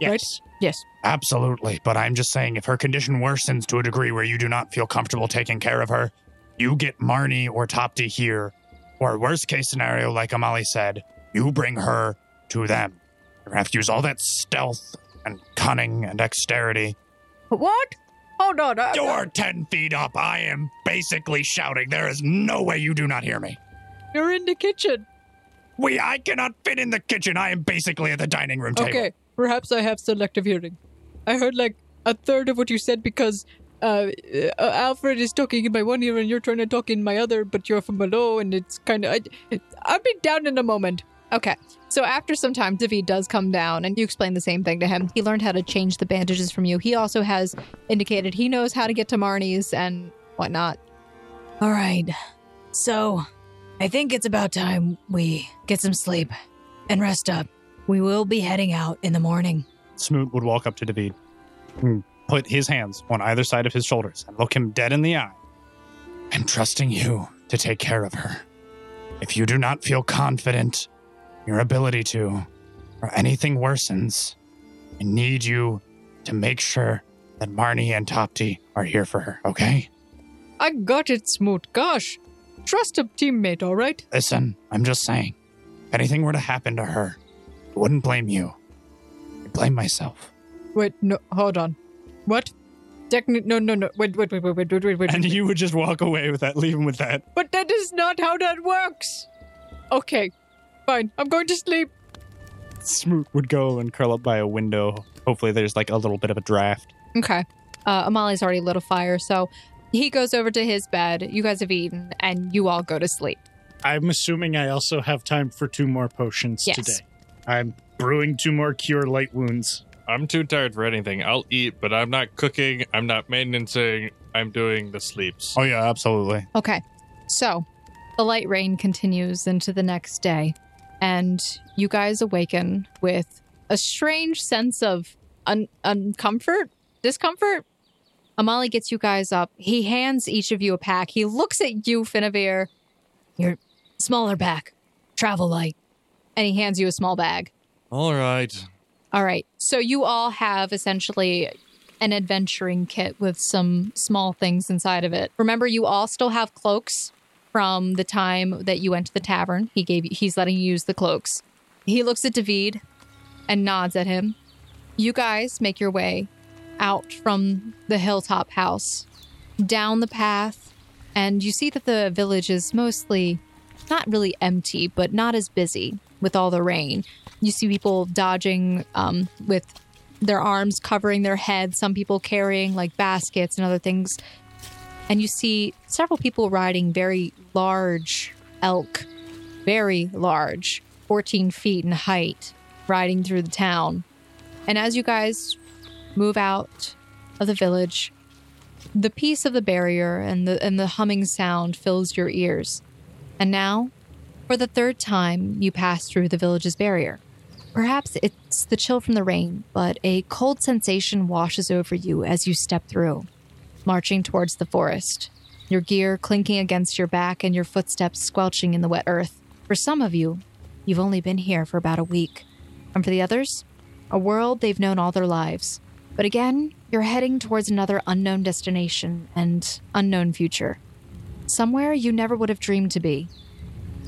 Speaker 6: Yes.
Speaker 23: Yes.
Speaker 8: Absolutely, but I'm just saying if her condition worsens to a degree where you do not feel comfortable taking care of her, you get Marnie or Topti here, or worst case scenario, like Amali said, you bring her to them. You're gonna have to use all that stealth and cunning and dexterity.
Speaker 23: What? Hold on.
Speaker 3: Uh,
Speaker 23: I,
Speaker 8: You're ten feet up. I am basically shouting. There is no way you do not hear me.
Speaker 23: you're in the kitchen.
Speaker 8: We I cannot fit in the kitchen. I am basically at the dining room table.
Speaker 23: Okay. Perhaps I have selective hearing. I heard like a third of what you said because uh, uh, Alfred is talking in my one ear and you're trying to talk in my other, but you're from below and it's kind of. I'll be down in a moment.
Speaker 3: Okay. So after some time, David does come down and you explain the same thing to him. He learned how to change the bandages from you. He also has indicated he knows how to get to Marnie's and whatnot.
Speaker 7: All right. So, I think it's about time we get some sleep and rest up. We will be heading out in the morning.
Speaker 5: Smoot would walk up to David and put his hands on either side of his shoulders and look him dead in the eye.
Speaker 8: I'm trusting you to take care of her. If you do not feel confident, in your ability to, or anything worsens, I need you to make sure that Marnie and Topti are here for her, okay?
Speaker 23: I got it, Smoot. Gosh. Trust a teammate, all right?
Speaker 8: Listen, I'm just saying, if anything were to happen to her, I wouldn't blame you. I blame myself.
Speaker 23: Wait, no, hold on. What? Techni- no, no, no. Wait, wait, wait, wait, wait, wait, wait, wait.
Speaker 5: And you would just walk away with that, leave him with that.
Speaker 23: But that is not how that works. Okay, fine. I'm going to sleep.
Speaker 5: Smoot would go and curl up by a window. Hopefully, there's like a little bit of a draft.
Speaker 3: Okay. Uh, Amali's already lit a fire. So he goes over to his bed. You guys have eaten and you all go to sleep.
Speaker 6: I'm assuming I also have time for two more potions
Speaker 3: Yes.
Speaker 6: today. I'm brewing two more cure light wounds.
Speaker 4: I'm too tired for anything. I'll eat, but I'm not cooking. I'm not maintaining. I'm doing the sleeps.
Speaker 8: Oh, yeah, absolutely.
Speaker 3: Okay. So the light rain continues into the next day, and you guys awaken with a strange sense of un- uncomfort, discomfort. Amali gets you guys up. He hands each of you a pack. He looks at you, Finavir,
Speaker 7: Smaller pack, travel light.
Speaker 3: and he hands you a small bag.
Speaker 4: All right.
Speaker 3: All right. So you all have essentially an adventuring kit with some small things inside of it. Remember, you all still have cloaks from the time that you went to the tavern. He gave you, he's letting you use the cloaks. He looks at David and nods at him. You guys make your way out from the hilltop house, down the path, and you see that the village is mostly not really empty, but not as busy with all the rain. You see people dodging um, with their arms covering their heads, some people carrying like baskets and other things. And you see several people riding very large elk, very large, 14 feet in height, riding through the town. And as you guys move out of the village, the peace of the barrier and the, and the humming sound fills your ears. And now, for the third time, you pass through the village's barrier. Perhaps it's the chill from the rain, but a cold sensation washes over you as you step through, marching towards the forest, your gear clinking against your back and your footsteps squelching in the wet earth. For some of you, you've only been here for about a week. And for the others, a world they've known all their lives. But again, you're heading towards another unknown destination and unknown future. Somewhere you never would have dreamed to be.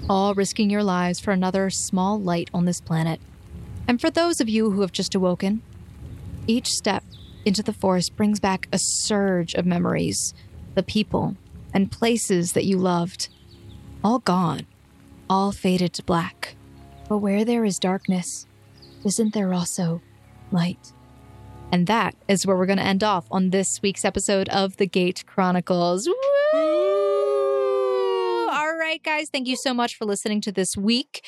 Speaker 3: All risking your lives for another small light on this planet. And for those of you who have just awoken, each step into the forest brings back a surge of memories, the people and places that you loved. All gone, all faded to black. But where there is darkness, isn't there also light? And that is where we're going to end off on this week's episode of The Gate Chronicles. Woo! All right, guys, thank you so much for listening to this week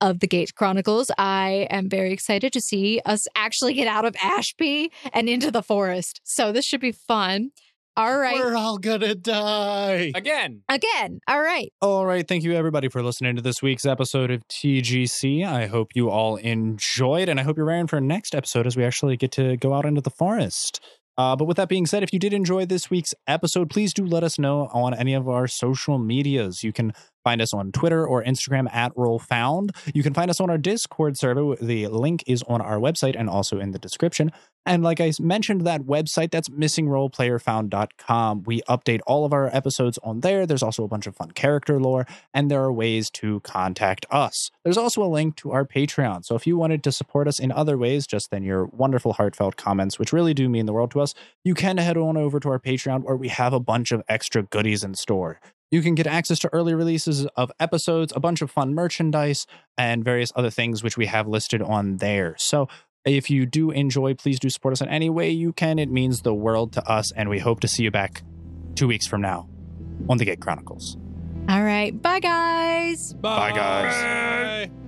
Speaker 3: of The Gate Chronicles. I am very excited to see us actually get out of Ashby and into the forest. So this should be fun. All right.
Speaker 6: We're all gonna die.
Speaker 24: Again.
Speaker 3: Again. All right.
Speaker 5: All right. Thank you, everybody, for listening to this week's episode of TGC. I hope you all enjoyed, and I hope you're raring for next episode as we actually get to go out into the forest.
Speaker 8: Uh, but with that being said, if you did enjoy this week's episode, please do let us know on any of our social medias. You can find us on Twitter or Instagram at RollFound. You can find us on our Discord server. The link is on our website and also in the description. And like I s- mentioned, that website, that's missingroleplayerfound.com. We update all of our episodes on there. There's also a bunch of fun character lore, and there are ways to contact us. There's also a link to our Patreon. So if you wanted to support us in other ways, just than your wonderful, heartfelt comments, which really do mean the world to us, you can head on over to our Patreon where we have a bunch of extra goodies in store. You can get access to early releases of episodes, a bunch of fun merchandise, and various other things which we have listed on there. So if you do enjoy, please do support us in any way you can. It means the world to us, and we hope to see you back two weeks from now on the Gate Chronicles.
Speaker 6: All right. Bye, guys.
Speaker 8: Bye, guys.
Speaker 2: Bye.